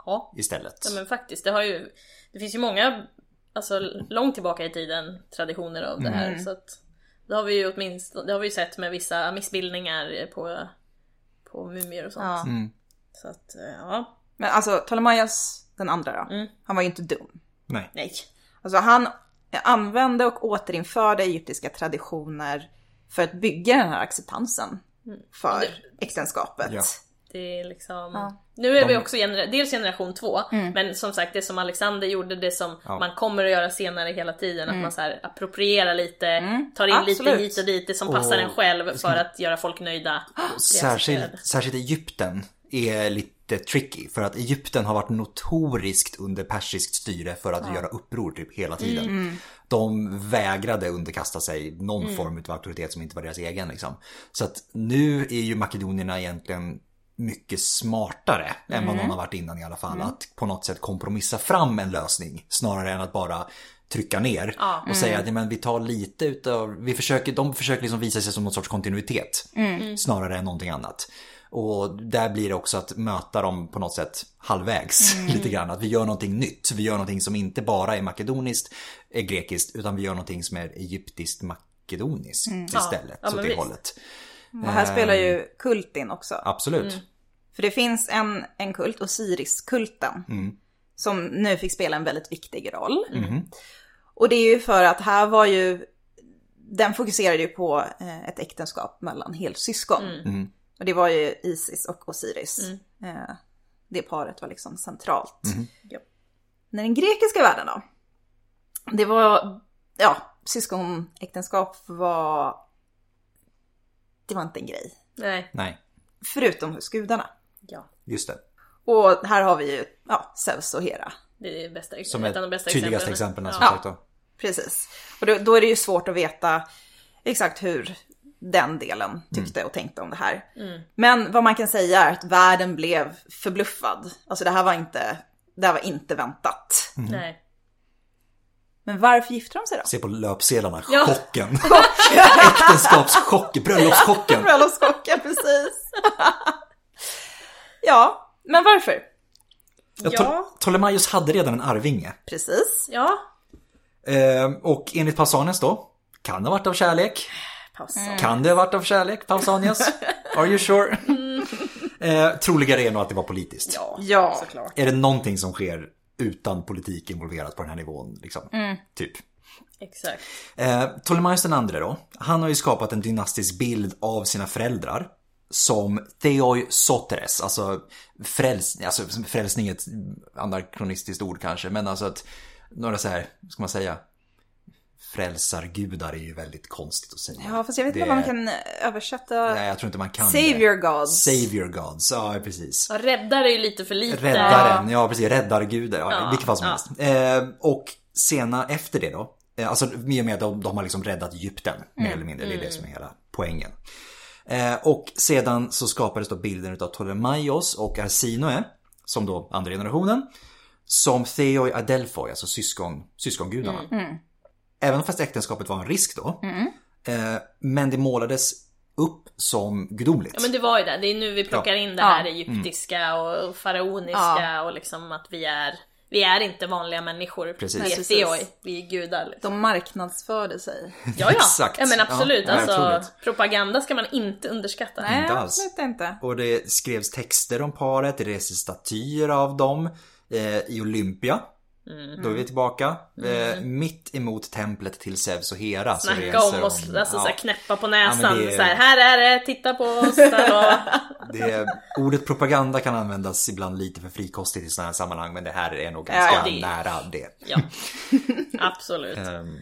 Speaker 2: Ja.
Speaker 1: istället.
Speaker 2: ja, men faktiskt. Det har ju... Det finns ju många, alltså långt tillbaka i tiden, traditioner av det
Speaker 1: Mm.
Speaker 2: här. Så att det har vi ju åtminstone, det har vi ju sett med vissa missbildningar på, på mumier och sånt.
Speaker 3: Ja.
Speaker 2: Så att, eh, ja.
Speaker 3: Men alltså Ptolemaios den andra då, han var ju inte dum.
Speaker 1: Nej.
Speaker 2: Nej.
Speaker 3: Alltså han använde och återinförde egyptiska traditioner för att bygga den här acceptansen för äktenskapet.
Speaker 1: Ja.
Speaker 2: Det är liksom...
Speaker 3: Ja. Mm.
Speaker 2: Nu är vi
Speaker 1: De-
Speaker 2: också gener... dels generation två, men som sagt det som Alexander gjorde, det som
Speaker 1: Ja.
Speaker 2: man kommer att göra senare hela tiden, att man så här approprierar lite, tar in
Speaker 3: Mm. absolut.
Speaker 2: lite hit och dit, det som passar
Speaker 1: Och-
Speaker 2: en själv
Speaker 1: Mm.
Speaker 2: för att göra folk nöjda. accepterade.
Speaker 1: Särskilt, särskilt Egypten är lite tricky för att Egypten har varit notoriskt under persiskt styre för att göra uppror typ hela tiden. De vägrade underkasta sig någon form av auktoritet som inte var deras egen. Liksom. Så att nu är ju makedonierna egentligen mycket smartare än vad någon har varit innan i alla fall. Att på något sätt kompromissa fram en lösning snarare än att bara trycka ner
Speaker 2: Ja.
Speaker 1: och säga att "Nej, men vi tar lite utav, vi försöker, de försöker liksom visa sig som någon sorts kontinuitet
Speaker 2: Mm.
Speaker 1: snarare än någonting annat. Och där blir det också att möta dem på något sätt halvvägs
Speaker 2: Mm.
Speaker 1: lite grann. Att vi gör någonting nytt. Vi gör någonting som inte bara är makedoniskt, är grekiskt, utan vi gör någonting som är egyptiskt makedoniskt istället.
Speaker 2: Mm. Ja,
Speaker 1: åt
Speaker 2: men
Speaker 1: det
Speaker 2: visst.
Speaker 1: hållet.
Speaker 3: Och här spelar ju kultin också.
Speaker 1: Absolut.
Speaker 2: Mm.
Speaker 3: För det finns en, en kult, Osiris-kulten, som nu fick spela en väldigt viktig roll. Och det är ju för att här var ju, den fokuserade ju på eh, ett äktenskap mellan helsyskon.
Speaker 2: Mm.
Speaker 3: Och det var ju Isis och Osiris. Eh, det paret var liksom centralt.
Speaker 2: Ja.
Speaker 3: När den grekiska världen då, det var, ja, syskonäktenskap var, det var inte en grej.
Speaker 2: Nej.
Speaker 1: Nej,
Speaker 3: Förutom hos gudarna.
Speaker 2: Ja.
Speaker 1: just det.
Speaker 3: Och här har vi ju ja, Zeus och Hera.
Speaker 2: Det är det bästa,
Speaker 1: Som
Speaker 2: ett av de
Speaker 1: är
Speaker 2: bästa
Speaker 1: tydligaste exemplen
Speaker 2: exemplen.
Speaker 1: alltså. som
Speaker 2: Ja.
Speaker 1: sagt då.
Speaker 3: Precis. Och då, då är det ju svårt att veta exakt hur den delen tyckte
Speaker 1: Mm.
Speaker 3: och tänkte om det här. Men vad man kan säga är att världen blev förbluffad. Alltså det här var inte, det här var inte väntat.
Speaker 1: Mm.
Speaker 2: Nej.
Speaker 3: Men varför gifte de sig då?
Speaker 1: Se på löpsedlarna,
Speaker 2: Ja.
Speaker 1: chocken. Äktenskapschock, bröllopschocken.
Speaker 3: Bröllopskocken, precis. ja, men varför?
Speaker 1: Ja.
Speaker 2: Ja.
Speaker 1: Pto- Ptolemaios hade redan en arvinge.
Speaker 3: Precis.
Speaker 2: Ja.
Speaker 1: Eh, och enligt Pausanias då, kan det ha varit av kärlek?
Speaker 2: Paus.
Speaker 3: Mm.
Speaker 1: Mm. Kan det ha varit av kärlek, Pausanias? Are you sure? Eh, troligare är nog att det var politiskt.
Speaker 2: Ja.
Speaker 3: Mm. Ja.
Speaker 2: Såklart.
Speaker 1: Är det någonting som sker utan politik involverat på den här nivån? Liksom?
Speaker 3: Mm.
Speaker 1: Typ.
Speaker 2: Exakt.
Speaker 1: Eh, Ptolemaios den andre då, han har ju skapat en dynastisk bild av sina föräldrar som Theoi Soteres, alltså, fräls, alltså som frälsning är ett anakronistiskt ord kanske, men alltså att några så här, vad ska man säga, frälsargudar är ju väldigt konstigt att säga.
Speaker 3: Ja, fast jag vet
Speaker 1: Det-
Speaker 3: inte om man kan eh, översätta
Speaker 1: Nej, jag tror inte man kan
Speaker 3: Savior
Speaker 1: det.
Speaker 3: Gods.
Speaker 1: Savior gods, ja precis.
Speaker 2: Ja, räddare är ju lite för lite.
Speaker 1: Räddaren, ja precis, räddarguden, ja,
Speaker 2: Ja,
Speaker 1: vilket fall som
Speaker 2: ja.
Speaker 1: helst. Eh, och sena efter det då, eh, alltså i och med att de, de har liksom räddat Egypten
Speaker 2: Mm.
Speaker 1: mer eller mindre, det är det som är hela poängen. Eh, och sedan så skapades då bilden utav Ptolemaios och Arsinoe, som då andra generationen, som Theoi Adelphoi, alltså syskon, syskongudarna.
Speaker 2: Mm.
Speaker 1: Även fast äktenskapet var en risk då, eh, men det målades upp som gudomligt.
Speaker 2: Ja men det var ju det, det är nu vi plockar in det
Speaker 3: Ja. Mm.
Speaker 2: här egyptiska och faraoniska
Speaker 3: Ja.
Speaker 2: och liksom att vi är Vi är inte vanliga människor.
Speaker 1: Precis.
Speaker 2: Vi
Speaker 1: Nej,
Speaker 2: är
Speaker 3: precis.
Speaker 2: theoi, vi är gudar. Liksom.
Speaker 3: De marknadsförde sig.
Speaker 2: Ja, ja.
Speaker 1: Exakt.
Speaker 2: ja men absolut.
Speaker 1: Ja, ja,
Speaker 2: alltså,
Speaker 1: otroligt.
Speaker 2: propaganda ska man inte underskatta.
Speaker 1: Inte alls.
Speaker 3: absolut inte.
Speaker 1: Och det skrevs texter om paret, det reses statyer av dem eh, i Olympia.
Speaker 2: Mm.
Speaker 1: Då är vi tillbaka. Eh, mitt emot templet till Zeus och Hera. så
Speaker 2: Snacka
Speaker 1: reser
Speaker 2: om och alltså,
Speaker 1: ja,
Speaker 2: så här, knäppa på
Speaker 1: Ja,
Speaker 2: näsan.
Speaker 1: men det är-
Speaker 2: så här, här är det, titta på oss. Där var...
Speaker 1: det, Ordet propaganda kan användas ibland lite för frikostigt i sådana här sammanhang men det här är nog
Speaker 3: Ja,
Speaker 1: ganska
Speaker 2: det-
Speaker 1: nära det.
Speaker 2: Ja, absolut.
Speaker 1: Ehm,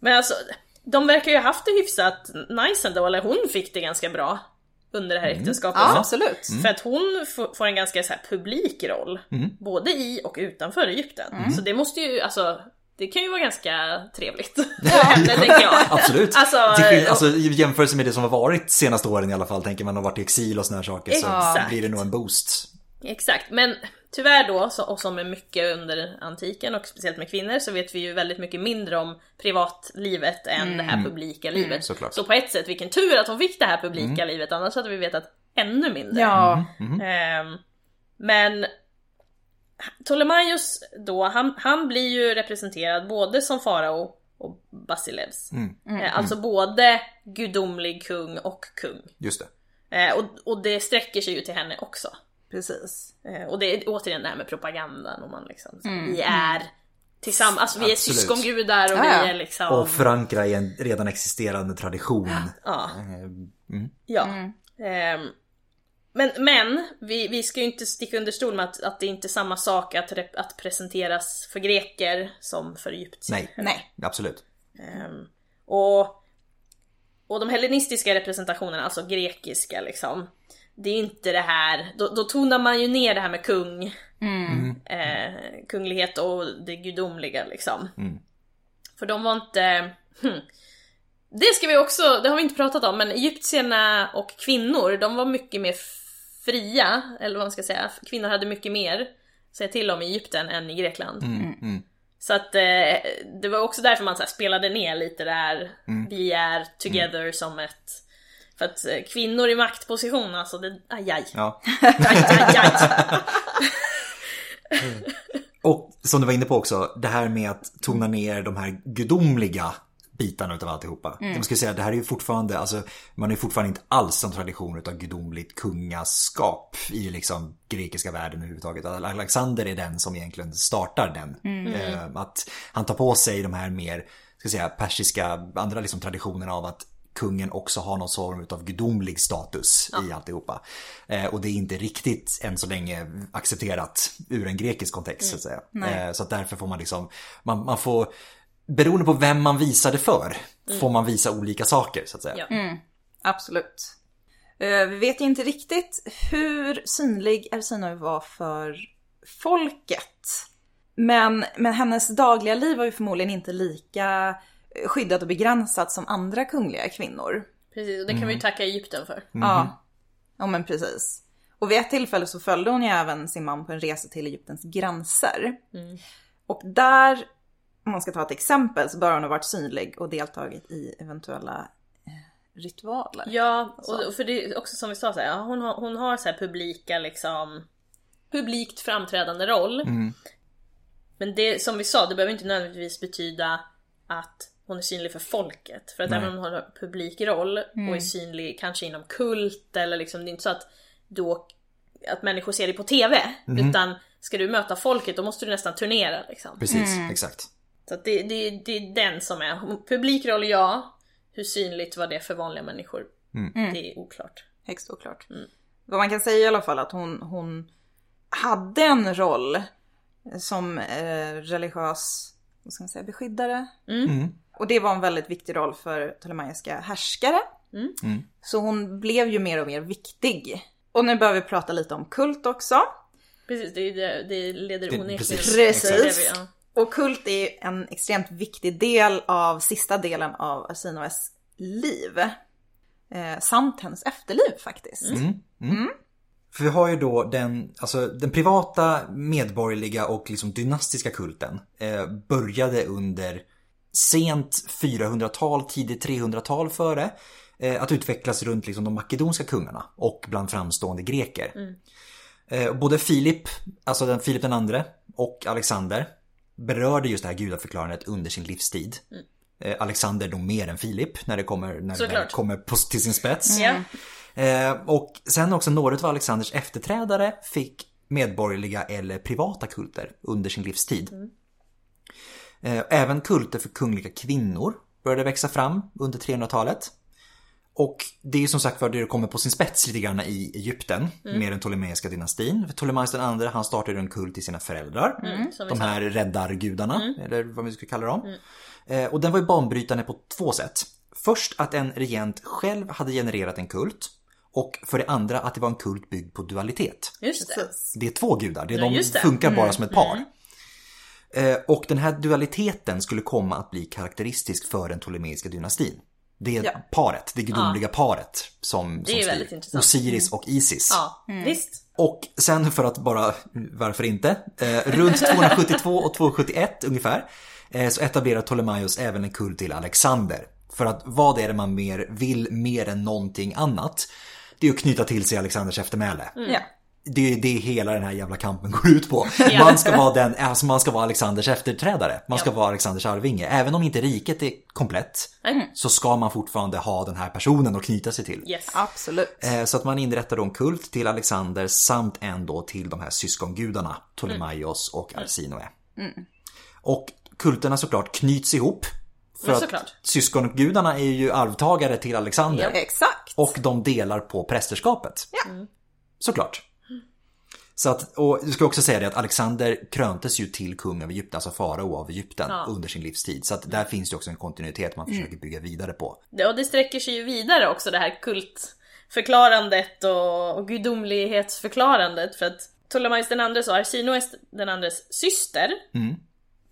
Speaker 2: Men alltså, de verkar ju ha haft det hyfsat nice ändå, eller hon fick det ganska bra under det här
Speaker 1: Mm.
Speaker 2: äktenskapet.
Speaker 3: Ja,
Speaker 2: Så-
Speaker 3: absolut.
Speaker 2: För att hon f- får en ganska så här publik roll, både i och utanför Egypten. Så det måste ju, alltså, det kan ju vara ganska trevligt. Henne, tänker jag.
Speaker 1: Absolut!
Speaker 2: Alltså,
Speaker 1: Till skill-
Speaker 2: och-
Speaker 1: alltså, I jämförelse med det som har varit senaste åren i alla fall, tänker man har varit i exil och såna här saker så
Speaker 2: Exakt.
Speaker 1: blir det nog en boost.
Speaker 2: Exakt, men tyvärr då, så- och som med mycket under antiken och speciellt med kvinnor, så vet vi ju väldigt mycket mindre om privatlivet än det här publika livet.
Speaker 1: såklart.
Speaker 2: Så på ett sätt, vilken tur att hon fick det här publika livet, annars hade vi vetat ännu
Speaker 1: Mm.
Speaker 2: mindre.
Speaker 3: Ja,
Speaker 2: Ehm, men Ptolemaios då, han, han blir ju representerad både som farao och Basilevs.
Speaker 1: Mm,
Speaker 2: Eh, Alltså både gudomlig kung och kung.
Speaker 1: Just det.
Speaker 2: Eh, och, och det sträcker sig ju till henne också.
Speaker 3: precis.
Speaker 2: Eh, Och det är återigen det här med propagandan och man liksom, så, vi är tillsammans, alltså vi är
Speaker 1: Absolut.
Speaker 2: syskongudar och
Speaker 3: Ja, ja.
Speaker 2: vi är liksom...
Speaker 1: Och förankra i en redan existerande tradition.
Speaker 2: ja.
Speaker 1: Ehm,
Speaker 2: Ja. Ehm, men men vi, vi ska ju inte sticka under stol med att, att det inte är samma sak att, rep- att presenteras för greker som för egyptier.
Speaker 1: Nej,
Speaker 3: Nej.
Speaker 1: absolut.
Speaker 2: Ehm, och, och de hellenistiska representationerna, alltså grekiska liksom, det är inte det här, då, då tonar man ju ner det här med kung,
Speaker 3: Mm.
Speaker 2: eh, kunglighet och det gudomliga liksom. För de var inte, hmm. det ska vi också, det har vi inte pratat om, men egyptierna och kvinnor, de var mycket mer fria, eller vad man ska säga, kvinnor hade mycket mer att säga till om i Egypten än i Grekland.
Speaker 1: Mm, mm.
Speaker 2: Så att eh, det var också därför man så här, spelade ner lite där vi är together som ett... För att eh, kvinnor i maktposition, alltså det... Aj, aj,
Speaker 1: Ja.
Speaker 2: aj, aj, aj.
Speaker 1: Och som du var inne på också, det här med att tona ner de här gudomliga bitarna utav alltihopa. Jag skulle säga, det här är ju fortfarande, alltså man är ju fortfarande inte alls en tradition utav gudomligt kungaskap i liksom grekiska världen överhuvudtaget. Alexander är den som egentligen startar den. Eh, Att han tar på sig de här mer, ska säga, persiska, andra liksom traditionerna av att kungen också har någon form utav gudomlig status i alltihopa. Eh, och det är inte riktigt än så länge accepterat ur en grekisk kontext så att säga. Eh, så att därför får man liksom, man, man får, beroende på vem man visar det för, får man visa olika saker så att säga.
Speaker 2: Ja.
Speaker 3: Absolut. Eh, Vi vet ju inte riktigt hur synlig Alcinoe var för folket. Men, men hennes dagliga liv var ju förmodligen inte lika eh, skyddat och begränsat som andra kungliga kvinnor.
Speaker 2: Precis, och det kan vi ju tacka Egypten för.
Speaker 3: Ja, ja men precis. Och vid ett tillfälle så följde hon ju även sin man på en resa till Egyptens gränser.
Speaker 2: Mm.
Speaker 3: Och där, om man ska ta ett exempel, så bör hon ha varit synlig och deltagit i eventuella eh, ritualer.
Speaker 2: Ja, och, och för det är också som vi sa, så här, ja, hon har, hon har så här publika liksom... Publikt framträdande roll.
Speaker 1: Mm.
Speaker 2: Men det som vi sa, det behöver inte nödvändigtvis betyda att hon är synlig för folket. För att
Speaker 1: Nej. Mm.
Speaker 2: även om hon har en publik roll och är synlig kanske inom kult eller liksom, det är inte så att då att människor ser dig på TV.
Speaker 1: Mhm.
Speaker 2: Utan ska du möta folket då måste du nästan turnera liksom.
Speaker 1: Precis, exakt.
Speaker 2: Så att det, det, det är den som är, publik roll ja, hur synligt var det för vanliga människor?
Speaker 1: Mm.
Speaker 2: Det är oklart.
Speaker 3: Högst oklart. Vad man kan säga i alla fall att hon, hon hade en roll eh, som eh, religiös vad ska man säga, beskyddare.
Speaker 1: Mm.
Speaker 3: Och det var en väldigt viktig roll för ptolemaiska härskare. Så hon blev ju mer och mer viktig. Och nu börjar vi prata lite om kult också.
Speaker 2: Precis, det, är ju det, det leder
Speaker 1: Det-
Speaker 2: onekligen
Speaker 1: precis,
Speaker 2: till det
Speaker 3: exakt.
Speaker 2: vi- ja.
Speaker 3: Och kult är en extremt viktig del av sista delen av Arsinoes liv. Eh, samt hennes efterliv faktiskt.
Speaker 1: Mm. För vi har ju då den, alltså den privata, medborgerliga och liksom dynastiska kulten eh, började under sent 400-tal, tidigt 300-tal före. Eh, att utvecklas runt liksom de makedonska kungarna och bland framstående greker. Eh, både Filip, alltså den Filip den andre och Alexander berörde just det här gudaförklarandet under sin livstid. Eh, Alexander då mer än Filip när det kommer, när, när det
Speaker 2: Såklart.
Speaker 1: kommer på, till sin spets.
Speaker 2: Ja.
Speaker 1: Eh, och sen också några av Alexanders efterträdare fick medborgerliga eller privata kulter under sin livstid. Eh, även kulter för kungliga kvinnor började växa fram under 300-talet. Och det är ju som sagt var det det kommer på sin spets lite grann i Egypten med den Ptolemeiska dynastin. För Ptolemaios den andra han startade en kult till sina föräldrar.
Speaker 2: mm, som vi
Speaker 1: De
Speaker 2: Mm. sa.
Speaker 1: här räddargudarna, eller vad vi ska kalla dem. Eh, och den var ju banbrytande på två sätt. Först att en regent själv hade genererat en kult. Och för det andra att det var en kult byggd på dualitet.
Speaker 2: Just det.
Speaker 1: Det är två gudar, det är
Speaker 2: Ja,
Speaker 1: de
Speaker 2: just det. Mm.
Speaker 1: funkar bara som ett par. Eh, Och den här dualiteten skulle komma att bli karaktäristisk för den Ptolemeiska dynastin. Det är
Speaker 3: Ja.
Speaker 1: paret, det gudomliga paret som,
Speaker 2: är
Speaker 1: som
Speaker 2: ju
Speaker 1: styr.
Speaker 2: väldigt intressant. Mm.
Speaker 1: Osiris och Isis.
Speaker 2: Ja, visst.
Speaker 1: Och sen för att bara, varför inte? Eh, runt 272 och 271 ungefär eh, så etablerar Ptolemaios även en kult till Alexander. För att vad är det man mer vill mer än någonting annat? Det är att knyta till sig Alexanders eftermäle.
Speaker 3: Ja.
Speaker 1: Det är ju det hela den här jävla kampen går ut på. Man ska vara, den, alltså man ska vara Alexanders efterträdare. Man ska vara Alexanders arvinge. Även om inte riket är komplett
Speaker 2: Mm.
Speaker 1: så ska man fortfarande ha den här personen att knyta sig till.
Speaker 2: Yes.
Speaker 3: Absolut.
Speaker 1: Eh, Så att man inrättar då en kult till Alexander samt en då till de här syskongudarna, Ptolemaios
Speaker 2: Mm.
Speaker 1: och Arsinoe. Och kulterna såklart knyts ihop. För
Speaker 2: Men
Speaker 1: att
Speaker 2: såklart.
Speaker 1: syskongudarna är ju arvtagare till Alexander.
Speaker 3: Exakt.
Speaker 1: Och de delar på prästerskapet. Såklart. Så att, och jag ska också säga det att Alexander kröntes ju till kung av Egypten, alltså farao av Egypten
Speaker 2: Ja. Mm.
Speaker 1: under sin livstid. Så att där finns det också en kontinuitet man försöker bygga vidare på.
Speaker 2: Ja, och det sträcker sig ju vidare också det här kultförklarandet och, och gudomlighetsförklarandet för att Ptolemaios den andres och Arsinoes den andres syster,
Speaker 1: Mm.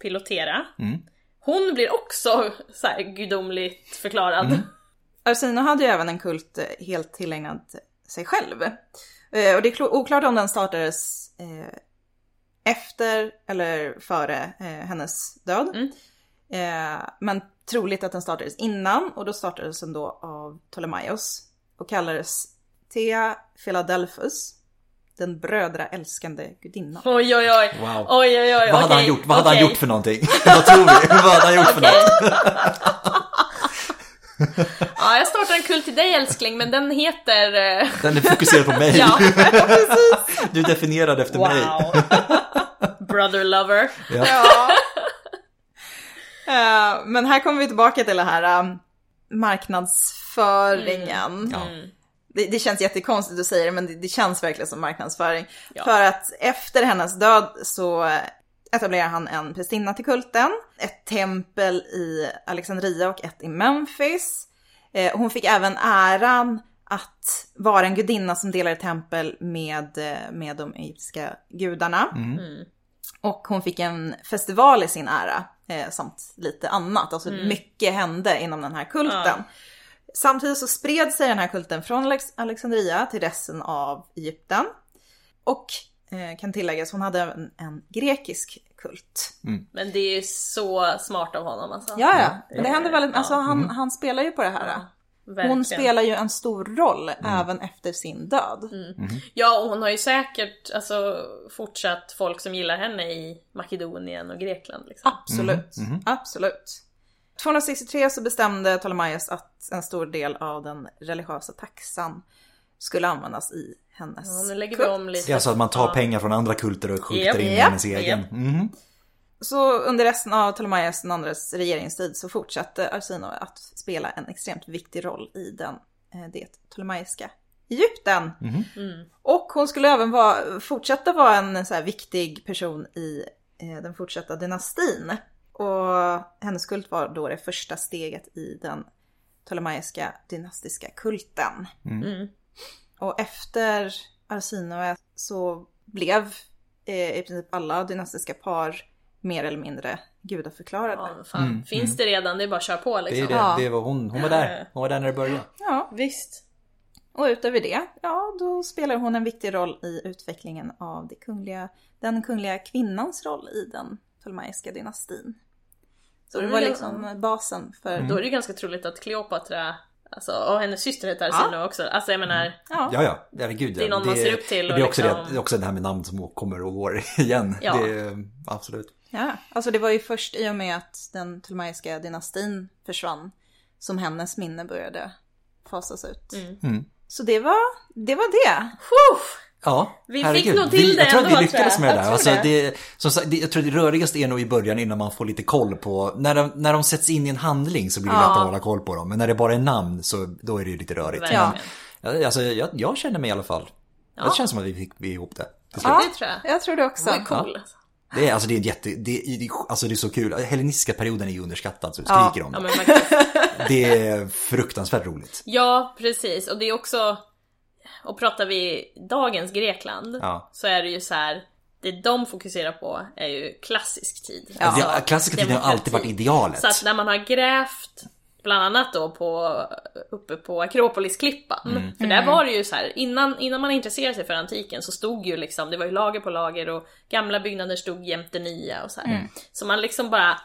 Speaker 2: Pilotera,
Speaker 1: Mm.
Speaker 2: hon blir också så här gudomligt förklarad.
Speaker 1: Mm.
Speaker 3: Arsino hade ju även en kult eh, helt tillägnad sig själv. Eh, Och det är klo- oklart om den startades eh, efter eller före eh, hennes död.
Speaker 2: Mm.
Speaker 3: Eh, men troligt att den startades innan och då startades den då av Ptolemaios och kallades Thea Philadelphus, den brödraälskande gudinnan.
Speaker 2: Oj oj oj.
Speaker 1: Wow.
Speaker 2: oj, oj, oj.
Speaker 1: Vad hade han
Speaker 2: okej,
Speaker 1: gjort? Vad hade
Speaker 2: okej.
Speaker 1: han gjort för någonting? Vad tror vi? Vad hade han gjort för något?
Speaker 2: Ja, jag startar en kult till dig älskling, men den heter... eh,
Speaker 1: Den är fokuserad på mig.
Speaker 2: Ja,
Speaker 1: Du är definierad efter mig.
Speaker 2: wow. Mm. Brother lover.
Speaker 3: Ja. Eh, men här kommer vi tillbaka till det här eh, marknadsföringen.
Speaker 1: Mm. Ja.
Speaker 3: Det, det känns jättekonstigt att säga det, men det, det känns verkligen som marknadsföring.
Speaker 2: Ja.
Speaker 3: För att efter hennes död så eh, etablerar han en prästinna till kulten, ett tempel i Alexandria och ett i Memphis. Eh, Hon fick även äran att vara en gudinna som delade tempel med, eh, med de egyptiska gudarna. Och hon fick en festival i sin ära, eh, samt lite annat. Alltså mycket hände inom den här kulten. Samtidigt så spred sig den här kulten från Alex- Alexandria till resten av Egypten. Och eh, kan tilläggas, hon hade en, en grekisk kult.
Speaker 2: Men det är ju så smart av honom alltså.
Speaker 3: Ja, ja. Men det händer väldigt, alltså han, han spelar ju på det här. Hon
Speaker 2: Verkligen.
Speaker 3: spelar ju en stor roll även efter sin död.
Speaker 2: Mm. Ja, och hon har ju säkert alltså, fortsatt folk som gillar henne i Makedonien och Grekland. Liksom.
Speaker 3: Ah, Absolut, absolut. 263 så bestämde Ptolemaios att en stor del av den religiösa taxan skulle användas i hennes
Speaker 2: Ja, nu lägger vi
Speaker 3: kult.
Speaker 2: om lite.
Speaker 1: Det är alltså att man tar
Speaker 2: Ja.
Speaker 1: pengar från andra kulter och skjuter
Speaker 2: Japp,
Speaker 1: in i
Speaker 3: japp,
Speaker 1: ens egen. Mhm.
Speaker 3: Så under resten av Ptolemaios den andres regeringstid så fortsatte Arsino att spela en extremt viktig roll i den, eh, det ptolemaiska Egypten. Och hon skulle även vara, fortsätta vara en så här viktig person i eh, den fortsatta dynastin. Och hennes kult var då det första steget i den ptolemaiska dynastiska kulten.
Speaker 2: Mm.
Speaker 3: Och efter Arsinoe så blev eh, i princip alla dynastiska par mer eller mindre
Speaker 2: Ja,
Speaker 3: gudaförklarade.
Speaker 2: men fan. Finns det redan, det är bara att köra på
Speaker 1: Mm, Det
Speaker 2: liksom.
Speaker 1: är
Speaker 3: Ja.
Speaker 1: det. Det var hon. Hon var där. Hon var där när det började.
Speaker 3: Ja,
Speaker 2: Visst.
Speaker 3: och utöver det, ja då spelar hon en viktig roll i utvecklingen av det kungliga, den kungliga kvinnans roll i den ptolemaiska dynastin. Så det var liksom basen för...
Speaker 1: Mm.
Speaker 2: Då är det ju ganska troligt att Kleopatra Alltså, och hennes syster heter Arsinoe också. Alltså jag menar,
Speaker 1: Ja, ja, herregud.
Speaker 2: Det är någon man ser upp till
Speaker 1: Det
Speaker 2: och
Speaker 1: blir också,
Speaker 2: liksom-
Speaker 1: det, det är också det här med namn som kommer och går igen.
Speaker 2: Ja.
Speaker 1: Det är, absolut.
Speaker 3: Ja, alltså det var ju först i och med att den Ptolemaiska dynastin försvann som hennes minne började fasas ut.
Speaker 1: Mm.
Speaker 3: Så det var det. Var det.
Speaker 2: Puff!
Speaker 1: Ja,
Speaker 2: Vi fick nog till
Speaker 1: vi,
Speaker 2: det
Speaker 1: Jag tror att vi
Speaker 2: ändå,
Speaker 1: lyckades
Speaker 2: tror
Speaker 1: med
Speaker 2: jag.
Speaker 1: det där.
Speaker 2: Jag
Speaker 1: Alltså,
Speaker 2: tror
Speaker 1: det, som sagt, det, jag tror det rörigaste är nog i början innan man får lite koll på, när de, när de sätts in i en handling så blir det
Speaker 3: Ja.
Speaker 1: lätt att hålla koll på dem. Men när det bara är namn så då är det ju lite rörigt.
Speaker 2: Verkligen.
Speaker 3: Ja.
Speaker 1: Ja, Alltså, jag, jag känner mig i alla fall,
Speaker 2: Ja.
Speaker 1: det känns som att vi fick ihop det. till slut.
Speaker 2: Ja, det tror jag.
Speaker 3: Jag tror det också.
Speaker 2: Det var cool. alltså.
Speaker 1: Det är, alltså, det är, en jätte, det, är, det är- alltså, det är så kul. Hellenistiska perioden är ju underskattad så vi
Speaker 3: Ja.
Speaker 1: skriker om
Speaker 2: Ja,
Speaker 1: det.
Speaker 2: men faktiskt.
Speaker 1: Det är fruktansvärt roligt.
Speaker 2: ja, precis. Och det är också, och pratar vi dagens Grekland,
Speaker 1: Ja.
Speaker 2: så är det ju så här. Det de fokuserar på är ju klassisk tid.
Speaker 3: Ja.
Speaker 1: Ja, Alltså, klassiska tiden har alltid varit
Speaker 2: demokrati.
Speaker 1: idealet.
Speaker 2: Så att när man har grävt Bland annat då på, uppe på Akropolisklippan.
Speaker 1: Mm.
Speaker 2: För där var det ju så här, innan, innan man intresserade sig för antiken så stod ju liksom, det var ju lager på lager och gamla byggnader stod jämte nya och så här.
Speaker 1: Mm.
Speaker 2: Så man liksom bara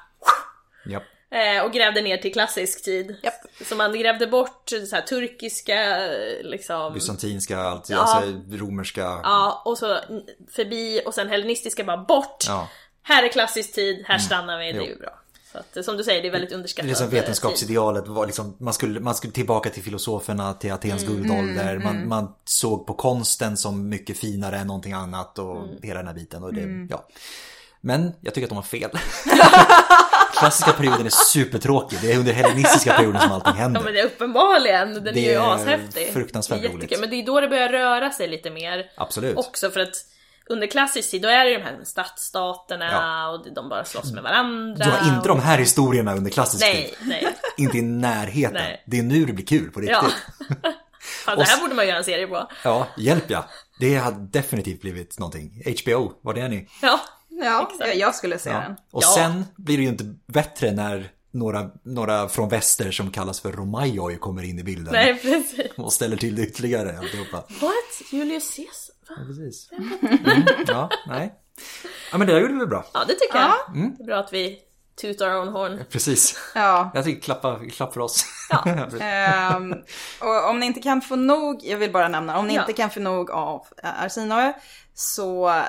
Speaker 1: Japp.
Speaker 2: Eh, och grävde ner till klassisk tid.
Speaker 3: Japp.
Speaker 2: Så man grävde bort så här, turkiska, eh, liksom...
Speaker 1: Bysantinska, alltid, alltså romerska.
Speaker 2: Ja, och så n- förbi och sen hellenistiska bara bort.
Speaker 1: Ja. Mm.
Speaker 2: Här är klassisk tid, här stannar vi, det är
Speaker 1: Jo.
Speaker 2: ju bra. Så att, som du säger, det är väldigt underskattat.
Speaker 1: Det är som
Speaker 2: eh, tid.
Speaker 1: vetenskapsidealet var liksom, man skulle, man skulle tillbaka till filosoferna, till Atens
Speaker 2: Mm.
Speaker 1: guldålder. Man, man såg på konsten som mycket finare än någonting annat och
Speaker 2: Mm.
Speaker 1: hela den här biten. Och det, ja. Men jag tycker att de har fel. Klassiska perioden är supertråkig. Det är under hellenistiska perioden som allting
Speaker 2: Ja men
Speaker 1: händer.
Speaker 2: det är uppenbarligen, den
Speaker 1: Det
Speaker 2: är ju
Speaker 1: är
Speaker 2: ashäftig.
Speaker 1: fruktansvärt
Speaker 2: det är jättekul.
Speaker 1: roligt.
Speaker 2: Men det är då det börjar röra sig lite mer.
Speaker 1: Absolut.
Speaker 2: Också för att under klassisk tid, då är det ju de här stadsstaterna
Speaker 1: Ja.
Speaker 2: och de bara slåss med varandra.
Speaker 1: Du har inte de här historierna under klassisk tid.
Speaker 2: Nej, nej.
Speaker 1: Inte i närheten.
Speaker 2: Nej.
Speaker 1: Det är nu det blir kul på riktigt.
Speaker 2: Ja. Fan, det
Speaker 1: Och
Speaker 2: här
Speaker 1: s-
Speaker 2: borde man göra en serie på.
Speaker 1: Ja, hjälp ja. Det hade definitivt blivit någonting. HBO, var det är ni?
Speaker 2: Ja.
Speaker 3: Ja, jag, jag skulle se
Speaker 1: Ja.
Speaker 3: den.
Speaker 1: Och
Speaker 2: Ja.
Speaker 1: sen blir det ju inte bättre när några, några från väster som kallas för Romajoj kommer in i bilden.
Speaker 2: Nej precis.
Speaker 1: Och ställer till det ytterligare alltihopa.
Speaker 2: Mm. What? Julius Caesar? Va?
Speaker 1: Ja, precis. Mm, ja, nej. Ja men det där gjorde vi bra.
Speaker 2: Ja det tycker jag. Mm. Det är bra att vi toot our own horn.
Speaker 1: Precis.
Speaker 3: Ja.
Speaker 1: Jag tycker klappa, klapp för oss.
Speaker 3: Ehm, och om ni inte kan få nog, jag vill bara nämna, om ni
Speaker 2: Ja.
Speaker 3: inte kan få nog av eh, Arsinoe så eh,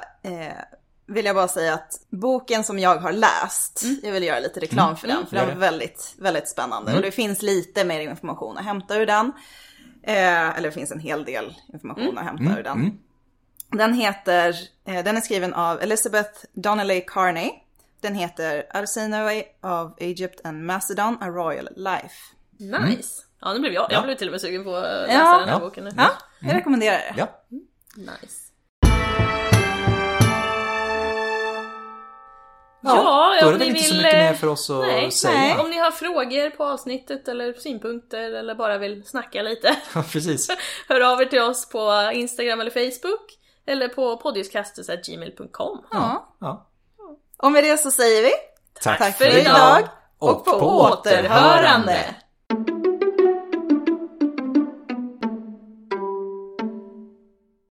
Speaker 3: vill jag bara säga att boken som jag har läst, jag vill göra lite reklam för den, för
Speaker 1: gör
Speaker 3: den
Speaker 1: det.
Speaker 3: var väldigt, väldigt spännande. Och det finns lite mer information att hämta ur den. Eh, eller det finns en hel del information att hämta ur den. Den heter, eh, den är skriven av Elizabeth Donnelly Carney. Den heter Arsinoe of Egypt and Macedon, A Royal Life.
Speaker 2: Nice. Mm. Ja nu blev jag, jag blev till och med sugen på att läsa
Speaker 3: Ja.
Speaker 2: den här
Speaker 1: Ja.
Speaker 2: boken nu.
Speaker 3: Ja, jag rekommenderar det.
Speaker 1: Ja.
Speaker 2: Nice.
Speaker 1: Ja,
Speaker 2: Ja,
Speaker 1: då är
Speaker 2: om
Speaker 1: det väl
Speaker 2: ni
Speaker 1: inte så
Speaker 2: vill,
Speaker 1: mycket
Speaker 2: eh,
Speaker 1: mer för oss att
Speaker 2: Nej,
Speaker 1: säga.
Speaker 2: nej. Om ni har frågor på avsnittet eller synpunkter eller bara vill snacka lite,
Speaker 1: Ja, precis.
Speaker 2: hör av er till oss på Instagram eller Facebook eller på poddiuskastus.gmail.com.
Speaker 3: Ja.
Speaker 1: Ja.
Speaker 3: Och med det så säger vi
Speaker 1: Tack,
Speaker 3: tack för idag och på återhörande.